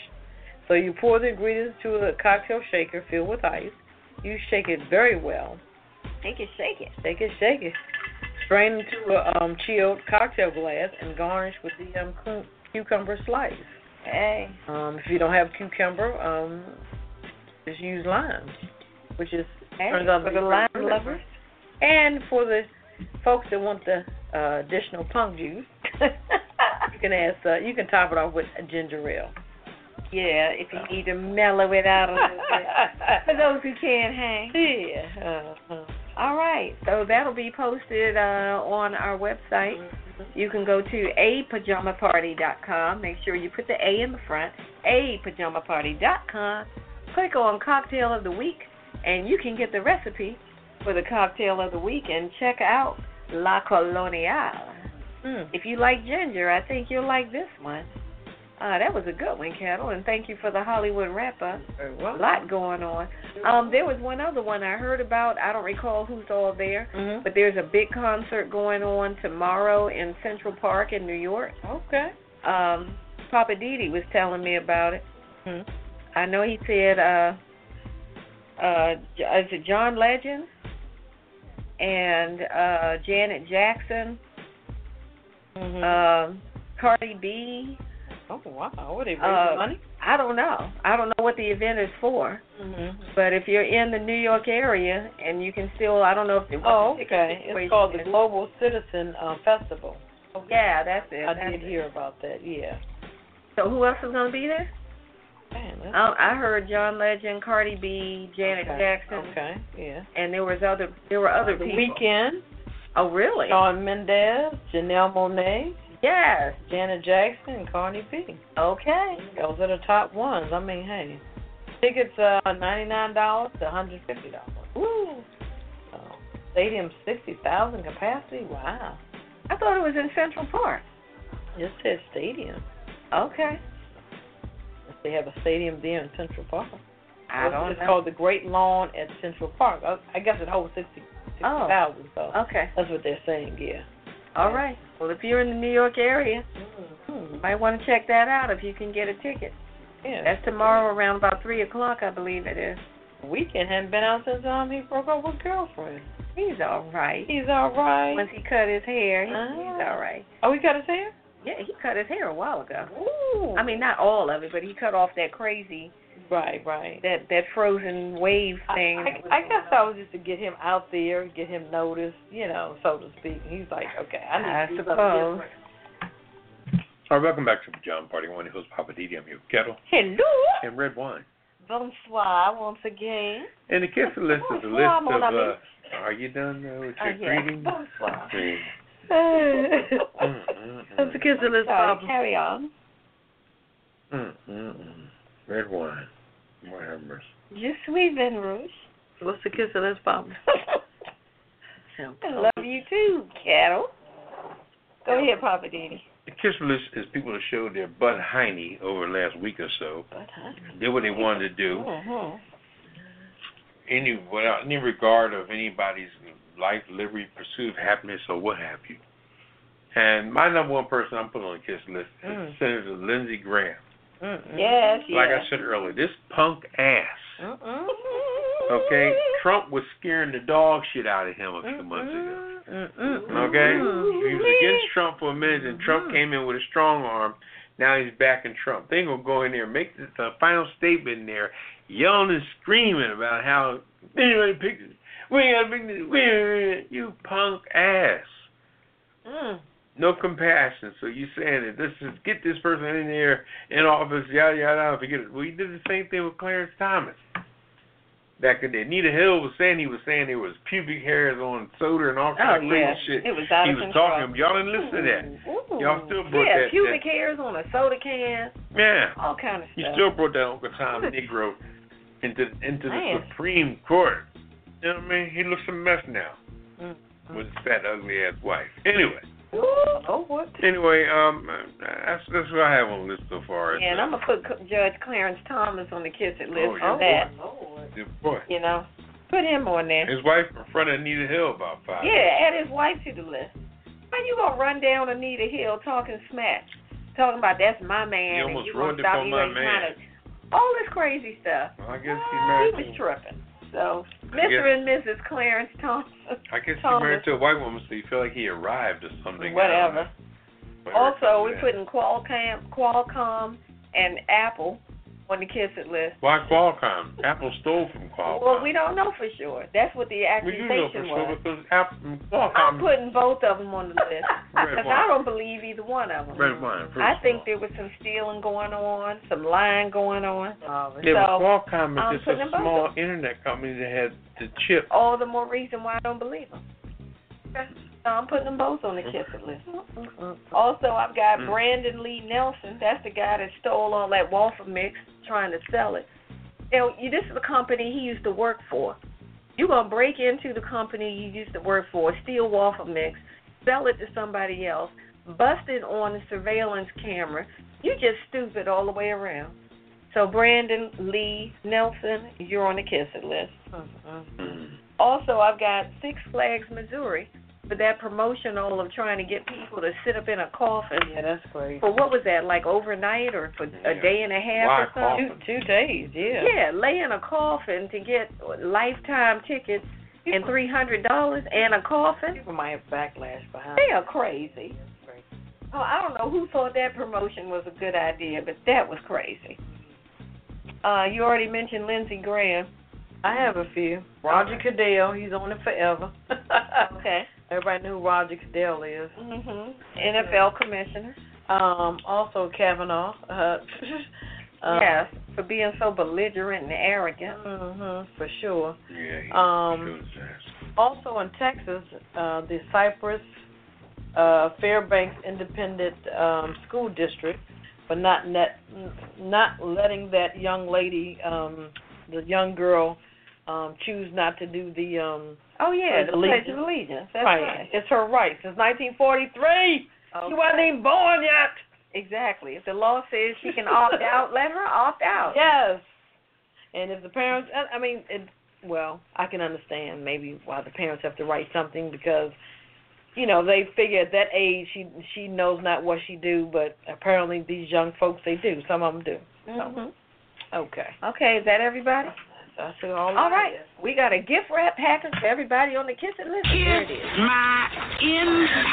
[SPEAKER 4] So you pour the ingredients to a cocktail shaker filled with ice. You shake it very well
[SPEAKER 3] Shake it, shake it.
[SPEAKER 4] Shake it, shake it. Strain into a um, chilled cocktail glass and garnish with the um, cu- cucumber slice.
[SPEAKER 3] Hey.
[SPEAKER 4] Um, if you don't have cucumber, um, just use lime, which is
[SPEAKER 3] Hey,
[SPEAKER 4] turns out
[SPEAKER 3] for
[SPEAKER 4] to be
[SPEAKER 3] the lime
[SPEAKER 4] pretty good.
[SPEAKER 3] lovers.
[SPEAKER 4] And for the folks that want the uh, additional punk juice, you can ask. Uh, you can top it off with a ginger ale.
[SPEAKER 3] yeah, if you need to mellow it out a little bit. For those who can't hang.
[SPEAKER 4] yeah. Uh-huh.
[SPEAKER 3] All right. So that'll be posted uh, on our website. You can go to apajamaparty.com. Make sure you put the A in the front. apajamaparty.com. Click on Cocktail of the Week, and you can get the recipe for the Cocktail of the Week and check out La Colonial.
[SPEAKER 4] Hmm.
[SPEAKER 3] If you like ginger, I think you'll like this one. Uh, that was a good one, Kettle, and thank you for the Hollywood wrap up
[SPEAKER 4] Very
[SPEAKER 3] a
[SPEAKER 4] well.
[SPEAKER 3] lot going on. Um, there was one other one I heard about. I don't recall who's all there,
[SPEAKER 4] Mhm.
[SPEAKER 3] but there's a big concert going on tomorrow in Central Park in New York.
[SPEAKER 4] Okay.
[SPEAKER 3] Um, Papa Didi was telling me about it.
[SPEAKER 4] Hmm.
[SPEAKER 3] I know he said, uh, uh, J- is it John Legend and uh, Janet Jackson,
[SPEAKER 4] Mhm.
[SPEAKER 3] um, Cardi B?
[SPEAKER 4] oh wow! What they raising
[SPEAKER 3] uh,
[SPEAKER 4] money?
[SPEAKER 3] I don't know. I don't know what the event is for.
[SPEAKER 4] Mm-hmm.
[SPEAKER 3] But if you're in the New York area and you can still, I don't know if it
[SPEAKER 4] Oh,
[SPEAKER 3] what the
[SPEAKER 4] okay.
[SPEAKER 3] situation
[SPEAKER 4] It's called the
[SPEAKER 3] is.
[SPEAKER 4] Global Citizen uh, Festival.
[SPEAKER 3] Oh, Yeah, that's it.
[SPEAKER 4] I
[SPEAKER 3] that's
[SPEAKER 4] did
[SPEAKER 3] it.
[SPEAKER 4] hear about that. Yeah.
[SPEAKER 3] So who else is going to be there?
[SPEAKER 4] Man, that's
[SPEAKER 3] Um, I heard John Legend, Cardi B, Janet
[SPEAKER 4] okay.
[SPEAKER 3] Jackson,
[SPEAKER 4] Okay. Yeah.
[SPEAKER 3] and there was other there were other
[SPEAKER 4] the
[SPEAKER 3] people.
[SPEAKER 4] Weekend.
[SPEAKER 3] Oh, really?
[SPEAKER 4] Shawn Mendes, Janelle Monet,
[SPEAKER 3] Yes.
[SPEAKER 4] Janet Jackson, and Cardi B.
[SPEAKER 3] Okay.
[SPEAKER 4] Those are the top ones. I mean, hey, tickets are ninety nine dollars to one hundred fifty dollars.
[SPEAKER 3] Ooh.
[SPEAKER 4] So, stadium sixty thousand capacity. Wow.
[SPEAKER 3] I thought it was in Central Park.
[SPEAKER 4] It says stadium.
[SPEAKER 3] Okay.
[SPEAKER 4] They have a stadium there in Central Park.
[SPEAKER 3] I
[SPEAKER 4] It's-
[SPEAKER 3] don't
[SPEAKER 4] it's
[SPEAKER 3] know.
[SPEAKER 4] called the Great Lawn at Central Park. I, I guess it holds sixty sixty
[SPEAKER 3] Oh.
[SPEAKER 4] thousand. So
[SPEAKER 3] okay.
[SPEAKER 4] that's what they're saying. Yeah.
[SPEAKER 3] All right. Well, if you're in the New York area,
[SPEAKER 4] Mm-hmm.
[SPEAKER 3] you might want to check that out if you can get a ticket.
[SPEAKER 4] Yeah.
[SPEAKER 3] That's tomorrow around about three o'clock, I believe it is.
[SPEAKER 4] Weekend hadn't been out since um he broke up with girlfriend.
[SPEAKER 3] He's all right.
[SPEAKER 4] He's all right.
[SPEAKER 3] Once he cut his hair, he, he's
[SPEAKER 4] Ah.
[SPEAKER 3] all right.
[SPEAKER 4] Oh, he got his hair.
[SPEAKER 3] Yeah, he cut his hair a while ago.
[SPEAKER 4] Ooh.
[SPEAKER 3] I mean, not all of it, but he cut off that crazy
[SPEAKER 4] Right, right.
[SPEAKER 3] That that frozen wave
[SPEAKER 4] I,
[SPEAKER 3] thing.
[SPEAKER 4] I, I guess I was just to get him out there, get him noticed, you know, so to speak. And he's like, okay, I
[SPEAKER 3] I
[SPEAKER 4] need to do
[SPEAKER 3] suppose.
[SPEAKER 4] something different.
[SPEAKER 2] All right, welcome back to the John Party. One of your hosts, Papa Didi. I'm your kettle
[SPEAKER 4] Hello,
[SPEAKER 2] and red wine.
[SPEAKER 4] bonsoir, once again.
[SPEAKER 2] And the kiss list is a
[SPEAKER 4] Bonsoir,
[SPEAKER 2] list
[SPEAKER 4] mon
[SPEAKER 2] of.
[SPEAKER 4] ami.
[SPEAKER 2] Uh, are you done uh, with
[SPEAKER 4] Oh,
[SPEAKER 2] your
[SPEAKER 4] yeah.
[SPEAKER 2] greetings?
[SPEAKER 4] Bonsoir.
[SPEAKER 2] Mm, mm, mm,
[SPEAKER 4] That's the kids that lives
[SPEAKER 3] Sorry,
[SPEAKER 4] problem.
[SPEAKER 3] carry on.
[SPEAKER 2] mm, mm, mm. Red wine. Lord have mercy.
[SPEAKER 4] Je suis Ben Rouge. What's the kiss of this problem?
[SPEAKER 3] I love you too, cattle.
[SPEAKER 4] Go ahead, Papa Diddy.
[SPEAKER 2] The kiss list is people that showed their butt hiney over the last week or so,
[SPEAKER 4] But huh?
[SPEAKER 2] did what they wanted to do,
[SPEAKER 4] Mm-hmm.
[SPEAKER 2] any without any regard of anybody's life, liberty, pursuit of happiness, or what have you. And my number one person I'm putting on the kiss list is
[SPEAKER 4] Mm.
[SPEAKER 2] Senator Lindsey Graham.
[SPEAKER 4] Yes, yes.
[SPEAKER 2] Like I said earlier, this punk ass.
[SPEAKER 4] Mm-mm. Mm-hmm.
[SPEAKER 2] Okay, Trump was scaring the dog shit out of him a
[SPEAKER 4] Mm-hmm.
[SPEAKER 2] few months ago.
[SPEAKER 3] Mm-hmm.
[SPEAKER 2] Okay? He was against Trump for a minute, and Trump came in with a strong arm. Now he's backing Trump. They're going to go in there and make the, the final statement in there, yelling and screaming about how we ain't going to pick this. We ain't going to pick this. We ain't gonna-" You punk ass.
[SPEAKER 4] Mm.
[SPEAKER 2] No compassion. So you saying that this is get this person in there in office, yada yada. yada, Forget it. Well, you did the same thing with Clarence Thomas back in there. Nita Hill was saying he was saying there was pubic hairs on soda and all
[SPEAKER 3] Oh
[SPEAKER 2] kinds of
[SPEAKER 3] yeah,
[SPEAKER 2] crazy shit
[SPEAKER 3] it was
[SPEAKER 2] he
[SPEAKER 3] out of
[SPEAKER 2] was
[SPEAKER 3] control.
[SPEAKER 2] talking. Y'all didn't listen to that.
[SPEAKER 3] Ooh.
[SPEAKER 2] Y'all still brought
[SPEAKER 3] yeah,
[SPEAKER 2] that-
[SPEAKER 3] pubic hairs on a soda can,
[SPEAKER 2] Yeah,
[SPEAKER 3] all kind of
[SPEAKER 2] you
[SPEAKER 3] stuff.
[SPEAKER 2] still brought that Uncle Tom Negro into into the
[SPEAKER 3] Man.
[SPEAKER 2] Supreme Court. You know what I mean? He looks a mess now
[SPEAKER 4] Mm.
[SPEAKER 3] Mm-hmm.
[SPEAKER 2] with his fat, ugly ass wife. Anyway,
[SPEAKER 4] Ooh, oh, what?
[SPEAKER 2] anyway, um, that's that's what I have on the list so far.
[SPEAKER 3] yeah, and I'm gonna put C- Judge Clarence Thomas on the kiss it list
[SPEAKER 2] Oh,
[SPEAKER 3] for
[SPEAKER 2] yeah.
[SPEAKER 3] that.
[SPEAKER 2] Good boy.
[SPEAKER 3] You know, put him on there.
[SPEAKER 2] His wife in front of Anita Hill about five.
[SPEAKER 3] Yeah, add his wife to the list. How you gonna run down Anita Hill talking smack, talking about that's my man,
[SPEAKER 2] You
[SPEAKER 3] and
[SPEAKER 2] almost
[SPEAKER 3] you gonna
[SPEAKER 2] ruined it
[SPEAKER 3] stop
[SPEAKER 2] for
[SPEAKER 3] me
[SPEAKER 2] my
[SPEAKER 3] like
[SPEAKER 2] man.
[SPEAKER 3] kinda- all this crazy stuff.
[SPEAKER 2] Well, I guess he's
[SPEAKER 3] Well,
[SPEAKER 2] married.
[SPEAKER 3] he was
[SPEAKER 2] to,
[SPEAKER 3] tripping. So,
[SPEAKER 2] I guess-
[SPEAKER 3] Mr. and Mrs. Clarence Thompson,
[SPEAKER 2] I guess he's
[SPEAKER 3] Thomas.
[SPEAKER 2] married to a white woman, so you feel like he arrived or something.
[SPEAKER 3] whatever.
[SPEAKER 2] I don't know. Whatever
[SPEAKER 3] Also,
[SPEAKER 2] comes
[SPEAKER 3] we're
[SPEAKER 2] in.
[SPEAKER 3] putting Qualcomm, Qualcomm, and Apple on the Kiss It list.
[SPEAKER 2] Why Qualcomm? Apple stole from Qualcomm.
[SPEAKER 3] Well, we don't know for sure. That's what the
[SPEAKER 2] Oh, We do know for
[SPEAKER 3] accusation
[SPEAKER 2] sure
[SPEAKER 3] was.
[SPEAKER 2] because Apple,
[SPEAKER 3] I'm
[SPEAKER 2] Qualcomm
[SPEAKER 3] putting both of them on the list
[SPEAKER 2] Red
[SPEAKER 3] because
[SPEAKER 2] wine.
[SPEAKER 3] I don't believe either one of them.
[SPEAKER 2] Red wine. First
[SPEAKER 3] I
[SPEAKER 2] of
[SPEAKER 3] think
[SPEAKER 2] all.
[SPEAKER 3] there was some stealing going on, some lying going on.
[SPEAKER 2] yeah,
[SPEAKER 3] so,
[SPEAKER 2] but Qualcomm is
[SPEAKER 3] I'm
[SPEAKER 2] just
[SPEAKER 3] putting
[SPEAKER 2] a
[SPEAKER 3] them both
[SPEAKER 2] small
[SPEAKER 3] up.
[SPEAKER 2] internet company that had the chip.
[SPEAKER 3] all the more reason why I don't believe them. So I'm putting them both on the kiss it list. Also, I've got
[SPEAKER 2] Mm.
[SPEAKER 3] Brandon Lee Nelson. That's the guy that stole all that waffle mix trying to sell it. Now, you, this is a company he used to work for. You're going to break into the company you used to work for, steal waffle mix, sell it to somebody else, bust it on the surveillance camera. You just stupid all the way around. So, Brandon Lee Nelson, you're on the kiss it list.
[SPEAKER 4] Mm-hmm.
[SPEAKER 3] Um, Also, I've got Six Flags Missouri for that promotional of trying to get people to sit up in a coffin
[SPEAKER 4] Yeah, that's crazy.
[SPEAKER 3] for what was that like overnight or for
[SPEAKER 2] Yeah.
[SPEAKER 3] a day and a half
[SPEAKER 2] Why
[SPEAKER 3] or something?
[SPEAKER 4] Two, two days, yeah.
[SPEAKER 3] Yeah, lay in a coffin to get lifetime tickets and three hundred dollars and a coffin.
[SPEAKER 4] People might have backlash behind
[SPEAKER 3] They are crazy.
[SPEAKER 4] crazy.
[SPEAKER 3] Oh, I don't know who thought that promotion was a good idea, but that was crazy. Uh, you already mentioned Lindsey Graham.
[SPEAKER 4] I have a few. Roger Cadell, he's on it forever.
[SPEAKER 3] Okay.
[SPEAKER 4] Everybody knew who Roger Cadell is.
[SPEAKER 3] Mhm. NFL commissioner.
[SPEAKER 4] Um, also Kavanaugh. Uh, uh,
[SPEAKER 3] yes, for being so belligerent and arrogant.
[SPEAKER 4] mhm, for sure.
[SPEAKER 2] Yeah. he
[SPEAKER 4] Um,
[SPEAKER 2] shows us.
[SPEAKER 4] Also in Texas, uh, the Cypress uh, Fairbanks Independent um, School District, for not net, not letting that young lady, um, the young girl, um, choose not to do the um,
[SPEAKER 3] Oh yeah,
[SPEAKER 4] Pledge
[SPEAKER 3] the
[SPEAKER 4] allegiance.
[SPEAKER 3] Pledge of Allegiance. That's
[SPEAKER 4] right.
[SPEAKER 3] right.
[SPEAKER 4] It's her right since 1943.
[SPEAKER 3] Okay.
[SPEAKER 4] She wasn't even born yet.
[SPEAKER 3] Exactly. If the law says she can opt out, let her opt out.
[SPEAKER 4] Yes. Oh. And if the parents, I- I mean, it, well, I can understand maybe why the parents have to write something because, you know, they figure at that age she she knows not what she do, but apparently these young folks they do. Some of them do.
[SPEAKER 3] Mhm.
[SPEAKER 4] Okay.
[SPEAKER 3] Okay, is that everybody?
[SPEAKER 4] That's it. All,
[SPEAKER 3] All right. We got a gift wrap package for everybody on the Kiss It List. Here it is.
[SPEAKER 8] my entire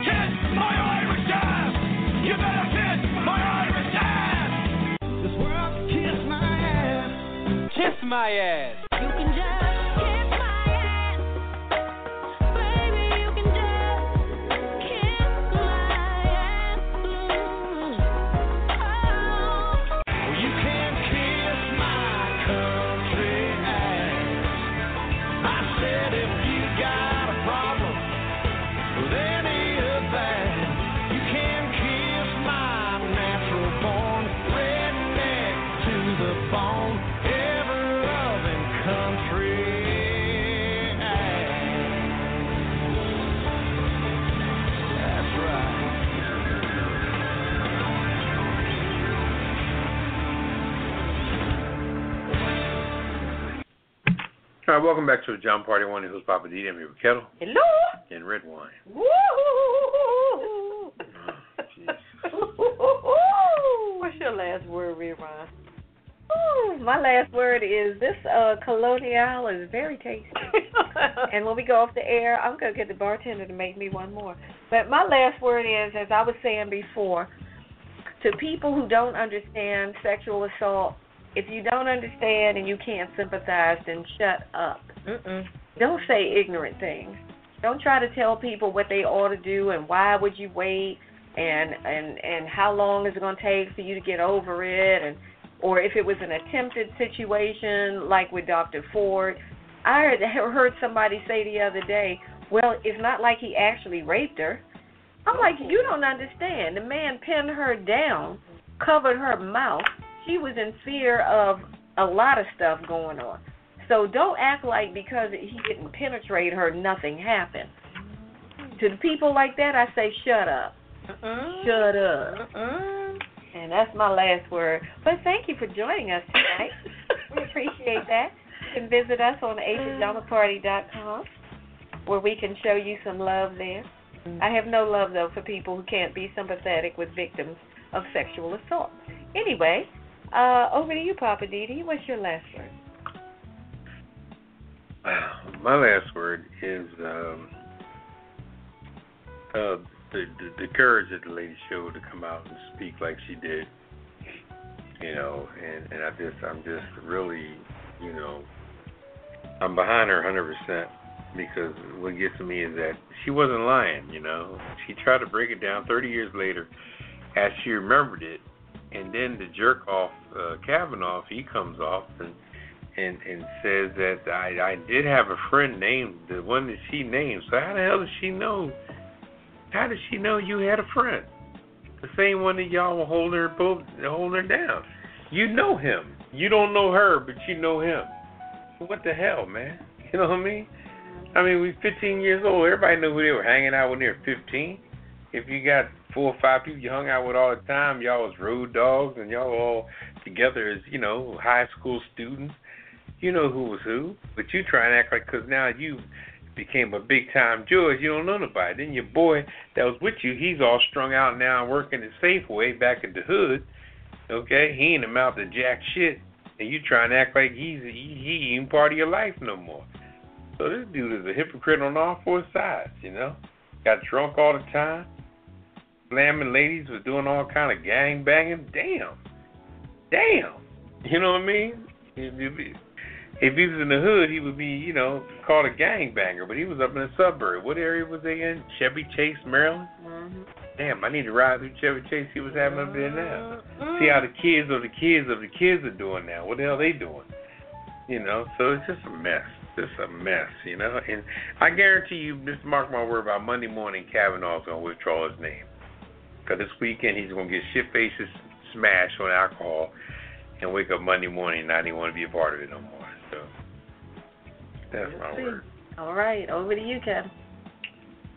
[SPEAKER 8] ass.
[SPEAKER 9] This world
[SPEAKER 8] my ass.
[SPEAKER 9] You can just kiss my ass, baby. You can just kiss my ass. Oh,
[SPEAKER 8] Well, you can't kiss my country ass. I said if you got a problem with any of that, you can kiss my natural born redneck to the bone, ever loving country ass. That's right.
[SPEAKER 2] All right, welcome back to the John Party One. Who's Papa D? I'm here with Kettle
[SPEAKER 3] Hello.
[SPEAKER 2] and Red Wine.
[SPEAKER 3] Woo!
[SPEAKER 4] What's your last word, Rerun?
[SPEAKER 3] Ooh, My last word is this uh colonial is very tasty. And when we go off the air, I'm gonna get the bartender to make me one more. But my last word is, as I was saying before, to people who don't understand sexual assault, if you don't understand and you can't sympathize, then shut up.
[SPEAKER 4] Mm-mm.
[SPEAKER 3] Don't say ignorant things. Don't try to tell people what they ought to do and why would you wait and and and how long is it going to take for you to get over it and or if it was an attempted situation like with Dr. Ford. I heard, heard somebody say the other day, well, it's not like he actually raped her. I'm like, you don't understand. The man pinned her down, covered her mouth. She was in fear of a lot of stuff going on. So don't act like because he didn't penetrate her, nothing happened. To the people like that, I say, shut up.
[SPEAKER 4] Mm-mm.
[SPEAKER 3] Shut up.
[SPEAKER 4] Mm-mm.
[SPEAKER 3] And that's my last word. But thank you for joining us tonight. we appreciate that. You can visit us on com, where we can show you some love there. I have no love, though, for people who can't be sympathetic with victims of sexual assault. Anyway, uh, over to you, Papa Didi. What's your last word?
[SPEAKER 2] Uh, My last word is um, uh, the, the the courage that the lady showed to come out and speak like she did. You know, and and I just I'm just really, you know, I'm behind her 100 percent because what gets me is that she wasn't lying. You know, she tried to break it down 30 years later, as she remembered it, and then the jerk off uh, Kavanaugh he comes off and and and says that I I did have a friend named the one that she named. So how the hell does she know? How does she know you had a friend? The same one that y'all were holding her both holding her down. You know him. You don't know her, but you know him. What the hell, man? You know what I mean? I mean, we 15 years old. Everybody knew who they were hanging out with when they were 15. If you got four or five people you hung out with all the time, y'all was road dogs and y'all all together as you know high school students. You know who was who, but you try and act like because now you became a big time judge, you don't know nobody. Then your boy that was with you, he's all strung out now working at Safeway back in the hood. Okay, he ain't amount to jack shit, and you try and act like he's he, he ain't part of your life no more. So this dude is a hypocrite on all four sides, you know. Got drunk all the time, slamming ladies, was doing all kind of gang banging. Damn, damn. You know what I mean? If, if, if he was in the hood, he would be, you know, called a gang banger. But he was up in the suburb. What area was they in? Chevy Chase, Maryland. Damn, I need to ride through Chevy Chase. See what's happening up there now. See how the kids of the kids of the kids are doing now. What the hell they doing? You know, so it's just a mess. Just a mess, you know. And I guarantee you, just mark my word, by Monday morning, Kavanaugh's gonna withdraw his name. Cause this weekend he's gonna get shit faces smashed on alcohol, and wake up Monday morning and not even want to be a part of it no more. So that's my word.
[SPEAKER 3] All right, over to you, Kevin.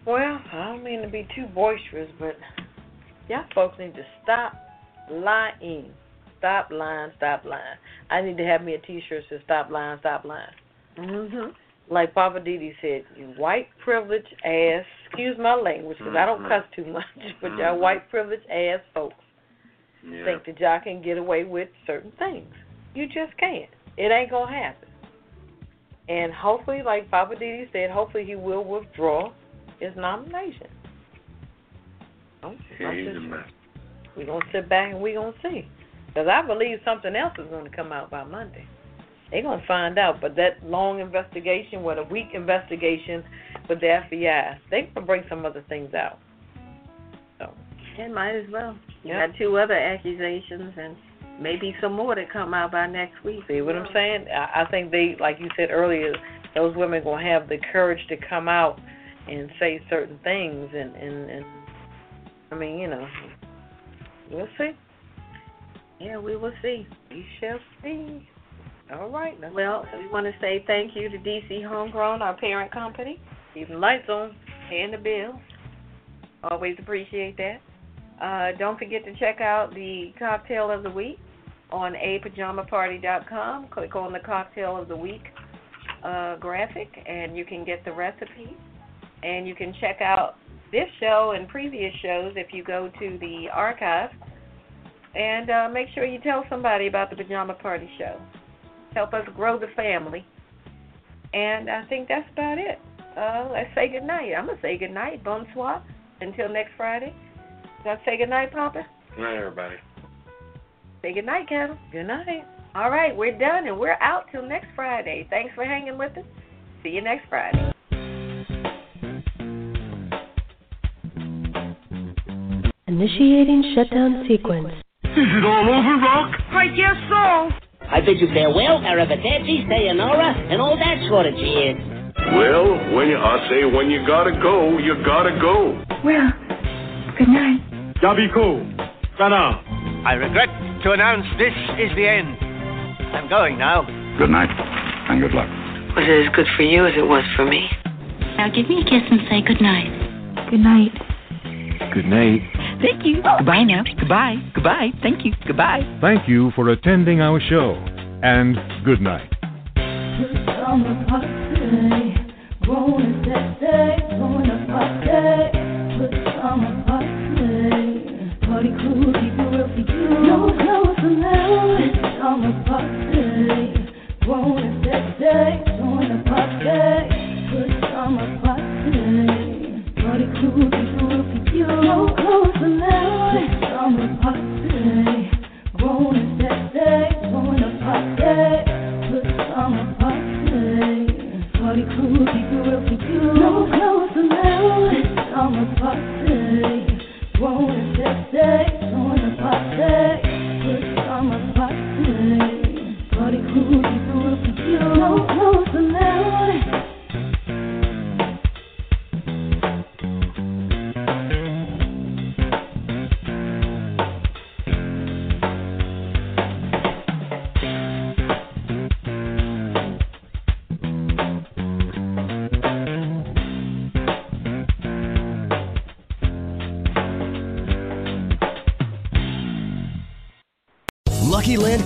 [SPEAKER 4] Well, I don't mean to be too boisterous, but y'all folks need to stop lying. Stop lying, stop lying. I need to have me a t shirt that says stop lying, stop lying.
[SPEAKER 3] Mm-hmm.
[SPEAKER 4] Like Papa Didi said, you white privilege ass, excuse my language because I don't
[SPEAKER 2] Mhm.
[SPEAKER 4] cuss too much, but y'all
[SPEAKER 2] Mhm.
[SPEAKER 4] white privilege ass folks
[SPEAKER 2] Yeah.
[SPEAKER 4] think that y'all can get away with certain things. You just can't. It ain't gonna happen. And hopefully, like Papa Didi said, hopefully he will withdraw his nomination. I'm-
[SPEAKER 2] Yeah,
[SPEAKER 4] I'm
[SPEAKER 2] he's
[SPEAKER 4] just-
[SPEAKER 2] a mess.
[SPEAKER 4] we're gonna sit back and we're gonna see. Because I believe something else is gonna come out by Monday. They're gonna find out. But that long investigation, what a weak investigation with the FBI, they gonna bring some other things out. So
[SPEAKER 3] It might as well. You
[SPEAKER 4] Yeah.
[SPEAKER 3] got two other accusations and maybe some more that come out by next week.
[SPEAKER 4] see what I'm saying? I, I think they, like you said earlier, those women gonna have the courage to come out and say certain things, and and, and I mean, you know, we'll see.
[SPEAKER 3] Yeah, we will see.
[SPEAKER 4] We shall see. All right. Now.
[SPEAKER 3] Well, we want to say thank you to DC Homegrown, our parent company.
[SPEAKER 4] Keeping the lights on, paying the bill.
[SPEAKER 3] Always appreciate that. Uh, don't forget to check out the cocktail of the week on apajamaparty.com. Click on the cocktail of the week uh, graphic, and you can get the recipe. And you can check out this show and previous shows if you go to the archive. And uh, make sure you tell somebody about the Pajama Party Show. Help us grow the family. And I think that's about it. Uh, let's say goodnight. I'm going to say goodnight. Bonsoir. Until next Friday. Let's say goodnight, Papa.
[SPEAKER 2] Good night, everybody.
[SPEAKER 3] Say goodnight, Cattle.
[SPEAKER 4] Good night.
[SPEAKER 3] All right, we're done and we're out till next Friday. Thanks for hanging with us. See you next Friday.
[SPEAKER 1] Initiating shutdown sequence.
[SPEAKER 10] I bid you farewell, arrivederci, sayonara, and all that sort of jazz.
[SPEAKER 8] Well, when you, I say when you gotta go, you gotta go.
[SPEAKER 10] I regret to announce this is the end. I'm going now.
[SPEAKER 11] Good night, and good luck.
[SPEAKER 10] Was it as good for you as it was for me?
[SPEAKER 9] Now give me a kiss and say goodnight.
[SPEAKER 11] Good night. Good night.
[SPEAKER 9] Thank you. Goodbye now. Goodbye. Goodbye. Thank you. Goodbye.
[SPEAKER 11] Thank you for attending our show, and good night.
[SPEAKER 8] Lucky Land